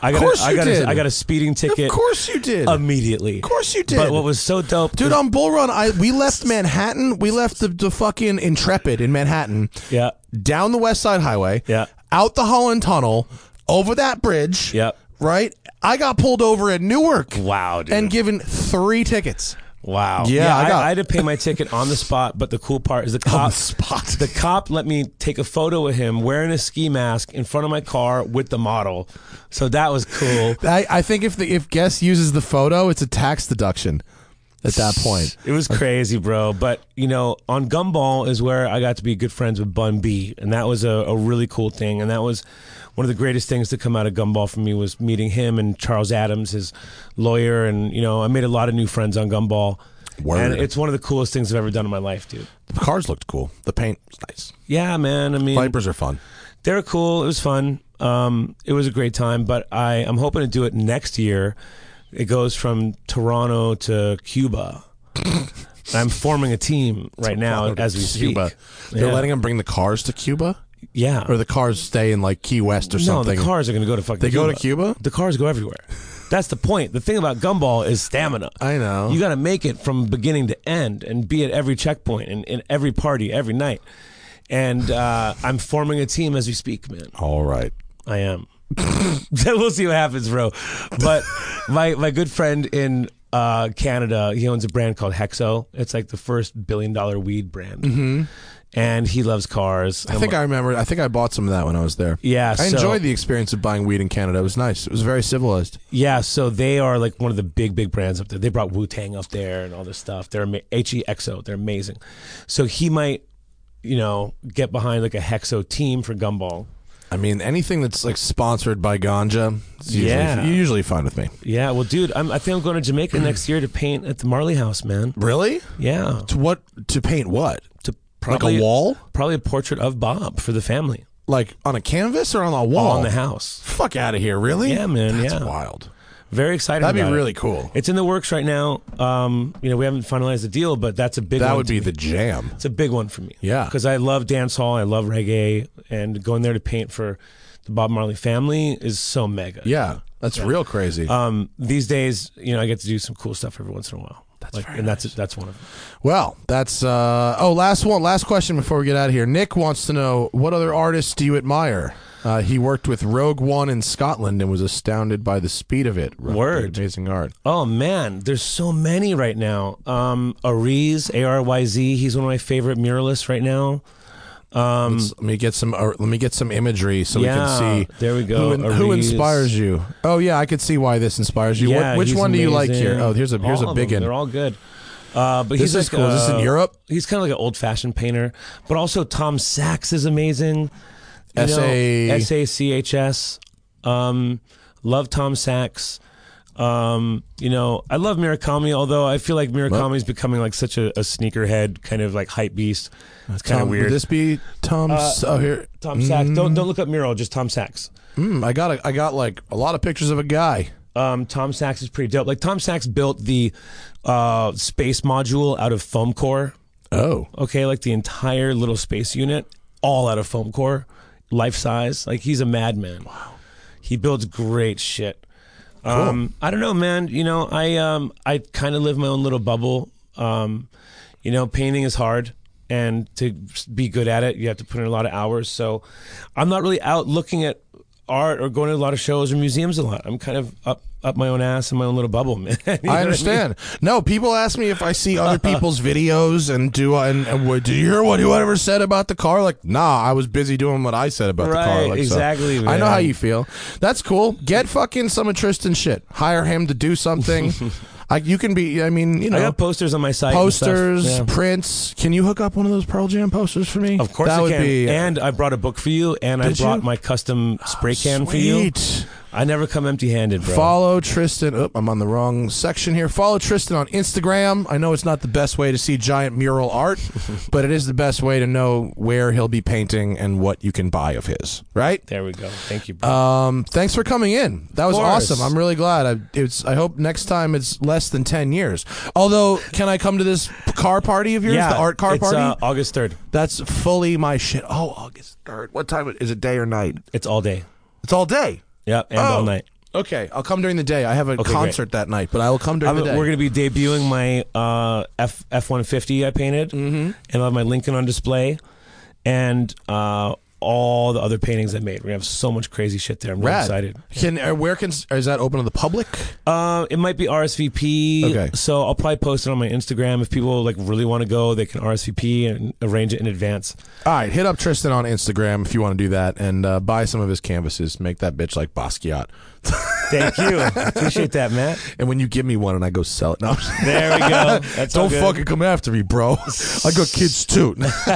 I got,
course
a, I
you
got,
did.
A, I got a speeding ticket.
of course you did.
immediately.
Of course you did.
But what was so dope,
Dude, on Bull Run, I we left Manhattan. We left the, the fucking Intrepid in Manhattan.
Yeah.
down the West Side Highway,
Yeah.
out the Holland Tunnel, over that bridge,
Yep.
right. I got pulled over at Newark,
Wow, dude.
and given three tickets.
Wow.
Yeah, I
I,
got-
I had to pay my ticket on the spot, but the cool part is the cop.
spot.
The cop let me take a photo of him wearing a ski mask in front of my car with the model, so that was cool.
I, I think if the if guest uses the photo, it's a tax deduction at that point.
It was crazy, bro. But you know, on Gumball is where I got to be good friends with Bun B, and that was a, a really cool thing. And that was one of the greatest things to come out of Gumball for me was meeting him and Charles Adams, his lawyer, and you know, I made a lot of new friends on Gumball.
Word.
And it's one of the coolest things I've ever done in my life, dude.
The cars looked cool. The paint was nice.
Yeah, man. I mean,
Vipers are fun.
they were cool. It was fun. Um, it was a great time, but I, I'm hoping to do it next year. It goes from Toronto to Cuba. And I'm forming a team right now as we speak.
Cuba. They're
Yeah.
letting them bring the cars to Cuba,
yeah.
or the cars stay in like Key West or
no,
something.
the cars are going to go to fucking. They
go to Cuba?
The cars go everywhere. That's the point. The thing about gumball is stamina.
I know.
You got to make it from beginning to end and be at every checkpoint and in every party every night. And uh, I'm forming a team as we speak, man.
All right.
I am. we'll see what happens, bro. But my my good friend in uh, Canada, he owns a brand called Hexo. It's like the first billion dollar weed brand, mm-hmm. and he loves cars.
I think I remember. I think I bought some of that when I was there.
Yeah,
I
so-
enjoyed the experience of buying weed in Canada. It was nice. It was very civilized.
yeah. So they are like one of the big big brands up there. They brought Wu Tang up there and all this stuff. They're ama- H E X O. They're amazing. So he might, you know, get behind like a Hexo team for Gumball.
I mean, anything that's like sponsored by ganja, it's usually,
Yeah.
usually fine with me.
Yeah. Well, dude, I'm, I think I'm going to Jamaica next year to paint at the Marley House, man.
Really?
Yeah.
To what? To paint what?
To
like a wall?
probably a portrait of Bob for the family
Like on a canvas or on a wall? Oh.
on the house.
Fuck out of here! Really?
Yeah, man,
That's
yeah.
wild.
Very excited.
That'd be
about it.
really cool.
It's in the works right now. Um, you know, we haven't finalized the deal, but that's a big.
That
one
would
to
be
me.
the jam.
It's a big one for me.
Yeah.
Because I love dance hall. I love reggae. And going there to paint for the Bob Marley family is so mega.
Yeah, that's real crazy.
Um, these days, you know, I get to do some cool stuff every once in a while. That's like, and that's that's one of them.
well, that's uh, oh, last one, last question before we get out of here. Nick wants to know what other artists do you admire? Uh, he worked with Rogue One in Scotland and was astounded by the speed of it.
Word.
amazing art.
Oh man, there's so many right now. Um, Ariz, A R Y Z. He's one of my favorite muralists right now.
Let's- let me get some. Uh, let me get some imagery so
Yeah,
we can see.
there we go,
Who, in- who
Ariz.
inspires you? Oh yeah, I could see why this inspires you. What-
Yeah,
which
he's
one do you like
amazing.
here? Oh, here's a here's
All
a
of
big
them.
one.
They're all good. Uh, but
This
he's
is
like,
cool. Is this in
uh,
Europe?
He's kind of like an old fashioned painter, but also Tom Sachs is amazing. You know,
S.A.
S A C H S. Um, love Tom Sachs. Um, you know, I love Murakami, although I feel like Murakami is becoming like such a, a sneakerhead kind of like hype beast. It's kind of
Tom,
weird. Uh,
Would this Mm-hmm. be Tom's? oh here,
Tom Sachs. Don't don't look up Muro, just Tom Sachs.
Hmm, I got a, I got like a lot of pictures of a guy.
Um, Tom Sachs is pretty dope. Like Tom Sachs built the uh, space module out of foam core.
Oh,
okay, like the entire little space unit, all out of foam core, life size. Like he's a madman. Wow. He builds great shit. Um, I don't know, man. You know, I um, I kind of live my own little bubble. Um, you know, painting is hard, and to be good at it, you have to put in a lot of hours. So, I'm not really out looking at art or going to a lot of shows or museums a lot. I'm kind of up up my own ass in my own little bubble, man. You know what
I
mean?
understand. No, people ask me if I see other people's videos and do I and, and what- did you hear what whoever said about the car? Like, nah, I was busy doing what I said about the car.
Right,
Like, so
exactly,
I know
man.
how you feel. That's cool. Get fucking some of Tristan shit. Hire him to do something. I, you can be. I mean, you
I
know,
got posters on my site. and stuff.
posters,
Yeah.
prints. Can you hook up one of those Pearl Jam posters for me?
Of course
that
I
would
can.
be uh,
and I brought a book for you, and I
Did you? Ah,
brought my custom spray can for you.
Sweet.
I never come empty-handed, bro.
Follow Tristan. Oop, I'm on the wrong section here. Follow Tristan on Instagram. I know it's not the best way to see giant mural art, but it is the best way to know where he'll be painting and what you can buy of his. Right?
there we go. Thank you, bro.
Um, thanks for coming in. That was
course.
awesome. I'm really glad. I, it's. I hope next time it's less than ten years. Although, can I come to this car party of yours? the art car
it's,
party.
uh, August third.
That's fully my shit. Oh, August third. What time is it? Day or night?
It's all day.
It's all day.
Yep, and all
Oh.
night.
Okay, I'll come during the day. I have a
great.
concert that night, but I will come during
I'm-
the day.
we're going to be debuting my uh, F F one fifty I painted, mm-hmm. and I'll have my Lincoln on display, and uh, all the other paintings I made. We have so much crazy shit there. I'm really
Rad.
excited.
Can uh, where can is that open to the public?
Uh, it might be RSVP.
Okay.
So I'll probably post it on my Instagram. If people like really want to go, they can RSVP and arrange it in advance.
All right, hit up Tristan on Instagram if you want to do that and uh, buy some of his canvases. Make that bitch like Basquiat.
Thank you. Appreciate that, Matt.
And when you give me one and I go sell it, no,
There we go. That's all
don't
good.
fucking come after me, bro. I got kids too.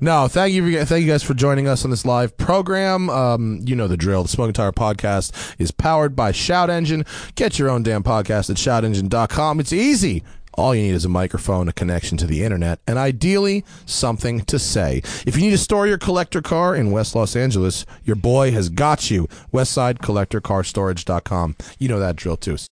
no, thank you, for, thank you guys for joining us on this live program. Um, you know the drill. The Smoking Tire Podcast is powered by Shout Engine. Get your own damn podcast at shoutengine.com. It's easy. All you need is a microphone, a connection to the internet, and ideally something to say. If you need to store your collector car in West Los Angeles, your boy has got you. WestsideCollectorCarStorage.com. You know that drill too.